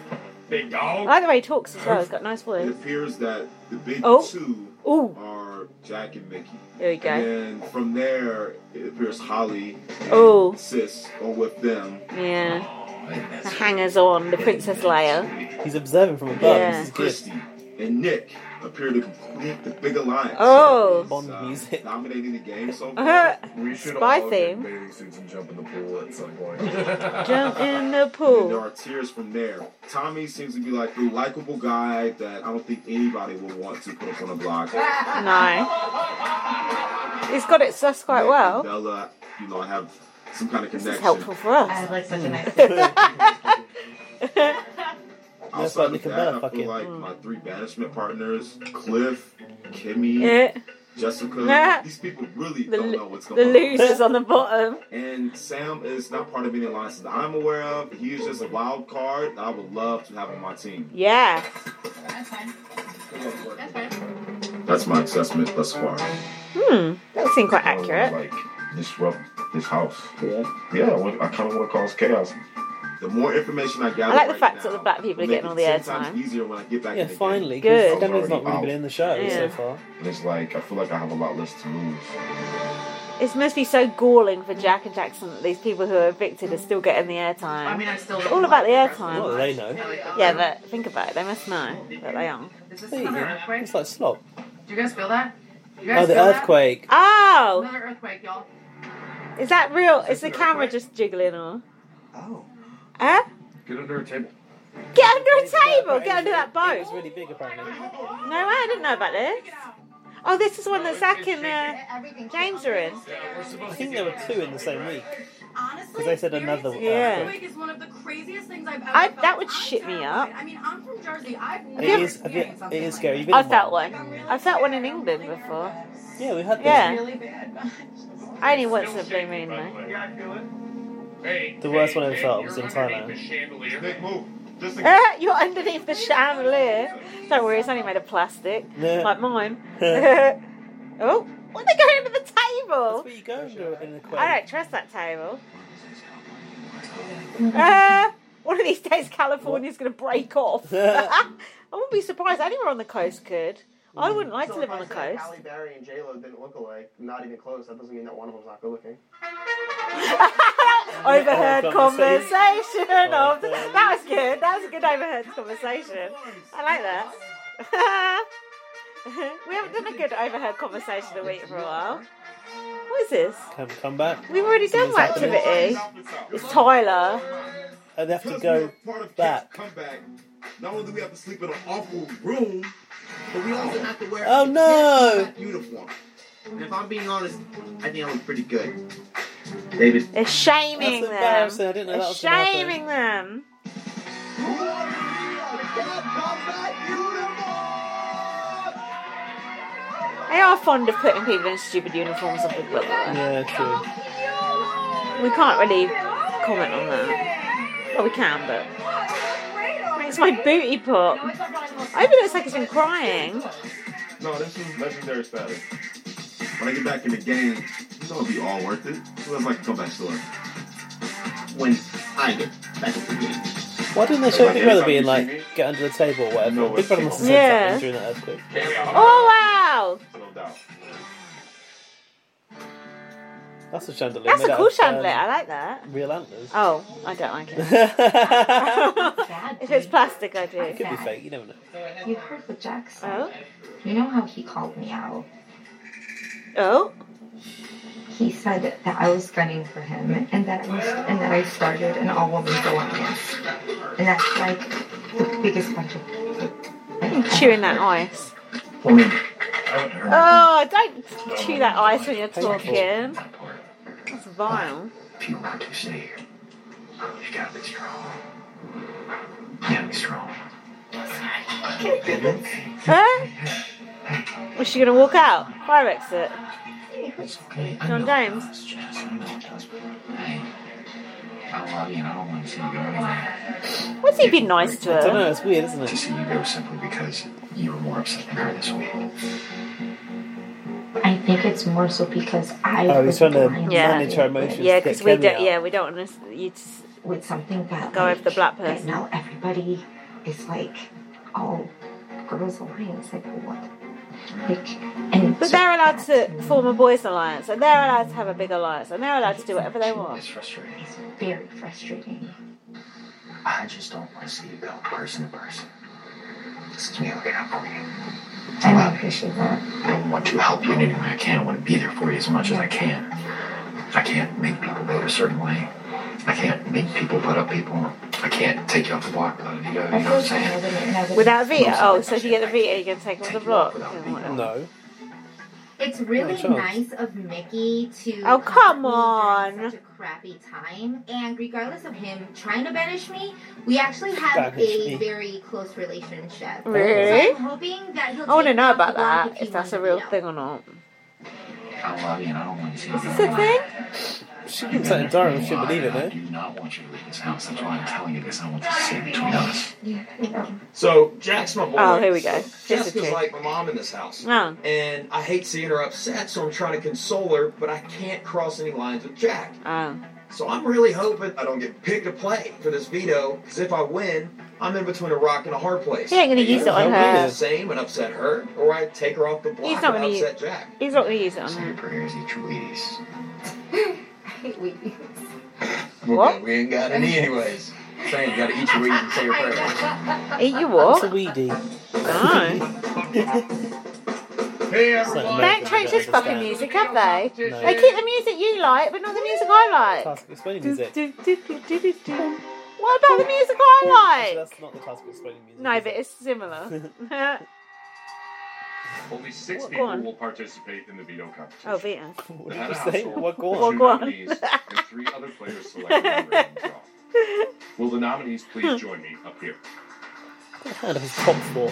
Speaker 16: Big
Speaker 1: I
Speaker 16: dog.
Speaker 1: like the way he talks as well. He's got nice
Speaker 16: It
Speaker 1: voice.
Speaker 16: appears that the big two are Jack and Mickey.
Speaker 1: Oh. There you go.
Speaker 16: And from there, it appears Holly and
Speaker 1: Oh.
Speaker 16: Sis are with them. Oh,
Speaker 1: Yeah. The hangers on, the princess layer.
Speaker 17: He's observing from above.
Speaker 1: Yeah.
Speaker 17: This is good.
Speaker 16: Christy and Nick appear to complete the big alliance.
Speaker 1: Oh.
Speaker 16: Bond music. Dominating the game so
Speaker 1: Uh,
Speaker 16: far.
Speaker 1: spy theme.
Speaker 16: bathing suits and jump in the pool at some point.
Speaker 1: Jump in the
Speaker 16: And there
Speaker 1: pool.
Speaker 16: are tears from there. Tommy seems to be like the likable guy that I don't think anybody would want to put up on a block.
Speaker 1: No. He's got it sus quite well.
Speaker 16: Bella, you know, I have some kind of connection.
Speaker 1: It's helpful for us.
Speaker 12: I like such a nice.
Speaker 16: Outside of that, I feel like my
Speaker 1: Mm.
Speaker 16: three banishment partners, Cliff, Kimmy,
Speaker 1: Yeah.
Speaker 16: Jessica,
Speaker 1: Yeah.
Speaker 16: these people really
Speaker 1: Eh. The
Speaker 16: don't
Speaker 1: lo-
Speaker 16: know what's
Speaker 1: the
Speaker 16: going on.
Speaker 1: losers on the bottom.
Speaker 16: And Sam is not part of any alliance that I'm aware of. He is just a wild card that I would love to have on my team.
Speaker 1: Yeah.
Speaker 14: That's fine. That's
Speaker 16: That's my assessment thus far.
Speaker 1: Hmm. That seemed quite accurate.
Speaker 13: Like disrupt this house. Yeah. Yeah, I, want- I kind of want to cause chaos.
Speaker 16: The more information I gather,
Speaker 1: I like the
Speaker 16: right
Speaker 1: fact that the black people are getting all the
Speaker 16: now, it's sometimes
Speaker 1: airtime.
Speaker 16: easier when I get back.
Speaker 17: Yeah,
Speaker 16: in the
Speaker 17: finally.
Speaker 16: Game.
Speaker 17: Because
Speaker 1: Good.
Speaker 17: Demi's not really
Speaker 13: Out.
Speaker 17: been in the show
Speaker 1: Yeah.
Speaker 17: so far.
Speaker 13: And it's like I feel like I have a lot less to lose.
Speaker 1: It must be so galling for Jack and Jackson that these people who are evicted are still getting the airtime. I mean, I still all about the airtime.
Speaker 17: What do they know?
Speaker 1: Yeah, but think about it. They must know that they are.
Speaker 17: There you go. It's like slop.
Speaker 12: Do you guys feel that?
Speaker 2: Oh, the earthquake.
Speaker 1: Oh!
Speaker 15: Another earthquake, y'all.
Speaker 1: Is that real? Is the camera just jiggling or?
Speaker 13: Oh.
Speaker 1: Huh?
Speaker 13: Get under a table.
Speaker 1: Get under a table! Get under that boat!
Speaker 2: It's really big, apparently.
Speaker 1: No, I didn't know about this. Oh, this is one that Zach and uh, James are in.
Speaker 2: I think there were two in the same week. Because they said another uh, one.
Speaker 1: Yeah.
Speaker 2: earthquake.
Speaker 19: is one of the craziest things I've ever
Speaker 1: I,
Speaker 19: felt.
Speaker 1: that would shit me up.
Speaker 19: I mean, I'm from Jersey. I've
Speaker 2: And It is, have you- it is scary. You've been
Speaker 1: I
Speaker 2: in
Speaker 1: felt one. I felt one in England before.
Speaker 2: Yeah, we had this.
Speaker 1: Yeah. I only once in a blue moon though.
Speaker 2: The worst one I felt was in Thailand.
Speaker 1: Uh, you're underneath the chandelier. Don't worry, it's only made of plastic,
Speaker 2: Yeah.
Speaker 1: like mine. oh, what are they going under the table?
Speaker 2: You go under in the quake.
Speaker 1: I don't trust that table. Uh, one of these days, California's going to break off. I wouldn't be surprised. Anywhere on the coast could. I wouldn't like
Speaker 20: So
Speaker 1: to live
Speaker 20: if
Speaker 1: on
Speaker 20: I
Speaker 1: the
Speaker 20: said
Speaker 1: coast.
Speaker 20: Halle Berry and J Lo didn't look alike, not even close. That doesn't mean that one of them's not good looking.
Speaker 1: Overheard
Speaker 20: Oh,
Speaker 1: conversation
Speaker 20: conversation.
Speaker 1: of that was good. That was a good overheard conversation. I like that. we haven't done a good overheard conversation a week for a while. What is this?
Speaker 2: Come, come back.
Speaker 1: We've already done
Speaker 2: Something's happening.
Speaker 1: activity. It's Tyler.
Speaker 2: And they have to go back.
Speaker 16: Not only do we have to sleep in an awful room, but we also have to wear
Speaker 2: Oh no!
Speaker 16: a uniform. And if I'm being honest, I think I look pretty good.
Speaker 1: David. They're shaming
Speaker 2: That's
Speaker 1: them.
Speaker 2: embarrassing. I didn't know
Speaker 1: They're
Speaker 2: that was gonna happen.
Speaker 1: shaming them. They are fond of putting people in stupid uniforms on Big Brother.
Speaker 2: Yeah, true.
Speaker 1: We can't really comment on that. Well, we can, but. It's my booty pop. I even looks like he's been crying.
Speaker 16: No, this is legendary status. When I get back in the game, it's gonna be all worth it. Who else like to come back to life? When I get back in the game.
Speaker 2: Why didn't they show Big Brother being like, get under the table or whatever? Big Brother must have said
Speaker 1: Yeah.
Speaker 2: something during that earthquake.
Speaker 1: Oh wow!
Speaker 2: That's a chandelier.
Speaker 1: That's
Speaker 2: made
Speaker 1: a
Speaker 2: out
Speaker 1: cool
Speaker 2: of, um,
Speaker 1: chandelier. I like that.
Speaker 2: Real antlers.
Speaker 1: Oh, I don't like
Speaker 2: it.
Speaker 1: if it's plastic, I do.
Speaker 2: It could be fake, you never know.
Speaker 14: You heard what Jack said.
Speaker 1: Oh.
Speaker 14: You know how he called me out.
Speaker 1: Oh.
Speaker 14: He said that I was gunning for him and that I was, and that I started an all woman alliance. And that's like the biggest bunch of
Speaker 1: I'm chewing that ice. Oh, don't chew that ice when you're talking. That's vile.
Speaker 4: If you want to stay here, you gotta be strong. You gotta be strong.
Speaker 1: Huh? Was she gonna walk out? Fire exit. John James.
Speaker 4: I love you and I don't want to see you go anywhere.
Speaker 1: What's he been nice to
Speaker 4: I don't
Speaker 1: her?
Speaker 4: know,
Speaker 2: it's weird, isn't it?
Speaker 4: To see you go simply because you were more upset than her this week.
Speaker 14: I think it's more so because I
Speaker 2: Oh,
Speaker 14: was
Speaker 2: he's trying to
Speaker 14: blindsided
Speaker 2: manage her emotions.
Speaker 14: with-
Speaker 1: Yeah, because we don't. Yeah, we don't want to. You just
Speaker 14: with something that
Speaker 1: go
Speaker 14: like,
Speaker 1: over the black
Speaker 14: that
Speaker 1: person.
Speaker 14: now everybody is like, oh, girls alliance, like what? Like, and
Speaker 1: But they're allowed to form a boys' alliance, and they're allowed to have a big alliance, and they're allowed to do whatever they want.
Speaker 4: It's frustrating.
Speaker 14: It's very frustrating.
Speaker 4: I just don't want to see you go person to person. This is me looking out for you.
Speaker 14: I don't appreciate that.
Speaker 4: I want to help you in any way I can. I want to be there for you as much as I can. I can't make people vote a certain way. I can't make people put up people. I can't take you off the block without a veto. You know what I'm saying?
Speaker 1: Without a Vita, oh, so if you get a Vita, you can take off the block.
Speaker 2: No.
Speaker 14: It's really
Speaker 2: chance.
Speaker 14: nice of Mickey to.
Speaker 1: Oh, come
Speaker 14: on! Such a crappy time, and regardless of him trying to banish me, we actually have
Speaker 1: Banish
Speaker 14: a
Speaker 1: me.
Speaker 14: very close relationship.
Speaker 1: Really? Oh.
Speaker 14: So I'm hoping that he'll.
Speaker 1: I want to
Speaker 14: take
Speaker 1: know
Speaker 14: off the
Speaker 1: about
Speaker 14: block
Speaker 1: that.
Speaker 14: he
Speaker 1: If that's a
Speaker 14: wants
Speaker 1: real thing or not.
Speaker 4: I love you and I don't want to see you.
Speaker 1: Is this
Speaker 4: go.
Speaker 1: a thing?
Speaker 2: She keeps that in Durham, she shouldn't believe it, eh?
Speaker 4: I
Speaker 2: no?
Speaker 4: do not want you to leave this house. That's why I'm telling you this. I want this to stay between us.
Speaker 6: So Jack's my boy.
Speaker 1: Oh, here we go. Just a
Speaker 6: Jessica's
Speaker 1: trick.
Speaker 6: like my mom in this house,
Speaker 1: Oh.
Speaker 6: and I hate seeing her upset, so I'm trying to console her, but I can't cross any lines with Jack.
Speaker 1: Oh.
Speaker 6: So I'm really hoping I don't get picked to play for this veto, because if I win, I'm in between a rock and a hard place.
Speaker 1: He ain't gonna use it on
Speaker 6: Either I do
Speaker 1: her.
Speaker 6: the same and upset her, or I take her off the block
Speaker 1: He's
Speaker 6: and
Speaker 1: not gonna use.
Speaker 6: upset Jack.
Speaker 1: He's not gonna use it on her.
Speaker 4: Prayers each Wheaties.
Speaker 6: Well, good, We ain't got any anyways. Saying you gotta eat your Wheaties and say your
Speaker 1: Ah.
Speaker 6: prayers.
Speaker 1: Eat you what?
Speaker 2: It's a weedy.
Speaker 1: No. They don't change this fucking music, have they? They keep the music you like, but not the music I like.
Speaker 2: Task explaining music.
Speaker 1: Do, do, do, do, do, do. What about the music I
Speaker 2: Actually,
Speaker 1: like?
Speaker 2: that's not the task of explaining music.
Speaker 1: No, but it's similar.
Speaker 13: Only six
Speaker 1: What, go
Speaker 13: people
Speaker 1: on.
Speaker 13: will participate in the veto competition.
Speaker 1: oh, Vita.
Speaker 2: What
Speaker 13: That
Speaker 2: did you say?
Speaker 13: household
Speaker 2: What go
Speaker 13: will
Speaker 2: on?
Speaker 13: choose nominees and three other players selected in random draw. Will the nominees
Speaker 1: Hmm.
Speaker 13: please join me up here?
Speaker 2: And it's top four.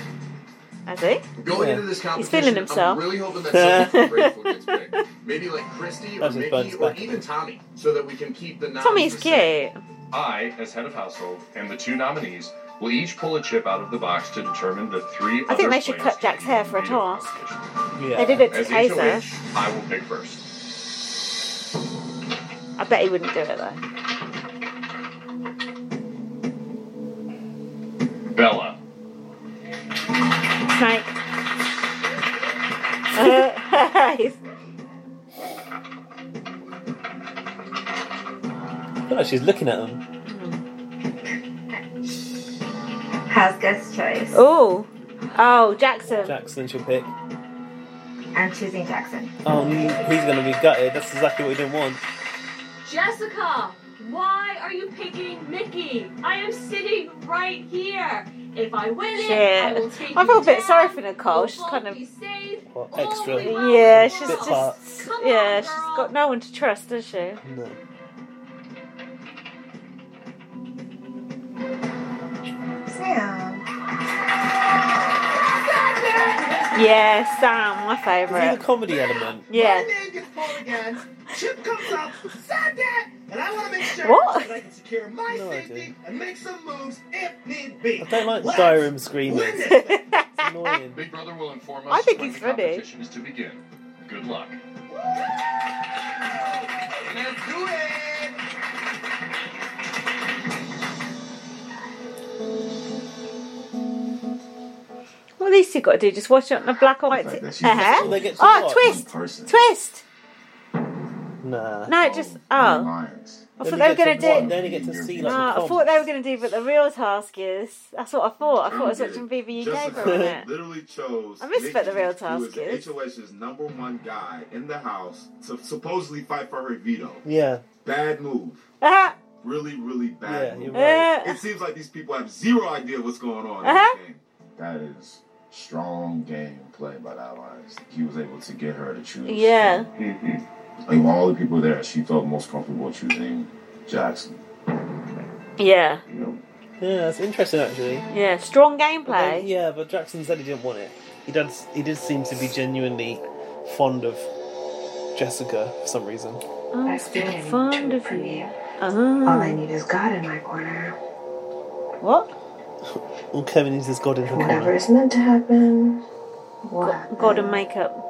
Speaker 1: Has he?
Speaker 2: Going
Speaker 1: Yeah.
Speaker 2: into this
Speaker 1: He's
Speaker 2: competition,
Speaker 1: feeling
Speaker 2: I'm
Speaker 1: himself.
Speaker 2: really hoping
Speaker 1: that someone
Speaker 4: grateful gets picked. Maybe like Christy or
Speaker 2: That's his
Speaker 4: Mickey
Speaker 2: bonus
Speaker 4: or
Speaker 2: back.
Speaker 4: even Tommy, so that we can keep the
Speaker 1: Tommy's cute.
Speaker 13: I, as head of household, and the two nominees will each pull a chip out of the box to determine the three
Speaker 1: I
Speaker 13: other
Speaker 1: think they should
Speaker 13: players
Speaker 1: cut Jack's hair for a task.
Speaker 13: Yeah.
Speaker 1: They did it to
Speaker 13: As
Speaker 1: Taser.
Speaker 13: HOH, I will pick first.
Speaker 1: I bet he wouldn't do it though.
Speaker 13: Bella.
Speaker 1: Snake. He's-
Speaker 2: I feel like she's looking at them.
Speaker 14: Has guest choice.
Speaker 1: oh. Oh, Jackson.
Speaker 2: Jackson she'll pick.
Speaker 14: I'm choosing Jackson.
Speaker 2: Oh, he's going to be gutted. That's exactly what he didn't want.
Speaker 15: Jessica, why are you picking Mickey? I am sitting right here. If I win it, I will take
Speaker 1: Shit. I
Speaker 15: you
Speaker 1: feel a bit
Speaker 15: down.
Speaker 1: sorry for Nicole.
Speaker 15: We'll
Speaker 1: She's
Speaker 15: both
Speaker 1: kind of.
Speaker 15: be safe.
Speaker 2: Well, extra.
Speaker 1: Yeah, she's
Speaker 2: Bit part.
Speaker 1: just. Yeah, she's got no one to trust, does she?
Speaker 2: No.
Speaker 6: Sam.
Speaker 1: Yeah, Sam, my
Speaker 2: Is he
Speaker 1: favourite.
Speaker 2: the comedy element?
Speaker 1: Yeah.
Speaker 4: My name gets pulled again. Chip comes up, sad dad, and I want to make sure
Speaker 2: What?
Speaker 4: that I can secure my safety and make some moves if need be.
Speaker 2: I don't like
Speaker 4: Let's
Speaker 2: diary room screamers.
Speaker 4: win this.
Speaker 2: It's annoying.
Speaker 13: Big Brother will inform us
Speaker 1: I think
Speaker 13: when
Speaker 1: he's
Speaker 13: the
Speaker 1: funny.
Speaker 13: competition is to begin. Good luck.
Speaker 4: Let's do it.
Speaker 1: What at least you got to do? Just watch it on the black and white.
Speaker 2: Like
Speaker 1: T-
Speaker 2: that, she's
Speaker 1: uh-huh.
Speaker 2: all they get to
Speaker 1: Oh,
Speaker 2: watch.
Speaker 1: twist!
Speaker 2: Person.
Speaker 1: Twist!
Speaker 2: Nah.
Speaker 1: No, it just. Oh. I thought they were going to do.
Speaker 2: They only get to see
Speaker 1: No,
Speaker 2: like
Speaker 1: I
Speaker 2: the
Speaker 1: thought they were going to do, but the real task is. That's what I thought. I thought I was watching Viva UK for a
Speaker 16: Jessica
Speaker 1: minute.
Speaker 16: literally chose.
Speaker 1: I miss what the real
Speaker 16: who is
Speaker 1: task is.
Speaker 16: HOH's number one guy in the house to supposedly fight for her veto.
Speaker 2: Yeah.
Speaker 16: Bad move.
Speaker 1: Ah,
Speaker 16: Really, really bad
Speaker 2: Yeah,
Speaker 16: move.
Speaker 2: you're right.
Speaker 16: It seems like these people have zero idea what's going on. in
Speaker 1: Uh-huh.
Speaker 16: this game.
Speaker 13: That is strong game played by the allies. He was able to get her to choose.
Speaker 1: yeah.
Speaker 13: Like of all the people there, she felt most comfortable choosing Jackson.
Speaker 2: Yeah,
Speaker 1: Yeah.
Speaker 2: that's interesting actually.
Speaker 1: Yeah. Strong
Speaker 2: Although,
Speaker 1: gameplay.
Speaker 2: yeah, but Jackson said he didn't want it. He does. He did seem to be genuinely fond of Jessica for some reason.
Speaker 1: I'm still fond of you.
Speaker 6: All
Speaker 1: Uh-huh.
Speaker 6: I need is God in my corner.
Speaker 1: What?
Speaker 2: All Kevin needs is God in her
Speaker 6: Whatever
Speaker 2: corner.
Speaker 6: is meant to happen, will happen.
Speaker 1: God and makeup.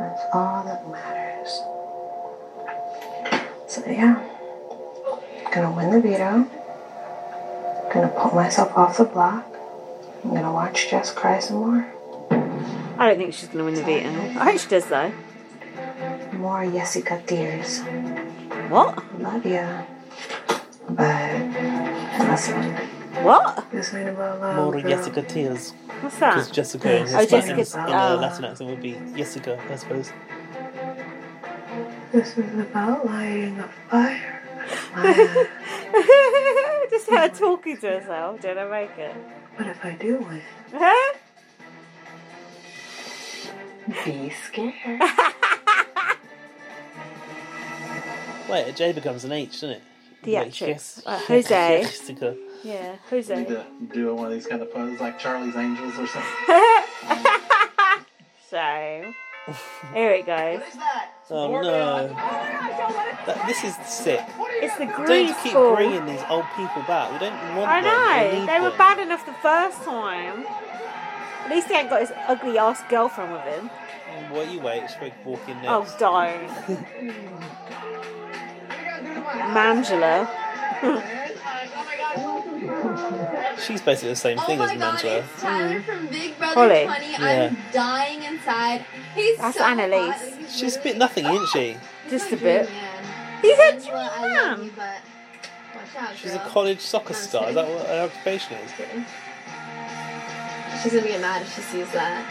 Speaker 6: That's all that matters. So yeah, gonna win the veto. Gonna pull myself off the block. I'm gonna watch Jess cry some more.
Speaker 1: I don't think she's going to win the veto. I hope she does though.
Speaker 6: More Jessica tears.
Speaker 1: What?
Speaker 6: Love ya. But listen,
Speaker 1: What?
Speaker 6: this ain't about love.
Speaker 2: More
Speaker 6: girl.
Speaker 2: Jessica tears.
Speaker 1: What's
Speaker 2: Because
Speaker 1: that?
Speaker 2: Jessica in his
Speaker 1: Oh, Jessica.
Speaker 2: Latin, in
Speaker 1: Oh.
Speaker 2: a Latin accent would be Jessica, I suppose.
Speaker 6: This is about lighting a fire.
Speaker 1: Just her talking to herself. Don't I make it?
Speaker 6: What if I do win?
Speaker 1: Huh?
Speaker 6: Be scared.
Speaker 2: Wait, a J becomes an H, doesn't it?
Speaker 1: The
Speaker 2: Like,
Speaker 1: actress.
Speaker 2: yes,
Speaker 1: Uh,
Speaker 2: yes,
Speaker 1: Jose.
Speaker 2: Jessica.
Speaker 1: Yeah. Who's
Speaker 21: need
Speaker 1: that?
Speaker 21: to do one of these kind of puns like Charlie's Angels or something.
Speaker 1: So here it goes.
Speaker 2: Oh no. That, this is sick.
Speaker 1: It's the
Speaker 2: Don't
Speaker 1: grease
Speaker 2: keep
Speaker 1: ball.
Speaker 2: bringing these old people back. We don't want
Speaker 1: I
Speaker 2: them. We
Speaker 1: know.
Speaker 2: need
Speaker 1: They were
Speaker 2: them.
Speaker 1: bad enough the first time. At least he ain't got his ugly ass girlfriend with him.
Speaker 2: What you wait? She's probably walking next.
Speaker 1: Oh, don't. Mangela.
Speaker 2: She's basically the same thing as Mangela.
Speaker 12: Tyler from Big Brother
Speaker 2: Holly.
Speaker 12: 20.
Speaker 2: Yeah.
Speaker 12: I'm dying inside. He's
Speaker 1: That's
Speaker 12: so
Speaker 1: Annalise.
Speaker 12: hot. Like, he's
Speaker 2: She's a bit nothing, isn't she?
Speaker 1: Just a
Speaker 12: my
Speaker 1: bit.
Speaker 12: dream man.
Speaker 1: He's a
Speaker 12: Angela, I love you, but watch out,
Speaker 2: She's a
Speaker 12: girl.
Speaker 2: college soccer star. Is that what her occupation is?
Speaker 12: She's gonna get mad if she sees that.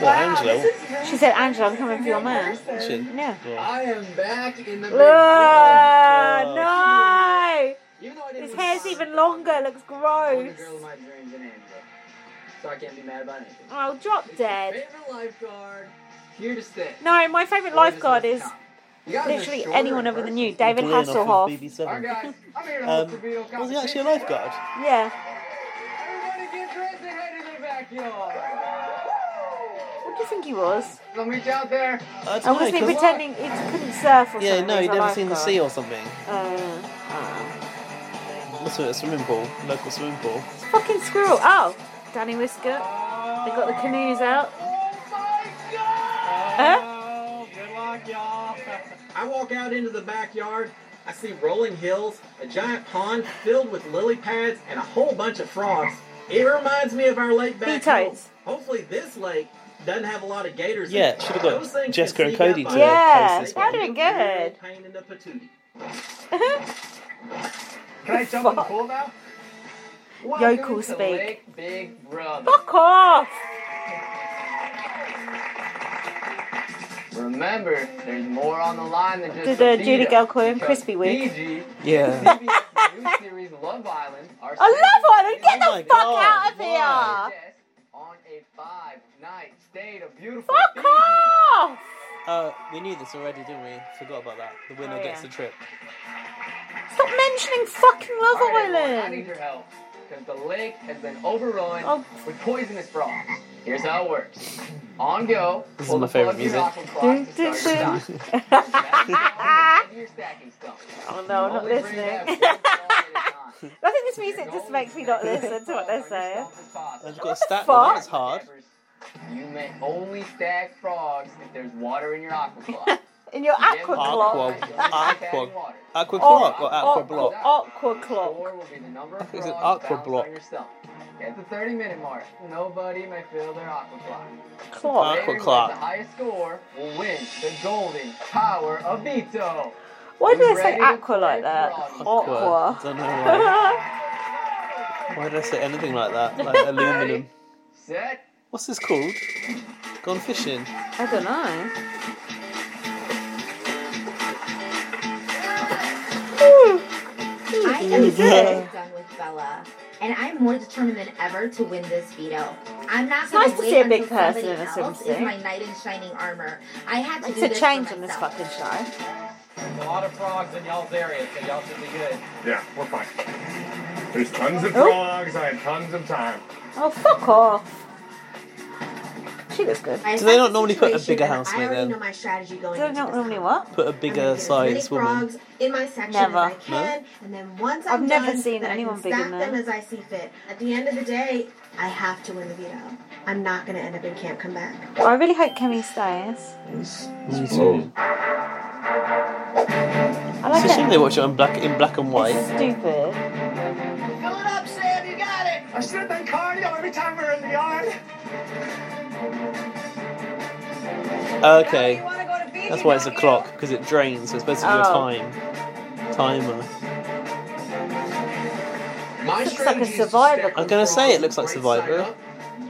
Speaker 2: Well, Angelo.
Speaker 1: She said, Angela, I'm coming for your man.
Speaker 2: She-
Speaker 1: Yeah.
Speaker 4: "Oh, I am back in the.
Speaker 1: Look, no! His hair's even longer, it looks gross.
Speaker 4: So I can't be mad about anything.
Speaker 1: Oh, drop dead.
Speaker 4: Favorite lifeguard, here to stay.
Speaker 1: No, my favourite lifeguard is
Speaker 4: You guys are
Speaker 1: literally
Speaker 4: shorter
Speaker 1: anyone
Speaker 4: in
Speaker 1: other than
Speaker 4: person.
Speaker 1: you. David
Speaker 2: Blaine off of
Speaker 1: Hasselhoff.
Speaker 2: BBC Seven.
Speaker 4: Alright, guys, I'm here to
Speaker 2: Um,
Speaker 4: host the video
Speaker 2: was he actually a lifeguard?
Speaker 1: Yeah.
Speaker 4: Everybody give Drake the head in the backyard.
Speaker 1: What do you think he was?
Speaker 4: Don't reach out there.
Speaker 2: I
Speaker 1: I
Speaker 2: don't
Speaker 1: wasn't he
Speaker 2: know, Uh, 'cause-
Speaker 1: pretending he couldn't surf or something?
Speaker 2: Yeah, no,
Speaker 1: he
Speaker 2: he'd
Speaker 1: was a
Speaker 2: never seen the
Speaker 1: lifeguard.
Speaker 2: sea or something.
Speaker 1: Uh,
Speaker 2: What's it, a swimming pool? Local swimming pool.
Speaker 1: fucking squirrel. Oh, Danny Whisker. They got the canoes out. Huh?
Speaker 4: Good luck, y'all. I walk out into the backyard. I see rolling hills, a giant pond filled with lily pads, and a whole bunch of frogs. It reminds me of our lake back home. Hopefully, this lake doesn't have a lot of gators. in it.
Speaker 2: Yeah, should have
Speaker 4: Those
Speaker 2: got
Speaker 4: things
Speaker 2: Jessica
Speaker 4: can
Speaker 2: and
Speaker 4: sneak up
Speaker 2: Cody to
Speaker 4: on
Speaker 1: Yeah,
Speaker 2: post this
Speaker 1: they're
Speaker 2: one.
Speaker 1: doing good.
Speaker 4: Pain in the patootie.
Speaker 1: Can I jump in the pool
Speaker 4: now?
Speaker 1: Yokel
Speaker 4: to
Speaker 1: speak.
Speaker 4: Lake Big Brother.
Speaker 1: Fuck off!
Speaker 4: Remember, there's more on the line than just
Speaker 1: Did uh,
Speaker 4: the
Speaker 1: Judy
Speaker 4: veto,
Speaker 1: Girl Cohen
Speaker 4: because
Speaker 1: Crispy Week?
Speaker 4: PG,
Speaker 2: Yeah.
Speaker 4: new series Love Island, are
Speaker 1: I love Island! Get
Speaker 4: Oh
Speaker 1: the
Speaker 4: my
Speaker 1: fuck
Speaker 4: God,
Speaker 1: out of
Speaker 4: why?
Speaker 1: here!
Speaker 4: on a five-night stay to beautiful
Speaker 1: Fuck
Speaker 4: Fiji.
Speaker 1: off!
Speaker 2: Uh, we knew this already, didn't we? Forgot about that. The winner
Speaker 4: Oh,
Speaker 2: gets the
Speaker 4: yeah.
Speaker 2: trip.
Speaker 1: Stop mentioning fucking Love
Speaker 4: All right, everyone, I need
Speaker 1: Island!
Speaker 4: your help because the lake has been overrun
Speaker 1: Oh.
Speaker 4: with poisonous frogs. Here's how it works. On go.
Speaker 2: This is
Speaker 4: pull
Speaker 2: my
Speaker 4: the plug
Speaker 2: favourite
Speaker 4: of
Speaker 2: music.
Speaker 4: Your aqua clock to start your time.
Speaker 1: Ah. Oh no, I'm not listening. I think this music just makes me not listen to what they're saying.
Speaker 2: I've got a stat.
Speaker 1: fuck?
Speaker 2: Well, that's hard.
Speaker 4: You may only stack frogs if there's water in your aqua clock.
Speaker 1: In your aqua
Speaker 2: Aqua,
Speaker 1: clock. Oh,
Speaker 2: aqua, aqua
Speaker 1: Aqua
Speaker 2: clock or aqua block?
Speaker 1: Aqua clock.
Speaker 4: will be the number
Speaker 2: I
Speaker 4: of
Speaker 2: think it's an
Speaker 4: frogs
Speaker 2: aqua
Speaker 4: balanced
Speaker 2: block.
Speaker 4: on yourself. At the 30 minute mark, nobody may fill their aqua clock.
Speaker 1: Clock.
Speaker 4: Whoever
Speaker 2: Aqua clock.
Speaker 4: has The highest score will win the golden power of veto.
Speaker 1: Why do
Speaker 4: You
Speaker 1: they say
Speaker 4: ready to
Speaker 1: aqua like that? Aqua.
Speaker 2: I don't know why. Why did I say anything like that? Like aluminum.
Speaker 4: Set.
Speaker 2: What's this called? Gone fishing.
Speaker 1: I don't know.
Speaker 14: I am so done with Bella, and I'm more determined than ever to win this veto. I'm not
Speaker 1: It's
Speaker 14: going
Speaker 1: nice to
Speaker 14: wait
Speaker 1: see a
Speaker 14: until
Speaker 1: big person
Speaker 14: somebody
Speaker 1: in a
Speaker 14: else
Speaker 1: swimsuit.
Speaker 14: is my knight in shining armor. I had to
Speaker 1: It's
Speaker 14: do
Speaker 1: a
Speaker 14: this
Speaker 1: change
Speaker 14: for
Speaker 1: in this
Speaker 14: myself.
Speaker 1: fucking show.
Speaker 4: There's a lot of frogs in y'all's area, so y'all should be good.
Speaker 13: Yeah, we're fine. There's tons of
Speaker 1: Oh.
Speaker 13: frogs. I had tons of time.
Speaker 1: Oh, fuck off. She looks good.
Speaker 12: I
Speaker 2: Do they
Speaker 12: have
Speaker 2: not
Speaker 12: the
Speaker 2: normally put a
Speaker 12: situation
Speaker 2: bigger
Speaker 12: and
Speaker 2: housemate
Speaker 12: I already
Speaker 2: then?
Speaker 12: know my strategy going
Speaker 1: Do I
Speaker 12: into
Speaker 1: not
Speaker 12: this.
Speaker 1: normally what?
Speaker 2: Put a bigger size
Speaker 12: Big
Speaker 2: woman.
Speaker 12: frogs in my section
Speaker 1: Never.
Speaker 12: if I can, and then once
Speaker 1: I've
Speaker 12: I'm
Speaker 1: never
Speaker 12: done,
Speaker 1: seen
Speaker 12: then
Speaker 1: anyone
Speaker 12: I can
Speaker 1: bigger
Speaker 12: stack
Speaker 1: than
Speaker 12: them
Speaker 1: that.
Speaker 12: as I see fit. At the end of the day, I have to win the veto. I'm not going to end up in camp. Come back.
Speaker 1: I really hope Kimmy stays. Oh. I like
Speaker 2: It's a shame
Speaker 1: it.
Speaker 2: they watch it on black in black and white.
Speaker 1: Stupid.
Speaker 4: Fill it up, Sam. You got it. I should have done cardio every time we were in the yard.
Speaker 2: Okay. That's why it's a clock because it drains. So it's basically a
Speaker 1: Oh.
Speaker 2: time timer.
Speaker 4: My
Speaker 1: Looks like a
Speaker 4: strategy is to
Speaker 1: survivor.
Speaker 2: I was gonna say it looks like Survivor.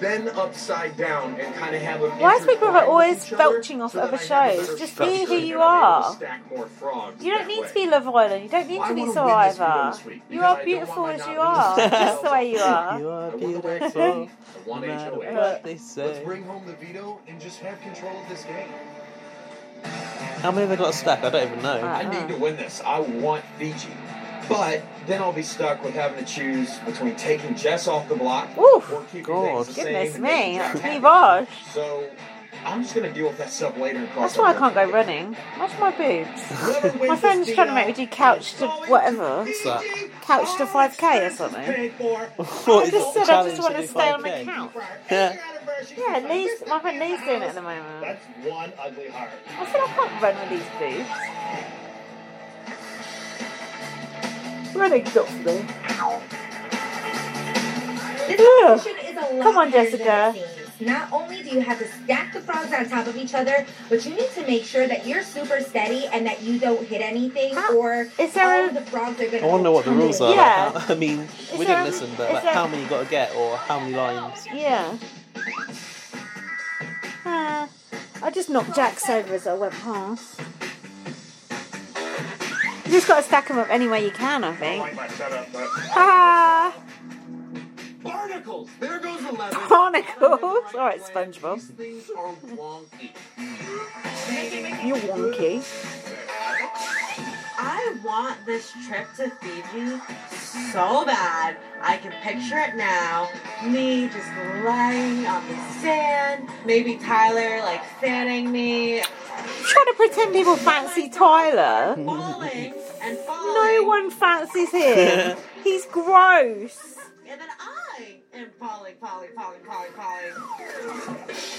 Speaker 4: Then upside down and kind of have a.
Speaker 1: Why is Big Brother always belching off other shows? Just be who you are.
Speaker 4: Stack more frogs.
Speaker 1: You don't
Speaker 4: that
Speaker 1: need
Speaker 4: way.
Speaker 1: to be Love Island. You don't need to be Survivor. You are beautiful as you are, just the way you are.
Speaker 2: You are
Speaker 1: Well,
Speaker 2: beautiful. No
Speaker 4: One
Speaker 2: matter
Speaker 4: HOA.
Speaker 2: what they
Speaker 22: Let's
Speaker 2: say.
Speaker 22: bring home the veto and just have control of this game.
Speaker 2: How many have they got a stack? I don't even know.
Speaker 4: I need to win this. I want Fiji. But then I'll be stuck with having to choose between taking Jess off the block or keeping
Speaker 2: God.
Speaker 4: things the same.
Speaker 1: Goodness
Speaker 4: and making
Speaker 1: me,
Speaker 4: Jack
Speaker 1: that's
Speaker 4: happy.
Speaker 1: me bosh.
Speaker 4: So I'm just gonna deal with that stuff later. And cross
Speaker 1: That's why I
Speaker 4: that
Speaker 1: can't
Speaker 4: bridge.
Speaker 1: go running. Watch my
Speaker 4: Whoever
Speaker 1: boobs.
Speaker 4: wins
Speaker 1: My
Speaker 4: this
Speaker 1: friend's trying to
Speaker 4: deal
Speaker 1: make me do couch to whatever.
Speaker 2: What's that?
Speaker 1: Couch to 5k or something.
Speaker 4: Paid for.
Speaker 2: What
Speaker 1: I
Speaker 2: is
Speaker 1: just
Speaker 2: the
Speaker 1: said I just
Speaker 2: challenge
Speaker 1: want
Speaker 2: that
Speaker 1: to
Speaker 2: you
Speaker 1: stay on the
Speaker 2: 5K?
Speaker 1: couch.
Speaker 2: Yeah.
Speaker 1: Yeah, Lee's, my friend Lee's doing it at the moment.
Speaker 4: That's one ugly heart.
Speaker 1: I said I can't run with these boobs. Running's not for me.
Speaker 14: This
Speaker 1: Yeah.
Speaker 14: competition is a lot
Speaker 1: Come on,
Speaker 14: harder than
Speaker 1: Jessica.
Speaker 14: it seems. Not only do you have to stack the frogs on top of each other, but you need to make sure that you're super steady and that you don't hit anything or
Speaker 1: Is there
Speaker 14: all the frogs are going
Speaker 2: I want to know what the rules are.
Speaker 1: Yeah.
Speaker 2: Like how, I mean, we
Speaker 1: there-
Speaker 2: didn't listen, but
Speaker 1: is
Speaker 2: like
Speaker 1: there-
Speaker 2: how many you got to get or how many lines.
Speaker 1: Yeah. Uh, I just knocked Jack's over as I went past. You just gotta stack them up any way you can, I
Speaker 3: I don't
Speaker 1: think.
Speaker 3: like my setup, but.
Speaker 1: Ah!
Speaker 4: Barnacles! There goes 11.
Speaker 1: Barnacles! Alright, SpongeBob.
Speaker 4: Things are wonky.
Speaker 1: You're wonky.
Speaker 12: I want this trip to Fiji so bad. I can picture it now. Me just lying on the sand. Maybe Tyler like fanning me.
Speaker 1: Trying to pretend people fancy Tyler.
Speaker 12: Falling and
Speaker 1: No one fancies him. He's gross.
Speaker 12: And then I am falling, falling, falling,
Speaker 2: Oh.
Speaker 12: falling, falling.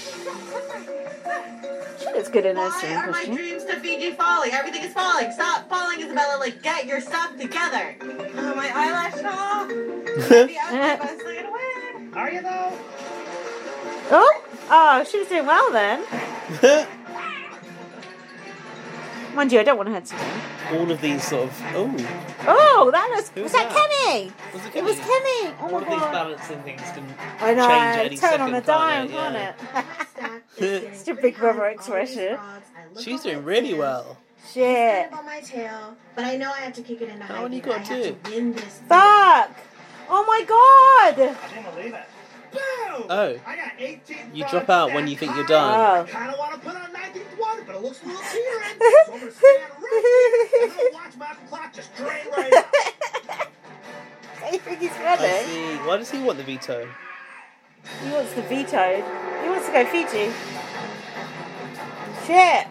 Speaker 1: She looks good in
Speaker 12: Why
Speaker 1: her
Speaker 12: are
Speaker 1: scene,
Speaker 12: my
Speaker 1: doesn't she?
Speaker 12: dreams to Fiji falling? Everything is falling. Stop falling, Isabella. Like, get your stuff together. Oh, my eyelash off. Maybe I'm the best thing to win. Are you, though?
Speaker 1: Oh, oh, she was doing well then. Mind you, I don't want her to win.
Speaker 2: All of these sort of oh,
Speaker 1: Oh, that was
Speaker 2: Who was
Speaker 1: was that,
Speaker 2: that?
Speaker 1: Kenny? It was Kenny. Oh
Speaker 2: all of
Speaker 1: my
Speaker 2: these
Speaker 1: god.
Speaker 2: balancing things can
Speaker 1: I know.
Speaker 2: change at any
Speaker 1: turn
Speaker 2: second.
Speaker 1: on a dime,
Speaker 2: can't
Speaker 1: can't
Speaker 2: they?
Speaker 1: it? it's a big brother expression.
Speaker 2: Yeah. She's doing really well.
Speaker 1: Shit.
Speaker 12: on my tail, but I know I have to kick it into high.
Speaker 2: How many you
Speaker 12: gear. I
Speaker 2: got
Speaker 12: have
Speaker 2: to?
Speaker 12: to win this.
Speaker 1: Fuck! Oh my god!
Speaker 12: I can't believe it.
Speaker 2: Oh, you drop out when you think you're
Speaker 1: Oh.
Speaker 2: done.
Speaker 4: Kinda wanna put on 19th water, but it looks a little tearing. So I'm gonna stand right here and I'm gonna watch my clock just drain right out.
Speaker 1: I think he's
Speaker 2: I
Speaker 1: ready.
Speaker 2: see. Why does he want the veto?
Speaker 1: He wants to veto. He wants to go Fiji. Shit.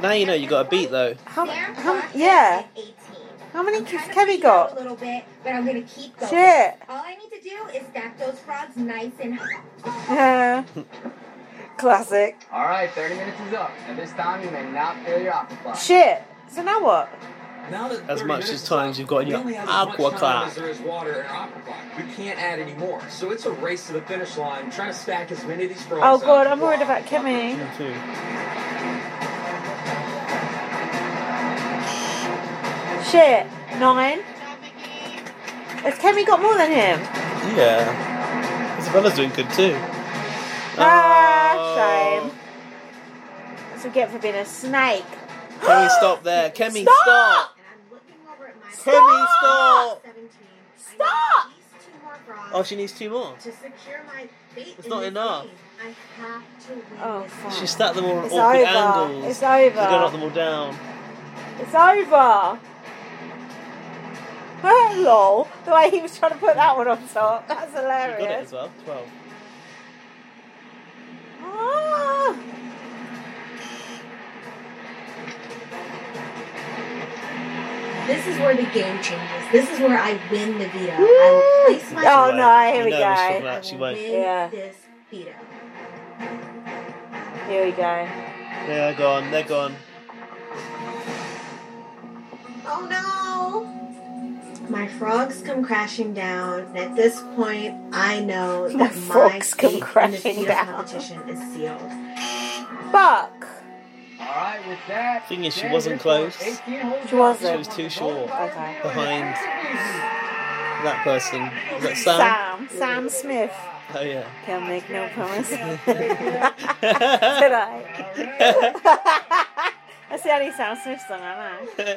Speaker 2: Now you know you got a beat though.
Speaker 1: How, how, yeah. How many kids Kevin got?
Speaker 23: A little bit, but I'm gonna keep going.
Speaker 1: Shit.
Speaker 23: All I need to do is stack those frogs nice and high.
Speaker 1: Yeah. Classic.
Speaker 8: All right, 30 minutes is up. At this time, you may not fail your aqua clock.
Speaker 1: Shit. So now what?
Speaker 4: Now that
Speaker 2: As
Speaker 4: 30
Speaker 2: much
Speaker 4: minutes
Speaker 2: as
Speaker 4: is
Speaker 2: times you've got in
Speaker 4: We only
Speaker 2: your
Speaker 4: have as
Speaker 2: aqua
Speaker 4: much time as
Speaker 2: class.
Speaker 4: there is water in our aqua clock. We can't add any more, so it's a race to the finish line, trying to stack as many of these frogs.
Speaker 1: Oh
Speaker 4: up
Speaker 1: god,
Speaker 4: as
Speaker 1: I'm worried
Speaker 4: possible.
Speaker 1: about Kimmy. Shit. Nine. Has Kemi got more than him?
Speaker 2: Yeah. Isabella's doing good too.
Speaker 1: Ah,
Speaker 2: Uh,
Speaker 1: shame. That's what we get for being a snake.
Speaker 2: Kemi, Oh, stop there. Kemi,
Speaker 1: Stop!
Speaker 2: stop. Kemi, stop.
Speaker 1: Stop!
Speaker 2: Oh, she needs two more.
Speaker 12: To secure my fate
Speaker 2: It's
Speaker 12: in
Speaker 2: not
Speaker 12: this
Speaker 2: enough.
Speaker 12: game, I have to win.
Speaker 1: Oh, fuck.
Speaker 2: She stacked them all at
Speaker 1: It's
Speaker 2: awkward
Speaker 1: over.
Speaker 2: angles.
Speaker 1: It's over.
Speaker 2: She's gonna knock them all down.
Speaker 1: It's over. Lol. The way he was trying to put that one on top. That's
Speaker 2: You got it as
Speaker 1: hilarious.
Speaker 2: well. Twelve.
Speaker 1: Ah.
Speaker 23: This is where the game changes. This is where I win the veto. I will place my
Speaker 1: Oh no, here
Speaker 2: You
Speaker 1: we
Speaker 2: know what she's talking
Speaker 1: go.
Speaker 2: about. She won't.
Speaker 23: win
Speaker 1: Yeah.
Speaker 23: this veto.
Speaker 1: Here we go.
Speaker 2: They're gone. They're gone.
Speaker 12: Oh no! My frogs come crashing down, and at this point, I know
Speaker 1: My
Speaker 12: that my
Speaker 1: frogs come
Speaker 12: fate in this
Speaker 1: crashing
Speaker 12: veto
Speaker 1: down.
Speaker 12: competition is sealed.
Speaker 1: Fuck.
Speaker 8: All right, with that.
Speaker 2: Thing is, she
Speaker 8: Dan
Speaker 2: wasn't
Speaker 8: Rickles,
Speaker 2: close.
Speaker 8: 18 holes
Speaker 1: She wasn't.
Speaker 8: down.
Speaker 2: She was too short.
Speaker 1: Okay.
Speaker 2: Behind that person. Is that Sam?
Speaker 1: Ah. Sam. Sam Smith.
Speaker 2: Oh yeah.
Speaker 1: Can make no promises. Tonight. That's the only Sam Smith song I know.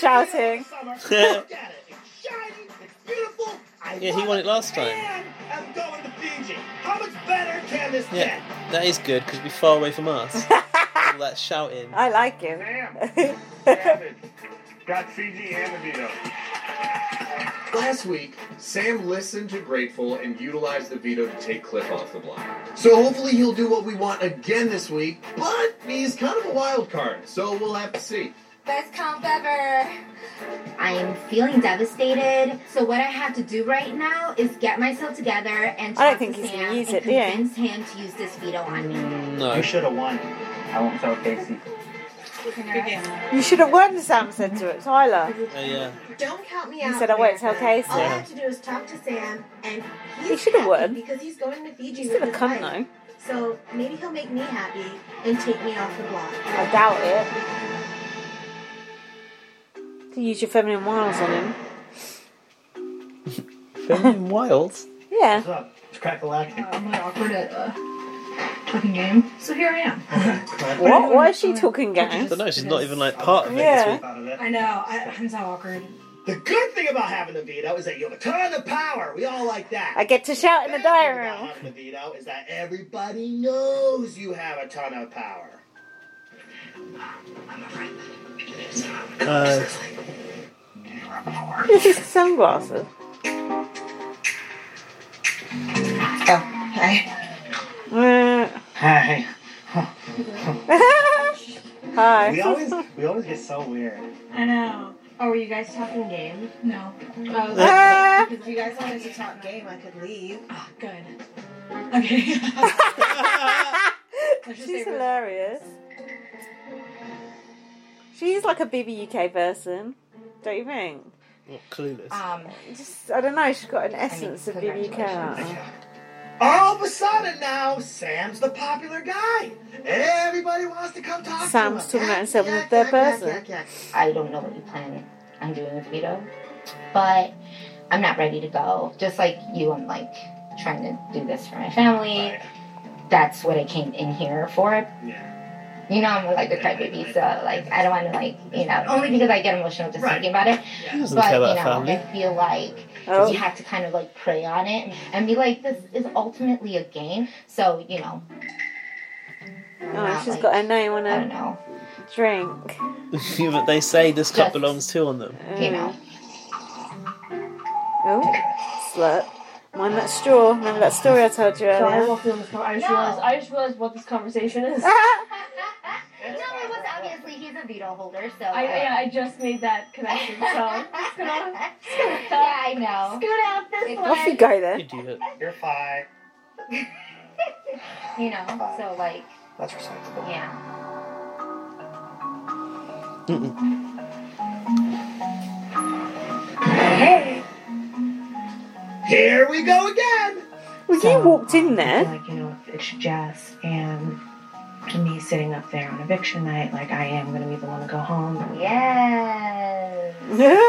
Speaker 1: Shouting.
Speaker 2: yeah,
Speaker 4: Beautiful. I
Speaker 2: he won it last time.
Speaker 4: am going to Fiji. How much better can this
Speaker 2: Yeah, that is good because we're far away from us. All that shouting.
Speaker 1: I like him.
Speaker 13: Got Fiji and the veto.
Speaker 4: Last week, Sam listened to Grateful and utilized the veto to take Cliff off the block. So hopefully he'll do what we want again this week, but he's kind of a wild card, so we'll have to see.
Speaker 23: Best comp ever. I am feeling devastated. So what I have to do right now is get myself together and talk
Speaker 1: I don't think
Speaker 23: to
Speaker 1: he's
Speaker 23: Sam
Speaker 1: gonna use
Speaker 23: and
Speaker 1: it, do you?
Speaker 23: convince him to use this veto on me.
Speaker 2: No. You
Speaker 8: should have won. I won't tell Casey.
Speaker 1: You should have won, Sam said to it. Tyler.
Speaker 2: Oh yeah.
Speaker 12: Don't count me
Speaker 1: He
Speaker 12: out.
Speaker 1: said, "I won't tell
Speaker 12: America.
Speaker 1: Casey."
Speaker 12: All I
Speaker 1: Yeah.
Speaker 12: have to do is talk to Sam, and he's
Speaker 1: He should have
Speaker 12: happy
Speaker 1: won.
Speaker 12: because he's going to Fiji
Speaker 1: He's
Speaker 12: with
Speaker 1: still a
Speaker 12: his
Speaker 1: cunt,
Speaker 12: wife.
Speaker 1: though.
Speaker 12: So maybe he'll make me happy and take me off the block.
Speaker 1: I doubt it. To use your feminine wiles on him.
Speaker 2: Feminine Wild.
Speaker 1: Yeah.
Speaker 12: Crackalack.
Speaker 1: Oh,
Speaker 14: I'm not awkward at uh, talking game, so here I am.
Speaker 1: What? Why is she talking games?
Speaker 2: I don't know, she's not even like part of it this week.
Speaker 14: I know. I, I'm so awkward.
Speaker 20: The good thing about having a veto is that you have a ton of power. We all like that.
Speaker 1: I get to shout in the diary
Speaker 20: About
Speaker 1: room.
Speaker 20: having a veto is that everybody knows you have a ton of power.
Speaker 2: Uh,
Speaker 1: This is sunglasses.
Speaker 14: Oh, hi.
Speaker 2: Uh.
Speaker 12: Hi.
Speaker 1: Hi.
Speaker 12: We always we always get so weird.
Speaker 6: I know. Oh, were you guys talking game?
Speaker 14: No.
Speaker 6: Oh,
Speaker 12: Ah.
Speaker 6: If you guys wanted to talk game, I could leave.
Speaker 14: Oh, good.
Speaker 6: Okay.
Speaker 1: She's hilarious. She's like a BBUK person, don't you think?
Speaker 2: clueless.
Speaker 14: Um,
Speaker 1: just I don't know. She's got an essence of BBUK. out
Speaker 14: congratulations.
Speaker 1: there.
Speaker 20: All of a sudden now, Sam's the popular guy. Everybody wants to come talk
Speaker 1: Sam's
Speaker 20: to him.
Speaker 1: talking about himself in the third person.
Speaker 6: I don't know what you plan on doing with Vito, but I'm not ready to go.
Speaker 14: Just like you, I'm like trying to do this for my family. That's what I came in here for. You know, I'm like a crybaby, so like I don't want to like you know only because I get emotional just thinking about it.
Speaker 2: He doesn't
Speaker 14: but
Speaker 2: care about
Speaker 14: you know,
Speaker 2: family.
Speaker 14: I feel like
Speaker 1: Oh.
Speaker 14: you have to kind of like prey on it and be like, this is ultimately a game. So you know,
Speaker 1: Oh, she's got her name on
Speaker 14: her
Speaker 1: drink.
Speaker 2: Yeah, but they say this cup belongs to on them.
Speaker 1: Uh,
Speaker 14: you know.
Speaker 1: Oh, slut. Mind that straw. Remember that story I told you
Speaker 15: So I
Speaker 1: earlier?
Speaker 15: walked in this car. I just
Speaker 6: No.
Speaker 15: realized. I just realized what this conversation is.
Speaker 6: No, it was obviously he's a veto holder, so.
Speaker 15: I, yeah, I just made that connection. So it's gonna,
Speaker 6: yeah, I know.
Speaker 15: Scoot out this
Speaker 6: It's-
Speaker 15: way.
Speaker 1: Off you go then.
Speaker 2: Idiot.
Speaker 12: You're fine.
Speaker 6: You know, so like,
Speaker 12: That's recyclable.
Speaker 6: yeah.
Speaker 20: Here we go again.
Speaker 1: Well, you walked in there.
Speaker 6: Like, you know, if it's Jess and me sitting up there on eviction night, like, I am going to be the one to go home. Yes.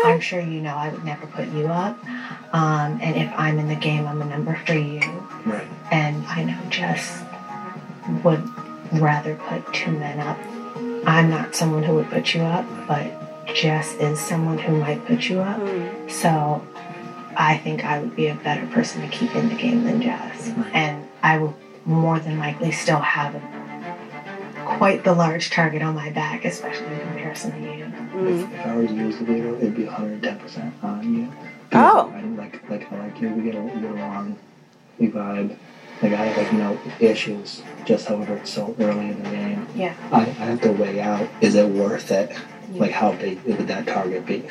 Speaker 6: I'm sure you know I would never put you up. Um, and if I'm in the game, I'm a number for you.
Speaker 12: Right.
Speaker 6: And I know Jess would rather put two men up. I'm not someone who would put you up, but Jess is someone who might put you up. So I think I would be a better person to keep in the game than Jess. And I will more than likely still have quite the large target on my back, especially in comparison to you.
Speaker 1: Mm-hmm.
Speaker 4: If I were to use the veto, it'd be 110% on you.
Speaker 1: Oh.
Speaker 4: I like, like, I like you. We get, al- we get along. We vibe. Like, I have, like, no issues. Just however, it's so early in the game.
Speaker 6: Yeah.
Speaker 4: I, I have to weigh out, is it worth it? Like, how big would that target be?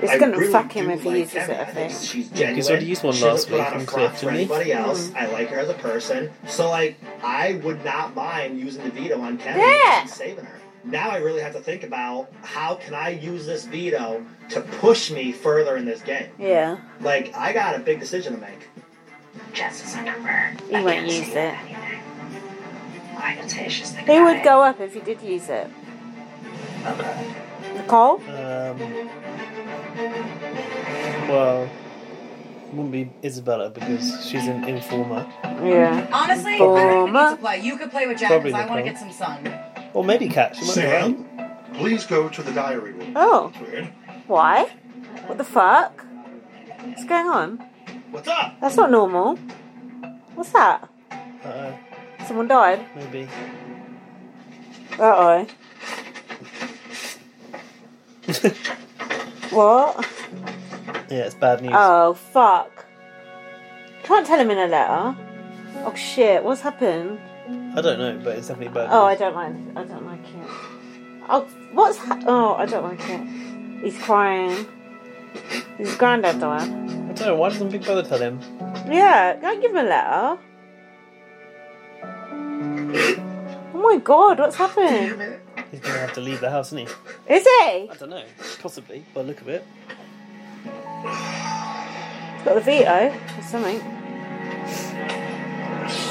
Speaker 1: It's
Speaker 20: I
Speaker 1: gonna
Speaker 20: really
Speaker 1: fuck him
Speaker 20: do
Speaker 1: if he
Speaker 20: like
Speaker 1: uses it,
Speaker 20: Emma.
Speaker 1: I think.
Speaker 20: She's
Speaker 2: Yeah,
Speaker 20: genuine.
Speaker 2: he's already used one
Speaker 20: she
Speaker 2: last
Speaker 20: doesn't put
Speaker 2: week
Speaker 20: on a
Speaker 2: and
Speaker 20: front
Speaker 2: clipped,
Speaker 20: for
Speaker 2: didn't he?
Speaker 20: anybody else.
Speaker 1: Mhm.
Speaker 20: I like her as a person. So like, I would not mind using the veto on Kevin
Speaker 1: Yeah.
Speaker 20: and saving her. Now I really have to think about how can I use this veto to push me further in this game.
Speaker 1: Yeah.
Speaker 20: Like I got a big decision to make.
Speaker 6: Jess is a number.
Speaker 1: He won't use it.
Speaker 6: I can say it's just the
Speaker 1: He
Speaker 6: guy.
Speaker 1: would go up if he did use it. Nicole?
Speaker 2: Um, well, wouldn't be Isabella because she's an informer.
Speaker 1: Yeah.
Speaker 16: Honestly, I don't even need to
Speaker 1: Informer.
Speaker 16: play. You could play with Jack
Speaker 2: Probably
Speaker 16: because I want to
Speaker 2: Nicole.
Speaker 16: get some sun.
Speaker 2: Or maybe Cat. She might be
Speaker 24: Sam?
Speaker 2: around.
Speaker 24: Please go to the diary room.
Speaker 1: Oh. Why? What the fuck? What's going on?
Speaker 20: What's up?
Speaker 1: That's not normal. What's that?
Speaker 2: Uh,
Speaker 1: Someone died?
Speaker 2: maybe.
Speaker 1: Uh oh. what?
Speaker 2: Yeah, it's bad news.
Speaker 1: Oh, fuck. Can't tell him in a letter. Oh shit, what's happened?
Speaker 2: I don't know, but it's definitely bad
Speaker 1: Oh, I
Speaker 2: news.
Speaker 1: don't like. I don't like it. Oh, what's? Ha- oh, I don't like it. He's crying. His granddad died.
Speaker 2: I don't know, why doesn't Big Brother tell him?
Speaker 1: Yeah, don't give him a letter. Oh my god, what's happened?
Speaker 2: He's gonna have to leave the house, isn't he?
Speaker 1: Is
Speaker 2: I
Speaker 1: he?
Speaker 2: don't know, possibly, by the look of it.
Speaker 1: He's got the veto or something.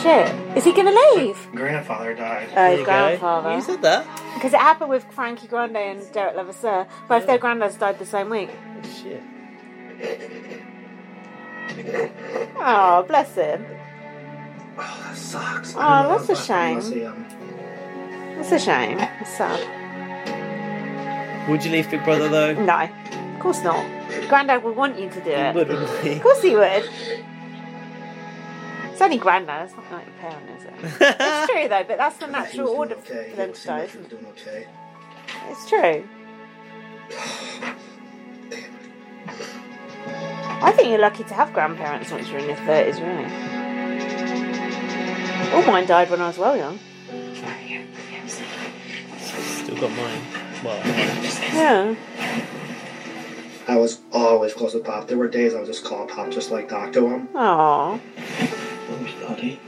Speaker 1: Shit, is he gonna leave?
Speaker 12: Grandfather died.
Speaker 1: Oh, his grandfather.
Speaker 12: You
Speaker 2: said that.
Speaker 1: Because it happened with Frankie Grande and Derek Levasseur. Both their granddads died the same week.
Speaker 2: Shit.
Speaker 1: Oh, bless him.
Speaker 20: Oh, that sucks.
Speaker 1: Oh,
Speaker 20: I don't know
Speaker 1: that's a
Speaker 20: if I- unless
Speaker 1: shame.
Speaker 20: I, um,
Speaker 1: That's a shame. It's sad.
Speaker 2: Would you leave Big Brother though?
Speaker 1: No, of course not. Grandad would want you to do it.
Speaker 2: Wouldn't he?
Speaker 1: Of course he would. It's only Grandad. It's not like your parent, is it? it's true though, but that's the natural order for them to die. Isn't it? It's true. I think you're lucky to have grandparents once you're in your thirties, really. All mine died when I was well young.
Speaker 25: Still got mine. Well,
Speaker 1: Yeah.
Speaker 20: I was always close with Pop. There were days I would just call Pop just like talk to him.
Speaker 1: Aww.
Speaker 20: Where's Daddy?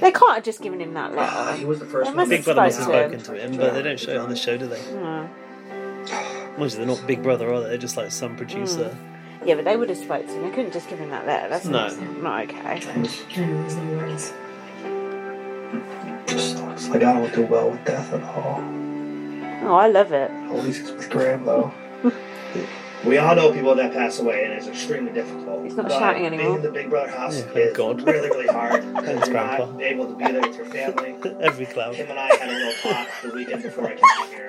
Speaker 1: They can't have just given him that letter.
Speaker 20: Ah, Uh, he was the
Speaker 1: They
Speaker 20: first
Speaker 1: must
Speaker 2: Big
Speaker 1: have
Speaker 2: Brother must have
Speaker 1: spoke
Speaker 2: spoken to him, but they don't show it on the show, do they?
Speaker 1: No.
Speaker 2: Mostly they're not Big Brother, are they? They're just like some
Speaker 1: Mm.
Speaker 2: producer.
Speaker 1: Yeah, but they would have spoke to him. They couldn't just give him that letter. That's
Speaker 2: No.
Speaker 1: not, not okay.
Speaker 20: Just looks like I don't do well with death at all.
Speaker 1: Oh, I love it.
Speaker 20: At least it's with Graham, though. we all know people that pass away, and it's extremely difficult.
Speaker 1: He's not
Speaker 20: but
Speaker 1: shouting
Speaker 20: Being
Speaker 1: anymore.
Speaker 20: in the Big Brother house
Speaker 2: thank
Speaker 20: is
Speaker 2: God.
Speaker 20: really, really hard. 'cause
Speaker 2: Thanks,
Speaker 20: you're not
Speaker 2: Grandpa.
Speaker 20: able to be there with your family.
Speaker 2: Every cloud.
Speaker 20: Him and I had a little talk the weekend before I came here,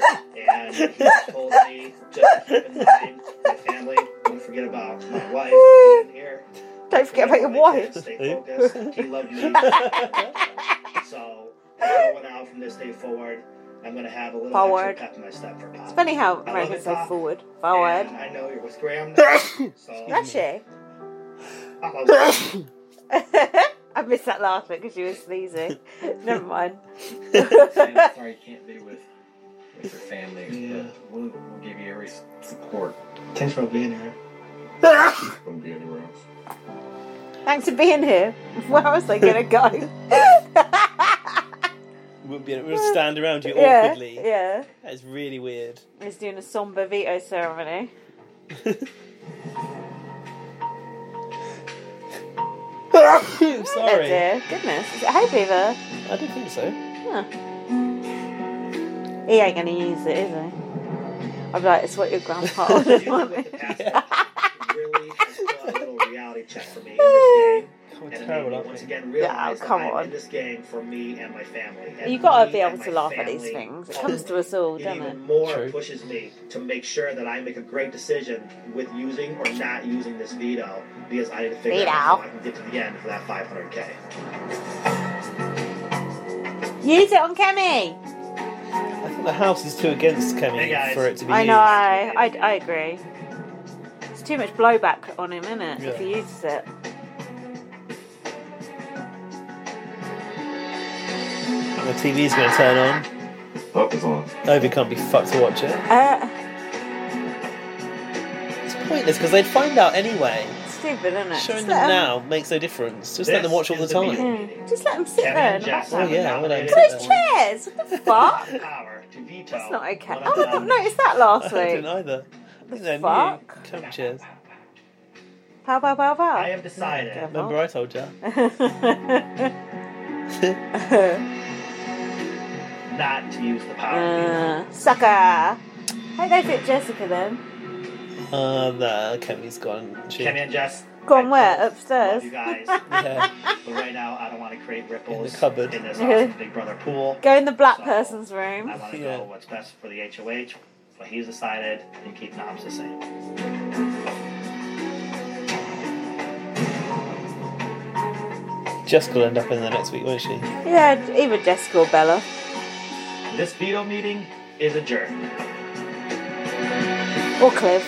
Speaker 20: and he told me just to keep in mind my family. Don't forget about my wife being here.
Speaker 1: Don't forget about your wife.
Speaker 20: Stay focused. He loved me. so going out from this day forward, I'm gonna have a little
Speaker 1: Forward.
Speaker 20: extra pep in my step for Pop.
Speaker 1: It's funny how
Speaker 20: I love
Speaker 1: Americans
Speaker 20: it,
Speaker 1: say
Speaker 20: Pop.
Speaker 1: forward. Forward.
Speaker 20: And I know you're with Graham. Now, so
Speaker 1: That's she.
Speaker 20: I love it.
Speaker 1: I missed that last bit because you were sneezing. Never mind.
Speaker 4: sorry you can't be with, with your family. Yeah. We'll, we'll give you every support.
Speaker 20: Thanks for being here.
Speaker 16: Wouldn't be anywhere else.
Speaker 1: Thanks for being here. Where else are they going to go?
Speaker 2: We'll, be, we'll stand around you
Speaker 1: Yeah,
Speaker 2: awkwardly.
Speaker 1: yeah.
Speaker 2: That is really weird.
Speaker 1: He's doing a somber veto ceremony.
Speaker 2: Sorry.
Speaker 1: Oh dear. Goodness. Is it hay fever?
Speaker 2: I don't think so.
Speaker 1: Huh. He ain't going to use it, is he? I'd be like, it's what your grandpa ordered for me.
Speaker 20: Really has done a little reality check for me in this game.
Speaker 2: Oh,
Speaker 20: And it made
Speaker 2: terrible,
Speaker 20: me
Speaker 2: aren't
Speaker 20: once
Speaker 2: we?
Speaker 20: again realize
Speaker 1: come
Speaker 20: that I'm
Speaker 1: on.
Speaker 20: in this game for me and my family. And
Speaker 1: you got to
Speaker 20: me
Speaker 1: be able
Speaker 20: and
Speaker 1: to
Speaker 20: my
Speaker 1: laugh at these
Speaker 20: family
Speaker 1: things. It
Speaker 20: are
Speaker 1: comes to us all,
Speaker 20: It
Speaker 1: doesn't
Speaker 20: even
Speaker 1: it?
Speaker 20: more pushes me to make sure that I make a great decision with using or not using this veto because I need to figure
Speaker 1: Veto.
Speaker 20: out how I can get to the end for that 500k.
Speaker 1: Use it on Kemi!
Speaker 2: I think the house is too against Kemi for it to be
Speaker 1: I
Speaker 2: used.
Speaker 1: know, I, I, I agree. It's too much blowback on him, isn't it? If he uses it.
Speaker 2: The TV's going to turn on.
Speaker 16: Up is on.
Speaker 2: Obi can't be fucked to watch it.
Speaker 1: Uh,
Speaker 2: It's pointless because they'd find out anyway.
Speaker 1: stupid, isn't it?
Speaker 2: Showing
Speaker 1: Just
Speaker 2: them
Speaker 1: let 'em-
Speaker 2: now makes no difference. Just let them watch all the time.
Speaker 1: Yeah, Just let them sit
Speaker 20: Kevin
Speaker 1: there in
Speaker 20: and
Speaker 1: the
Speaker 20: Jess
Speaker 2: Oh
Speaker 1: background.
Speaker 2: yeah, I would have
Speaker 1: Look at those chairs! What the fuck?
Speaker 20: Power to veto.
Speaker 1: That's not okay. Oh, I didn't notice that last
Speaker 2: I didn't
Speaker 1: week.
Speaker 2: either. I think they're new.
Speaker 1: fuck?
Speaker 2: Come cheers.
Speaker 1: Pow, pow, pow, pow.
Speaker 20: I have decided.
Speaker 2: Remember I told you.
Speaker 20: Not to use the power.
Speaker 1: uh, sucker! Hey, they bit Jessica then.
Speaker 2: Uh, nah, Kemi's gone. She,
Speaker 20: Kemi and Jess,
Speaker 1: Gone where? Upstairs?
Speaker 20: you guys.
Speaker 2: Yeah.
Speaker 20: But right now, I don't want to create ripples in,
Speaker 2: cupboard.
Speaker 20: this awesome Big Brother pool.
Speaker 1: Go in the black person's room.
Speaker 20: I want to know what's best for the HOH, but he's decided and keep knobs the same.
Speaker 2: Jess will end up in the next week, won't she?
Speaker 1: Yeah, either Jessica or Bella.
Speaker 20: This veto meeting is adjourned.
Speaker 1: Or Cliff.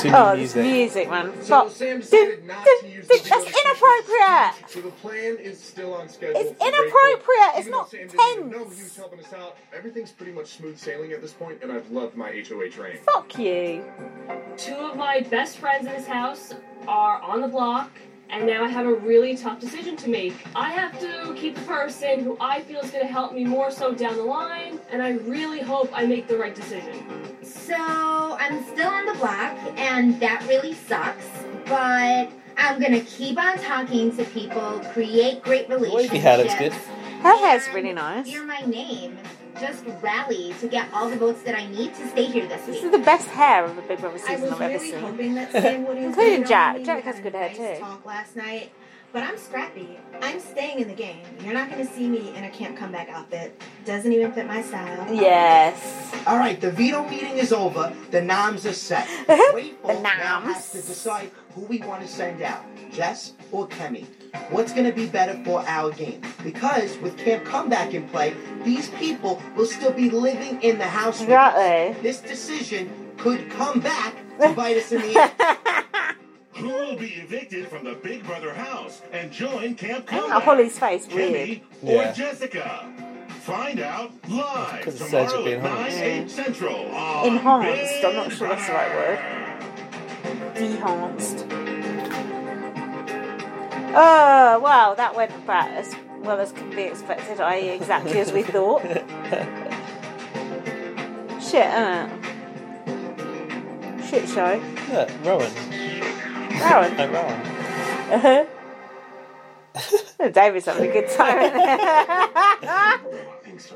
Speaker 2: Too
Speaker 1: oh,
Speaker 2: many
Speaker 1: this
Speaker 2: music.
Speaker 1: music, man.
Speaker 13: So
Speaker 1: Stop.
Speaker 13: Sam decided not to use the
Speaker 1: That's inappropriate!
Speaker 13: So the plan is still on schedule.
Speaker 1: It's
Speaker 13: for April.
Speaker 1: inappropriate! It's
Speaker 13: Even though
Speaker 1: not
Speaker 13: Sam didn't even know he was
Speaker 1: tense!
Speaker 13: helping us out. Everything's pretty much smooth sailing at this point, and I've loved my HOH reign.
Speaker 1: Fuck you.
Speaker 15: Two of my best friends in this house are on the block, and now I have a really tough decision to make. I have to keep the person who I feel is going to help me more so down the line, and I really hope I make the right decision.
Speaker 14: So I'm still on the block, and that really sucks. But I'm gonna keep on talking to people, create great
Speaker 2: Wavy hair looks
Speaker 14: relationships.
Speaker 2: good.
Speaker 1: Her hair's really nice.
Speaker 14: You're my name. just rally to get all the votes that I need to stay here this
Speaker 1: This
Speaker 14: week.
Speaker 1: is the best hair of the Big Brother
Speaker 14: I
Speaker 1: season
Speaker 14: was
Speaker 1: I've ever
Speaker 14: really
Speaker 1: seen.
Speaker 14: hoping that Sam would
Speaker 1: Including
Speaker 14: invite
Speaker 1: Jack.
Speaker 14: me.
Speaker 1: Jack has good hair too.
Speaker 12: talk last night, but I'm scrappy. I'm staying in the game. You're not going to see me in a camp comeback outfit. Doesn't even fit my style.
Speaker 1: Yes.
Speaker 4: All right, the veto meeting is over. The noms are set. the now has to decide who we want to send out, Jess or Kemi. What's going to be better for our game? Because with Camp Comeback in play, these people will still be living in the house. with us. This decision could come back to bite us in the ass.
Speaker 16: Who will be evicted from the Big Brother house and join Camp
Speaker 1: I
Speaker 16: Comeback?
Speaker 1: don't know, Holly's face, weird.
Speaker 16: Kimmy or
Speaker 2: Yeah.
Speaker 16: Jessica? Find out live
Speaker 2: 'Cause it
Speaker 16: tomorrow
Speaker 2: says it being
Speaker 16: at
Speaker 2: enhanced.
Speaker 16: 9, 8 Central on
Speaker 1: Enhanced, I'm not sure that's the right word. Dehanced. Oh, wow, that went about as well as could be expected, i.e., exactly as we thought. Shit, uh, Shit show.
Speaker 2: Look, Rowan.
Speaker 1: Rowan.
Speaker 2: Oh, Rowan.
Speaker 1: Uh-huh. David's having a good time. isn't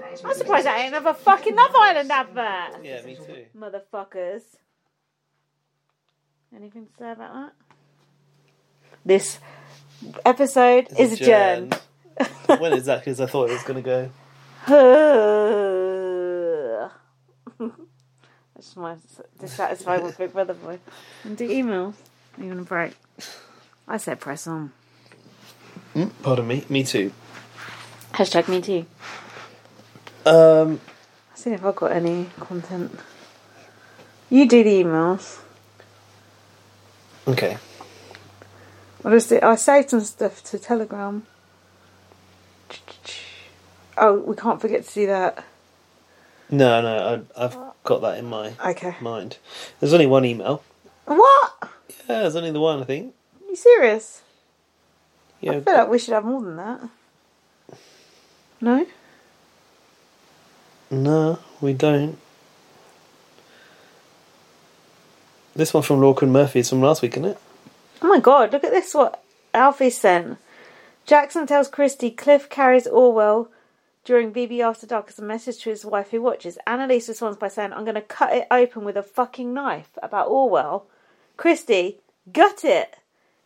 Speaker 1: he? I'm surprised that ain't another fucking Love Island advert.
Speaker 2: Yeah, me too.
Speaker 1: Motherfuckers. Anything to say about that? This episode is adjourned.
Speaker 2: Well, exactly as I thought it was going to go.
Speaker 1: That's my dissatisfied with Big Brother boy. And do emails. You want a break? I said press on.
Speaker 2: Mm, pardon me. Me too.
Speaker 1: Hashtag me too.
Speaker 2: Um,
Speaker 1: I've seen if I've got any content. You do the emails.
Speaker 2: okay.
Speaker 1: I just I saved some stuff to Telegram. Oh, we can't forget to do that.
Speaker 2: No, no, I, I've got that in my
Speaker 1: Okay.
Speaker 2: mind. There's only one email.
Speaker 1: What?
Speaker 2: Yeah, there's only the one, I think.
Speaker 1: Are you serious?
Speaker 2: Yeah,
Speaker 1: I feel like we should have more than that. No?
Speaker 2: No, we don't. This one from Lorcan Murphy is from last week, isn't it?
Speaker 1: Oh my god, look at this what Alfie sent. Jackson tells Christy Cliff carries Orwell during BB After Dark as a message to his wife who watches. Annalise responds by saying, I'm going to cut it open with a fucking knife about Orwell. Christy, gut it.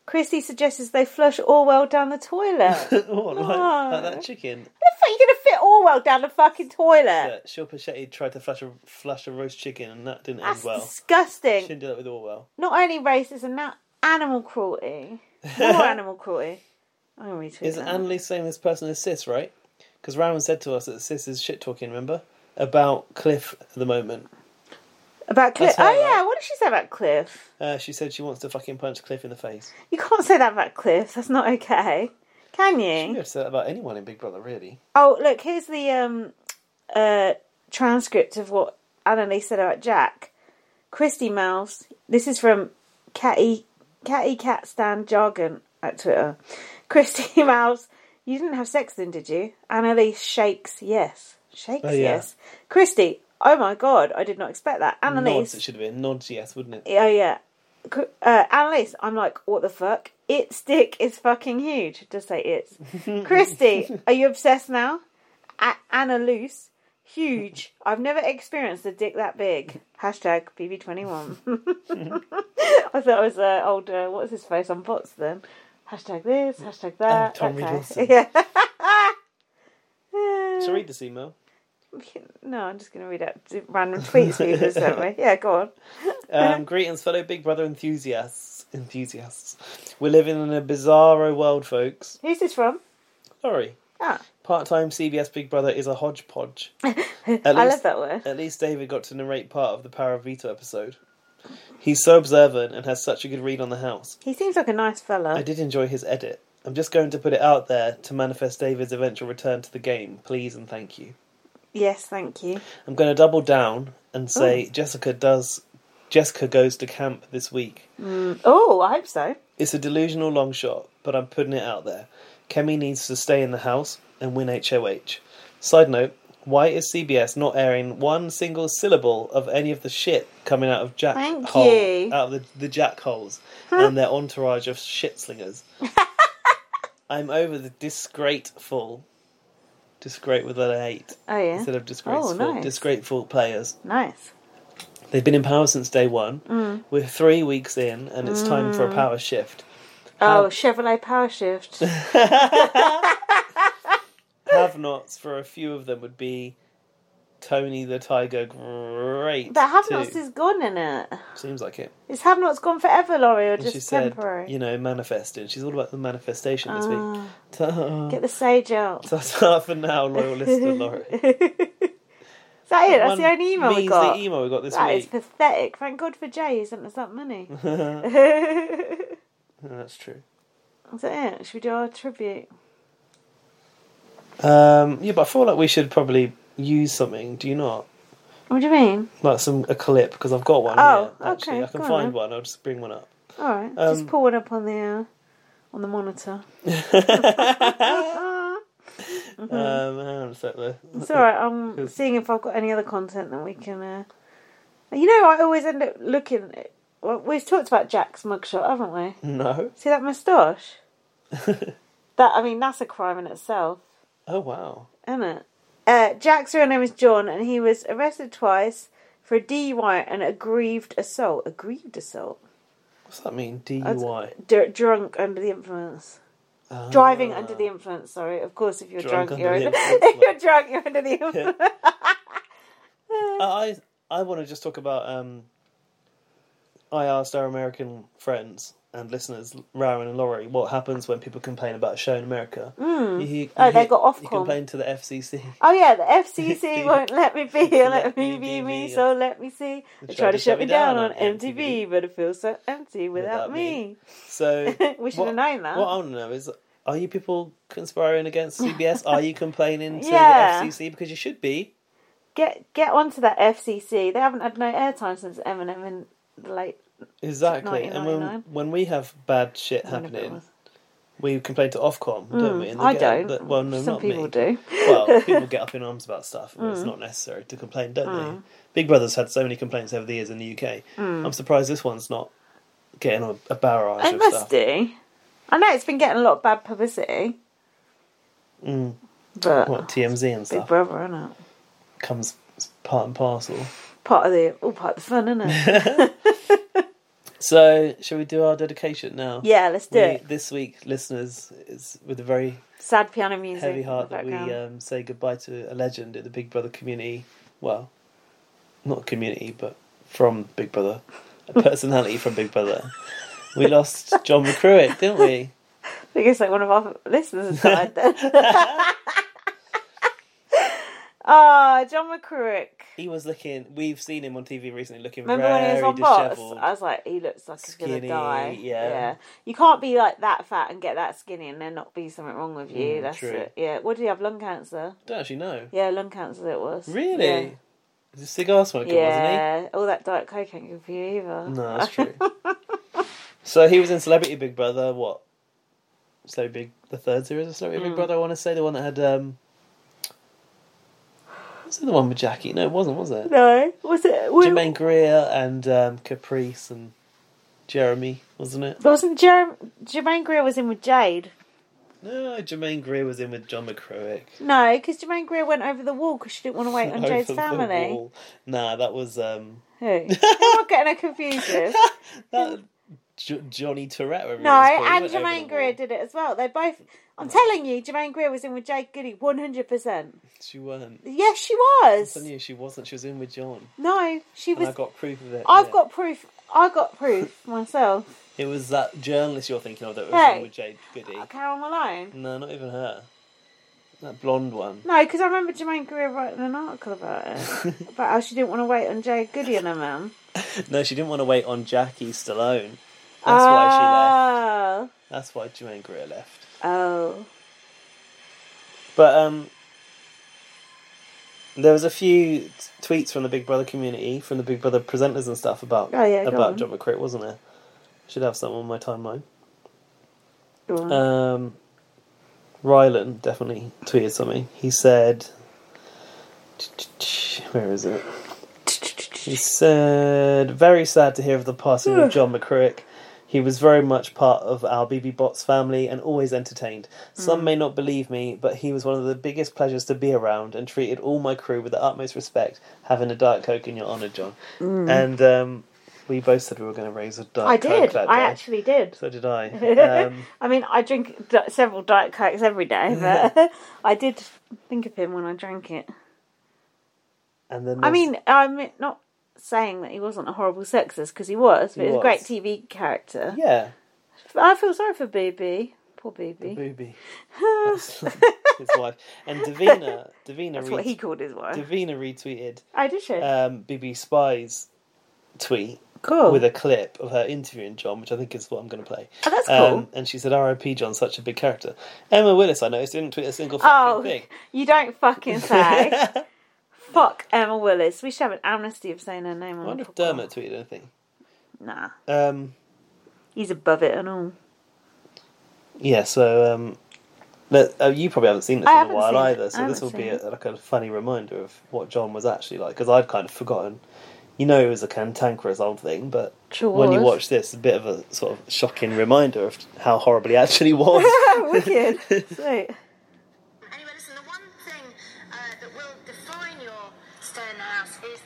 Speaker 1: Christy suggests they flush Orwell down the toilet. How
Speaker 2: oh, like, like that chicken.
Speaker 1: the fuck are you going to fit Orwell down the fucking toilet?
Speaker 2: That Shil Pachetti tried to flush a, flush a roast chicken and that didn't
Speaker 1: That's
Speaker 2: end well.
Speaker 1: disgusting.
Speaker 2: Shouldn't do that with Orwell.
Speaker 1: Not only racist and now animal cruelty. More animal cruelty. I'm going to retweet
Speaker 2: Is
Speaker 1: that.
Speaker 2: Annalise saying this person is cis, right? Because Rowan said to us that cis is shit talking, remember? About Cliff at the moment.
Speaker 1: About Cliff.
Speaker 2: That's her,
Speaker 1: Oh yeah, what did she say about Cliff?
Speaker 2: Uh, she said she wants to fucking punch Cliff in the face.
Speaker 1: You can't say that about Cliff. That's not okay. Can
Speaker 2: She could
Speaker 1: you?
Speaker 2: have said that about anyone in Big Brother, really.
Speaker 1: Oh look, here's the um, uh, transcript of what Annalise said about Jack. Christy Mouse. This is from Catty Catty Cat Stan Jargon at Twitter. Christy Mouse, you didn't have sex then, did you? Annalise shakes yes. Shakes
Speaker 2: Oh, yeah.
Speaker 1: yes. Christy, oh my god, I did not expect that.
Speaker 2: Nods,
Speaker 1: Annalise
Speaker 2: it should have been. Nods, yes, wouldn't it?
Speaker 1: Oh yeah, C- uh, Annalise. I'm like, what the fuck? Its dick is fucking huge. Just say it's. Christy, are you obsessed now? A- Annalise, huge. I've never experienced a dick that big. Hashtag BB21. I thought it was uh, old. Uh, what's his face on bots then? Hashtag this. Hashtag that.
Speaker 2: Um, Tommy
Speaker 1: okay.
Speaker 2: Dawson.
Speaker 1: Yeah.
Speaker 2: So read this email.
Speaker 1: No, I'm just gonna read out random tweets people sent me. Yeah, go on.
Speaker 2: Um, greetings, fellow Big Brother enthusiasts. Enthusiasts. We're living in a bizarro world, folks.
Speaker 1: Who's this from?
Speaker 2: Sorry.
Speaker 1: Ah.
Speaker 2: Part-time CBS Big Brother is a hodgepodge.
Speaker 1: I love that word.
Speaker 2: At least David got to narrate part of the Power of Veto episode. He's so observant and has such a good read on the house.
Speaker 1: He seems like a nice fella.
Speaker 2: I did enjoy his edit. I'm just going to put it out there to manifest David's eventual return to the game. Please and thank you.
Speaker 1: Yes, thank you.
Speaker 2: I'm going to double down and say
Speaker 1: Oh.
Speaker 2: Jessica does. Jessica goes to camp this week.
Speaker 1: Mm, oh, I hope so.
Speaker 2: It's a delusional long shot, but I'm putting it out there. Kemi needs to stay in the house and win HOH. Side note, why is CBS not airing one single syllable of any of the shit coming out of Jack
Speaker 1: Thank
Speaker 2: hole,
Speaker 1: you.
Speaker 2: out of the, the Jack holes
Speaker 1: Huh?
Speaker 2: and their entourage of shit slingers? I'm over the disgraceful Discreet with an eight.
Speaker 1: Oh, yeah?
Speaker 2: Instead of disgraceful,
Speaker 1: Oh, nice.
Speaker 2: disgraceful players.
Speaker 1: Nice.
Speaker 2: They've been in power since day one.
Speaker 1: Mm.
Speaker 2: We're three weeks in, and it's time for a
Speaker 1: Mm.
Speaker 2: power shift.
Speaker 1: Oh,
Speaker 2: How-
Speaker 1: Chevrolet Power Shift.
Speaker 2: Have nots for a few of them would be Tony the Tiger. Great.
Speaker 1: The Have
Speaker 2: too.
Speaker 1: Nots is gone in it.
Speaker 2: Seems like it.
Speaker 1: Is Have Nots gone forever, Laurie, or
Speaker 2: And
Speaker 1: just
Speaker 2: she said,
Speaker 1: temporary?
Speaker 2: you know, manifesting. She's all about the manifestation this week.
Speaker 1: Ah.
Speaker 2: Ta-ta.
Speaker 1: Get the sage out. Is
Speaker 2: Ta-ta for now, loyal listener, Laurie.
Speaker 1: that it?
Speaker 2: That
Speaker 1: That's the
Speaker 2: one
Speaker 1: only email we
Speaker 2: means
Speaker 1: got.
Speaker 2: the email we got this
Speaker 1: That is
Speaker 2: week.
Speaker 1: pathetic. Thank God for Jay who sent us that money.
Speaker 2: That's true.
Speaker 1: Is that it? Should we do our tribute?
Speaker 2: Um, yeah, but I feel like we should probably use something. Do you not?
Speaker 1: What do you mean?
Speaker 2: Like some a clip because I've got one.
Speaker 1: Oh,
Speaker 2: here, actually.
Speaker 1: okay,
Speaker 2: I can
Speaker 1: go on
Speaker 2: find
Speaker 1: then.
Speaker 2: one. I'll just bring one up.
Speaker 1: All right,
Speaker 2: Um,
Speaker 1: just pull one up on the uh, on the monitor. Mm-hmm. Mhm.
Speaker 2: Um, hang on a sec there.
Speaker 1: it's all right. I'm seeing if I've got any other content that we can. Uh... You know, I always end up looking. At... Well, we've talked about Jack's mugshot, haven't we?
Speaker 2: No.
Speaker 1: See that moustache? that I mean, that's a crime in itself,
Speaker 2: Oh wow.
Speaker 1: isn't it? Uh, Jack's real name is John, and he was arrested twice for a DUI and aggrieved assault. Aggrieved assault.
Speaker 2: What's that mean? DUI.
Speaker 1: Dr- drunk under the influence. Driving under the influence. Sorry, of course, if you're
Speaker 2: Drunk
Speaker 1: Ah. drunk,
Speaker 2: under
Speaker 1: you're
Speaker 2: the
Speaker 1: under,
Speaker 2: influence,
Speaker 1: if you're drunk, you're under the influence.
Speaker 2: I I, I want to just talk about. Um, I asked our American friends and listeners, Rowan and Laurie, what happens when people complain about a show in America.
Speaker 1: Mm.
Speaker 2: You- you-
Speaker 1: Oh, they
Speaker 2: you-
Speaker 1: got Ofcom.
Speaker 2: You complain to the FCC.
Speaker 1: Oh yeah, the FCC won't let me be, let me be me, so let me see. They try to shut me down on MTV, but it feels so empty without
Speaker 2: Without me.
Speaker 1: me.
Speaker 2: So
Speaker 1: We should have known that.
Speaker 2: What I want to know is, are you people conspiring against CBS? are you complaining to
Speaker 1: Yeah.
Speaker 2: the FCC because you should be?
Speaker 1: Get get onto that FCC. They haven't had no airtime since Eminem in the late.
Speaker 2: Exactly. And when
Speaker 1: 1999.
Speaker 2: when we have bad shit
Speaker 1: Whenever it
Speaker 2: happening, we complain to Ofcom,
Speaker 1: Mm,
Speaker 2: don't we? And they
Speaker 1: I
Speaker 2: get-
Speaker 1: don't.
Speaker 2: that- well, no,
Speaker 1: Some
Speaker 2: not
Speaker 1: people
Speaker 2: me.
Speaker 1: do.
Speaker 2: well, people get up in arms about stuff. and It's
Speaker 1: Mm.
Speaker 2: not necessary to complain, don't they?
Speaker 1: Mm.
Speaker 2: Big Brother's had so many complaints over the years in the UK.
Speaker 1: Mm.
Speaker 2: I'm surprised this one's not getting a, a barrage
Speaker 1: It
Speaker 2: of
Speaker 1: must
Speaker 2: stuff.
Speaker 1: do. I know it's been getting a lot of bad publicity.
Speaker 2: Mm.
Speaker 1: But-
Speaker 2: what TMZ and stuff
Speaker 1: Big Brother, isn't it?
Speaker 2: comes as part and parcel.
Speaker 1: Part of the all part of the fun, isn't it?
Speaker 2: So, shall we do our dedication now?
Speaker 1: Yeah, let's do
Speaker 2: We-
Speaker 1: it.
Speaker 2: This week, listeners, it's with a very
Speaker 1: Sad piano music.
Speaker 2: heavy
Speaker 1: in the
Speaker 2: heart that we
Speaker 1: background.
Speaker 2: um, say goodbye to a legend in the Big Brother community. Well, not community, but from Big Brother, a personality from Big Brother. We lost John McCruick, didn't we?
Speaker 1: I think it's like one of our listeners has died then. Ah, John McCruick.
Speaker 2: He was looking. We've seen him on TV recently, looking
Speaker 1: Remember
Speaker 2: very
Speaker 1: when he was on Bots?
Speaker 2: disheveled.
Speaker 1: I was like, he looks like he's
Speaker 2: Skinny,
Speaker 1: gonna die.
Speaker 2: yeah.
Speaker 1: You can't be like that fat and get that skinny and then not be something wrong with you.
Speaker 2: Mm,
Speaker 1: That's
Speaker 2: true.
Speaker 1: it. Yeah. What did he have? Lung cancer.
Speaker 2: Don't actually know.
Speaker 1: Yeah, lung cancer. It was.
Speaker 2: Really?
Speaker 1: Yeah.
Speaker 2: He's a cigar smoker,
Speaker 1: yeah. All that diet coke ain't good for you either.
Speaker 2: wasn't he? No, that's true. so he was in Celebrity Big Brother. What? So big. The third series of Celebrity Big
Speaker 1: Mm.
Speaker 2: Brother. I want to say the one that had. um Was it the one with Jackie? No, it wasn't. Was it?
Speaker 1: no. Was it? Was,
Speaker 2: Jermaine Greer and um, Caprice and Jeremy, wasn't it?
Speaker 1: wasn't Jerm, Jermaine Greer was in with Jade?
Speaker 2: No, Jermaine Greer was in with John McCruick.
Speaker 1: No, because Jermaine Greer went over the wall because she didn't want to Oh, wait on
Speaker 2: Over
Speaker 1: Jade's
Speaker 2: the
Speaker 1: family.
Speaker 2: wall. Nah, that was um,
Speaker 1: Who? Am I getting her confused? with?
Speaker 2: J- Johnny Tourette. whatever
Speaker 1: No,
Speaker 2: he was called. He
Speaker 1: and
Speaker 2: went over the
Speaker 1: Jermaine Greer did it as well. They both. I'm telling you, Jermaine Greer was in with Jade Goody 100%.
Speaker 2: She weren't.
Speaker 1: Yes, she
Speaker 2: I
Speaker 1: was.
Speaker 2: knew she wasn't. She was in with John.
Speaker 1: No, she
Speaker 2: and
Speaker 1: was.
Speaker 2: I got proof of it.
Speaker 1: I've
Speaker 2: yeah.
Speaker 1: got proof. I got proof myself.
Speaker 2: It was that journalist you're thinking of that was in
Speaker 1: Hey.
Speaker 2: with Jade Goody.
Speaker 1: Carol Malone.
Speaker 2: No, not even her. That blonde one.
Speaker 1: No, because I remember Jermaine Greer writing an article about it. about how she didn't want to wait on Jade Goody and her mum.
Speaker 2: No, she didn't want to wait on Jackie Stallone. That's why she
Speaker 1: Ah.
Speaker 2: left.
Speaker 1: why
Speaker 2: That's why Jermaine Greer left.
Speaker 1: she left. Oh.
Speaker 2: But um, there was a few t- tweets from the Big Brother community, from the Big Brother presenters and stuff about
Speaker 1: Oh, yeah, go
Speaker 2: about
Speaker 1: on.
Speaker 2: John McCrick, wasn't there? Should have some on my timeline.
Speaker 1: Go on.
Speaker 2: Um, Rylan definitely tweeted something. He said, "Where is it?" He said, "Very sad to hear of the passing of John McCrick. He was very much part of our BB Bots family and always entertained.
Speaker 1: Mm.
Speaker 2: Some may not believe me, but he was one of the biggest pleasures to be around and treated all my crew with the utmost respect, having a Diet Coke in your honour, John.
Speaker 1: Mm.
Speaker 2: And um, we both said we were going to raise a Diet
Speaker 1: I
Speaker 2: Coke
Speaker 1: did.
Speaker 2: that
Speaker 1: I
Speaker 2: day.
Speaker 1: actually did.
Speaker 2: So did I. Um,
Speaker 1: I mean, I drink di- several Diet Cokes every day, but I did think of him when I drank it.
Speaker 2: and then
Speaker 1: I
Speaker 2: there's-
Speaker 1: mean, I'm not saying that he wasn't a horrible sexist because he was, but
Speaker 2: He
Speaker 1: he was a great
Speaker 2: was.
Speaker 1: TV character.
Speaker 2: yeah,
Speaker 1: I feel sorry for BB. Poor BB.
Speaker 2: Booby. That's his wife. And Davina, Davina.
Speaker 1: That's what he called his wife.
Speaker 2: Davina retweeted.
Speaker 1: Oh, did she?
Speaker 2: Um, BB Spy's tweet.
Speaker 1: Cool.
Speaker 2: With a clip of her interviewing John, which I think is what I'm going to play.
Speaker 1: Oh, that's
Speaker 2: Um,
Speaker 1: cool.
Speaker 2: and she said, "R.I.P. John, such a big character." Emma Willis, I noticed, didn't tweet a single fucking
Speaker 1: Oh,
Speaker 2: thing.
Speaker 1: you don't fucking say. Fuck Emma Willis. We should have an amnesty of saying her name
Speaker 2: I
Speaker 1: on
Speaker 2: wonder
Speaker 1: the
Speaker 2: if Dermot tweeted anything.
Speaker 1: Nah.
Speaker 2: Um,
Speaker 1: He's above it and all.
Speaker 2: yeah, so um, let, uh, you probably haven't seen this
Speaker 1: I
Speaker 2: in a
Speaker 1: haven't
Speaker 2: while
Speaker 1: seen it.
Speaker 2: either,
Speaker 1: I
Speaker 2: so this will
Speaker 1: haven't
Speaker 2: be
Speaker 1: seen
Speaker 2: a, like a funny reminder of what John was actually like because I'd kind of forgotten. You know, it was a cantankerous old thing, but
Speaker 1: Sure
Speaker 2: when you
Speaker 1: was.
Speaker 2: watch this, a bit of a sort of shocking reminder of how horrible he actually was.
Speaker 1: Wicked. Sweet.
Speaker 6: uh,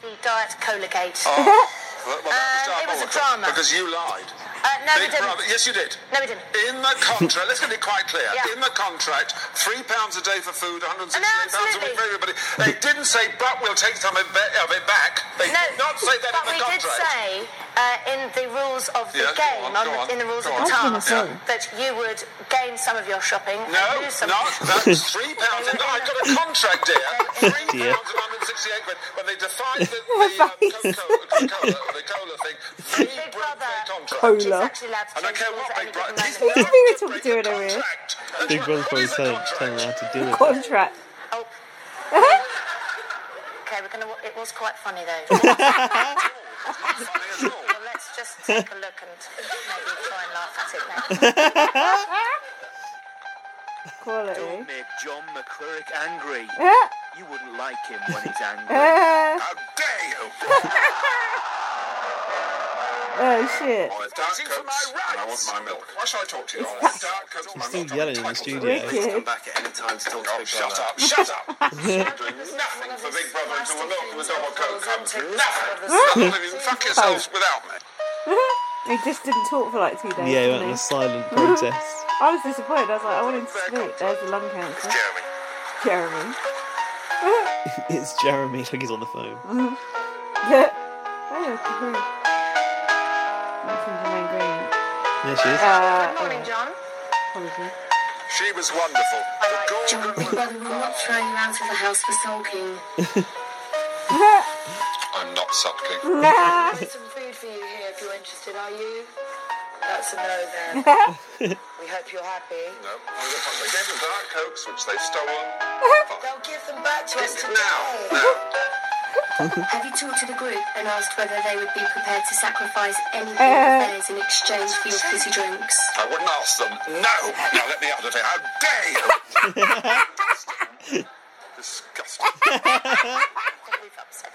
Speaker 6: the Diet Cola Gate.
Speaker 4: Oh, well, that
Speaker 6: Um, it was a drama.
Speaker 4: diabolical, Because you lied.
Speaker 6: Uh, no, we
Speaker 4: Big
Speaker 6: didn't.
Speaker 4: brother- Yes, you did.
Speaker 6: No, we didn't.
Speaker 4: In the contract, let's get it quite clear.
Speaker 6: Yeah.
Speaker 4: In the contract, three pounds a day for food, 168 pounds a
Speaker 6: absolutely.
Speaker 4: week for everybody. They didn't say, but we'll take some of it of it back. They
Speaker 6: no,
Speaker 4: did not say
Speaker 6: but
Speaker 4: that in the
Speaker 6: we
Speaker 4: contract.
Speaker 6: did say uh, in the rules of the
Speaker 4: Yeah, go
Speaker 6: game,
Speaker 4: on, go
Speaker 6: the-
Speaker 4: on,
Speaker 6: in the rules
Speaker 4: go
Speaker 6: of the
Speaker 4: on. I
Speaker 6: task,
Speaker 4: was gonna say.
Speaker 6: that you would gain some of your shopping
Speaker 4: No,
Speaker 6: and lose some.
Speaker 4: no, that's three pounds. No, I got a contract, dear. Three
Speaker 2: Dear.
Speaker 4: pounds and 168 quid. When they defined the, the, um, Coca-Cola, Coca-Cola, the cola thing, they broke their contract.
Speaker 1: Cola. It's actually
Speaker 4: I don't care what Big Brother. He's
Speaker 1: Who's
Speaker 4: allowed
Speaker 1: we were
Speaker 4: to
Speaker 1: talking
Speaker 4: break
Speaker 1: to
Speaker 4: a
Speaker 1: in a room?
Speaker 2: Big Brother's probably telling, telling her how to deal with it.
Speaker 1: Contract.
Speaker 6: Okay, we're gonna. It was quite funny though. well, let's just take a look and maybe try and laugh at it
Speaker 1: Quality.
Speaker 8: Don't make John McClurrick angry.
Speaker 1: Yeah.
Speaker 8: You wouldn't like him when he's angry.
Speaker 1: Uh.
Speaker 8: How dare you!
Speaker 1: Oh shit.
Speaker 4: Fighting for my rights. I want my milk. Why should I talk to you?
Speaker 1: It's
Speaker 4: I want dark Coke.
Speaker 2: She's still yelling in the studio.
Speaker 4: Wicked.
Speaker 8: Come back at any time to talk to Big
Speaker 4: Oh,
Speaker 8: Brother.
Speaker 4: Shut up, shut up. Doing nothing for Big Brother until the milk and the double Coke comes. Nothing. Nothing. You Fuck yourselves without me.
Speaker 1: We just didn't talk for like two days.
Speaker 2: Yeah, he
Speaker 1: didn't
Speaker 2: went on a
Speaker 1: we?
Speaker 2: silent protest.
Speaker 1: I was disappointed. I was like, I wanted to sleep. There's the lung cancer. Jeremy.
Speaker 2: it's Jeremy, like he's on the phone.
Speaker 1: Jeremy. oh, it's green. That's in Jermaine Green.
Speaker 2: There she is.
Speaker 1: Uh,
Speaker 6: Good morning, John.
Speaker 1: Apologies.
Speaker 4: She was wonderful.
Speaker 6: John, brother, I'm not throwing you out of the house for sulking.
Speaker 4: I'm not sulking.
Speaker 6: There's some food for you here if you're interested, are you? That's a no then. we hope you're happy.
Speaker 4: No, they gave them dark cokes, which they've stolen.
Speaker 6: They'll give them back to us
Speaker 4: Give it
Speaker 6: today.
Speaker 4: now,
Speaker 6: Have you talked to the group and asked whether they would be prepared to sacrifice anything
Speaker 4: Uh.
Speaker 6: of theirs in exchange for your fizzy drinks?
Speaker 4: I wouldn't ask them. No! Now let me out of here. How dare you! Disgusting.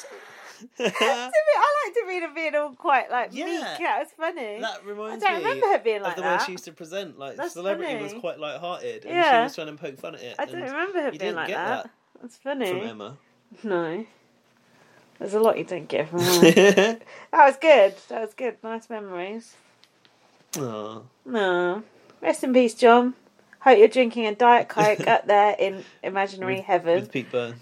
Speaker 1: Davi- I like Davina being all quite like
Speaker 2: Yeah.
Speaker 1: meek. That was funny.
Speaker 2: That reminds
Speaker 1: I don't
Speaker 2: me
Speaker 1: remember her being like
Speaker 2: of the
Speaker 1: that.
Speaker 2: way she used to present. Like
Speaker 1: That's
Speaker 2: celebrity
Speaker 1: funny.
Speaker 2: was quite light-hearted, and
Speaker 1: Yeah.
Speaker 2: she was trying to poke fun at it.
Speaker 1: I don't
Speaker 2: and
Speaker 1: remember her
Speaker 2: you
Speaker 1: being
Speaker 2: didn't
Speaker 1: like
Speaker 2: get
Speaker 1: that. That's funny.
Speaker 2: from Emma.
Speaker 1: No. There's a lot you don't get from her. that was good. That was good. Nice memories.
Speaker 2: Aw.
Speaker 1: No. Rest in peace, John. Hope you're drinking a Diet Coke up there in imaginary
Speaker 2: With-
Speaker 1: heaven.
Speaker 2: with Pete Burns.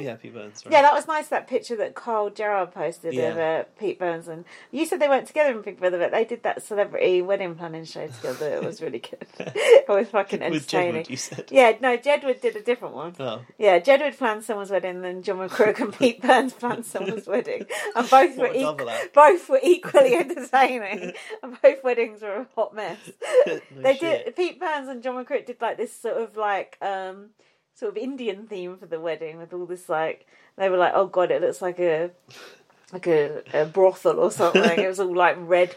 Speaker 2: yeah, Pete Burns. Right.
Speaker 1: Yeah, that was nice. That picture that Carl Gerard posted of
Speaker 2: Yeah.
Speaker 1: uh, Pete Burns and you said they weren't together in Big Brother, but they did that celebrity wedding planning show together. It was really good. it was fucking
Speaker 2: With
Speaker 1: entertaining.
Speaker 2: Jedward, you said.
Speaker 1: Yeah, no, Jedward did a different one.
Speaker 2: Oh.
Speaker 1: Yeah, Jedward planned someone's wedding, then John McCrook and Pete Burns planned someone's wedding, and both
Speaker 2: What
Speaker 1: were
Speaker 2: a double
Speaker 1: equ-
Speaker 2: act.
Speaker 1: both were equally entertaining, and both weddings were a hot mess. they did. Pete Burns and John McCrook did like this sort of like um sort of Indian theme for the wedding with all this like they were like, oh god, it looks like a like a, a brothel or something. it was all like red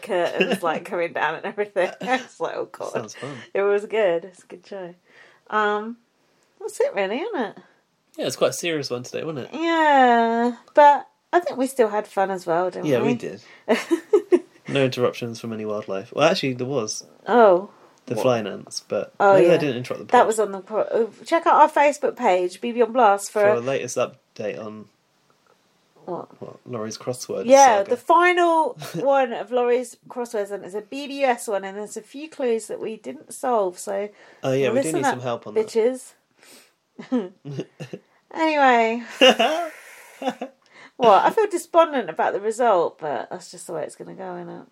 Speaker 1: curtains like coming down and everything. It's like, oh god,
Speaker 2: Sounds fun.
Speaker 1: it was good. It's a good show. Um, that's it really, isn't it?
Speaker 2: Yeah, it's quite a serious one today, wasn't it?
Speaker 1: Yeah, but I think we still had fun as well, didn't
Speaker 2: Yeah,
Speaker 1: we?
Speaker 2: we did. No interruptions from any wildlife. Well, actually, there was
Speaker 1: Oh.
Speaker 2: the flying ants, but
Speaker 1: Oh,
Speaker 2: maybe
Speaker 1: yeah.
Speaker 2: I didn't interrupt the plot.
Speaker 1: That was on the. Pro- oh, check out our Facebook page, BB on Blast, for.
Speaker 2: for the latest update on
Speaker 1: what?
Speaker 2: what, Laurie's crossword.
Speaker 1: yeah,
Speaker 2: saga.
Speaker 1: the final one of Laurie's crosswords and it's a BBS one, and there's a few clues that we didn't solve. So,
Speaker 2: Oh, yeah, we do
Speaker 1: listen
Speaker 2: need
Speaker 1: up,
Speaker 2: some help on that.
Speaker 1: bitches. anyway, well, I feel despondent about the result, but that's just the way it's going to go, isn't it?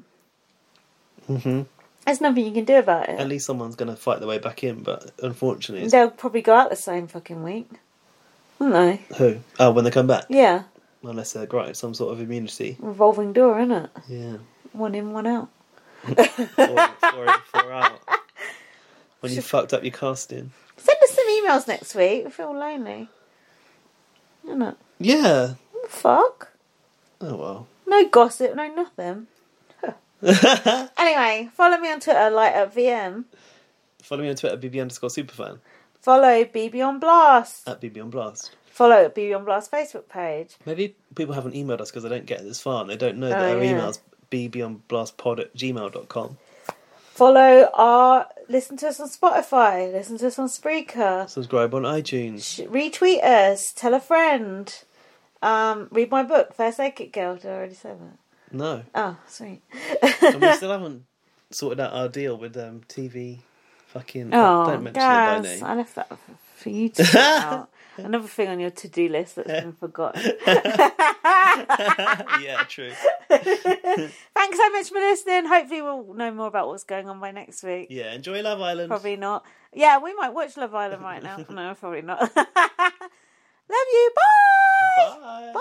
Speaker 2: hmm
Speaker 1: There's nothing you can do about it.
Speaker 2: At least someone's going to fight their way back in, but unfortunately, it's...
Speaker 1: They'll probably go out the same fucking week, won't they?
Speaker 2: who? Oh, when they come back,
Speaker 1: Yeah,
Speaker 2: unless they're great, some sort of immunity.
Speaker 1: revolving door, isn't it?
Speaker 2: Yeah,
Speaker 1: One in, one out.
Speaker 2: four in, four out. When you fucked up your casting.
Speaker 1: Send us some emails next week. I feel lonely. Isn't it?
Speaker 2: Yeah.
Speaker 1: Fuck.
Speaker 2: Oh well.
Speaker 1: No gossip, no nothing. Huh. anyway, follow me on Twitter, light up VM.
Speaker 2: Follow me on Twitter, bb underscore superfan
Speaker 1: Follow BB on Blast.
Speaker 2: at bb on blast.
Speaker 1: Follow BB on Blast Facebook page.
Speaker 2: Maybe people haven't emailed us because they don't get this far and they don't know that
Speaker 1: Oh,
Speaker 2: our
Speaker 1: yeah.
Speaker 2: email's bbonblastpod at gmail.com.
Speaker 1: Follow our. Listen to us on Spotify. Listen to us on Spreaker.
Speaker 2: Subscribe on iTunes.
Speaker 1: Retweet us. Tell a friend. Um, read my book, First Aid Kit Girl. Did I already say that?
Speaker 2: No.
Speaker 1: Oh, sweet.
Speaker 2: and we still haven't sorted out our deal with um, TV fucking.
Speaker 1: Oh,
Speaker 2: don't mention
Speaker 1: guys,
Speaker 2: it by name.
Speaker 1: I left that for- for you to sort out. Another thing on your to-do list that's been forgotten.
Speaker 2: yeah, true.
Speaker 1: Thanks so much for listening. Hopefully, we'll know more about what's going on by next week.
Speaker 2: Yeah, enjoy Love Island.
Speaker 1: Probably not. Yeah, we might watch Love Island right now. no, probably not. Love you. Bye.
Speaker 2: Bye.
Speaker 1: Bye.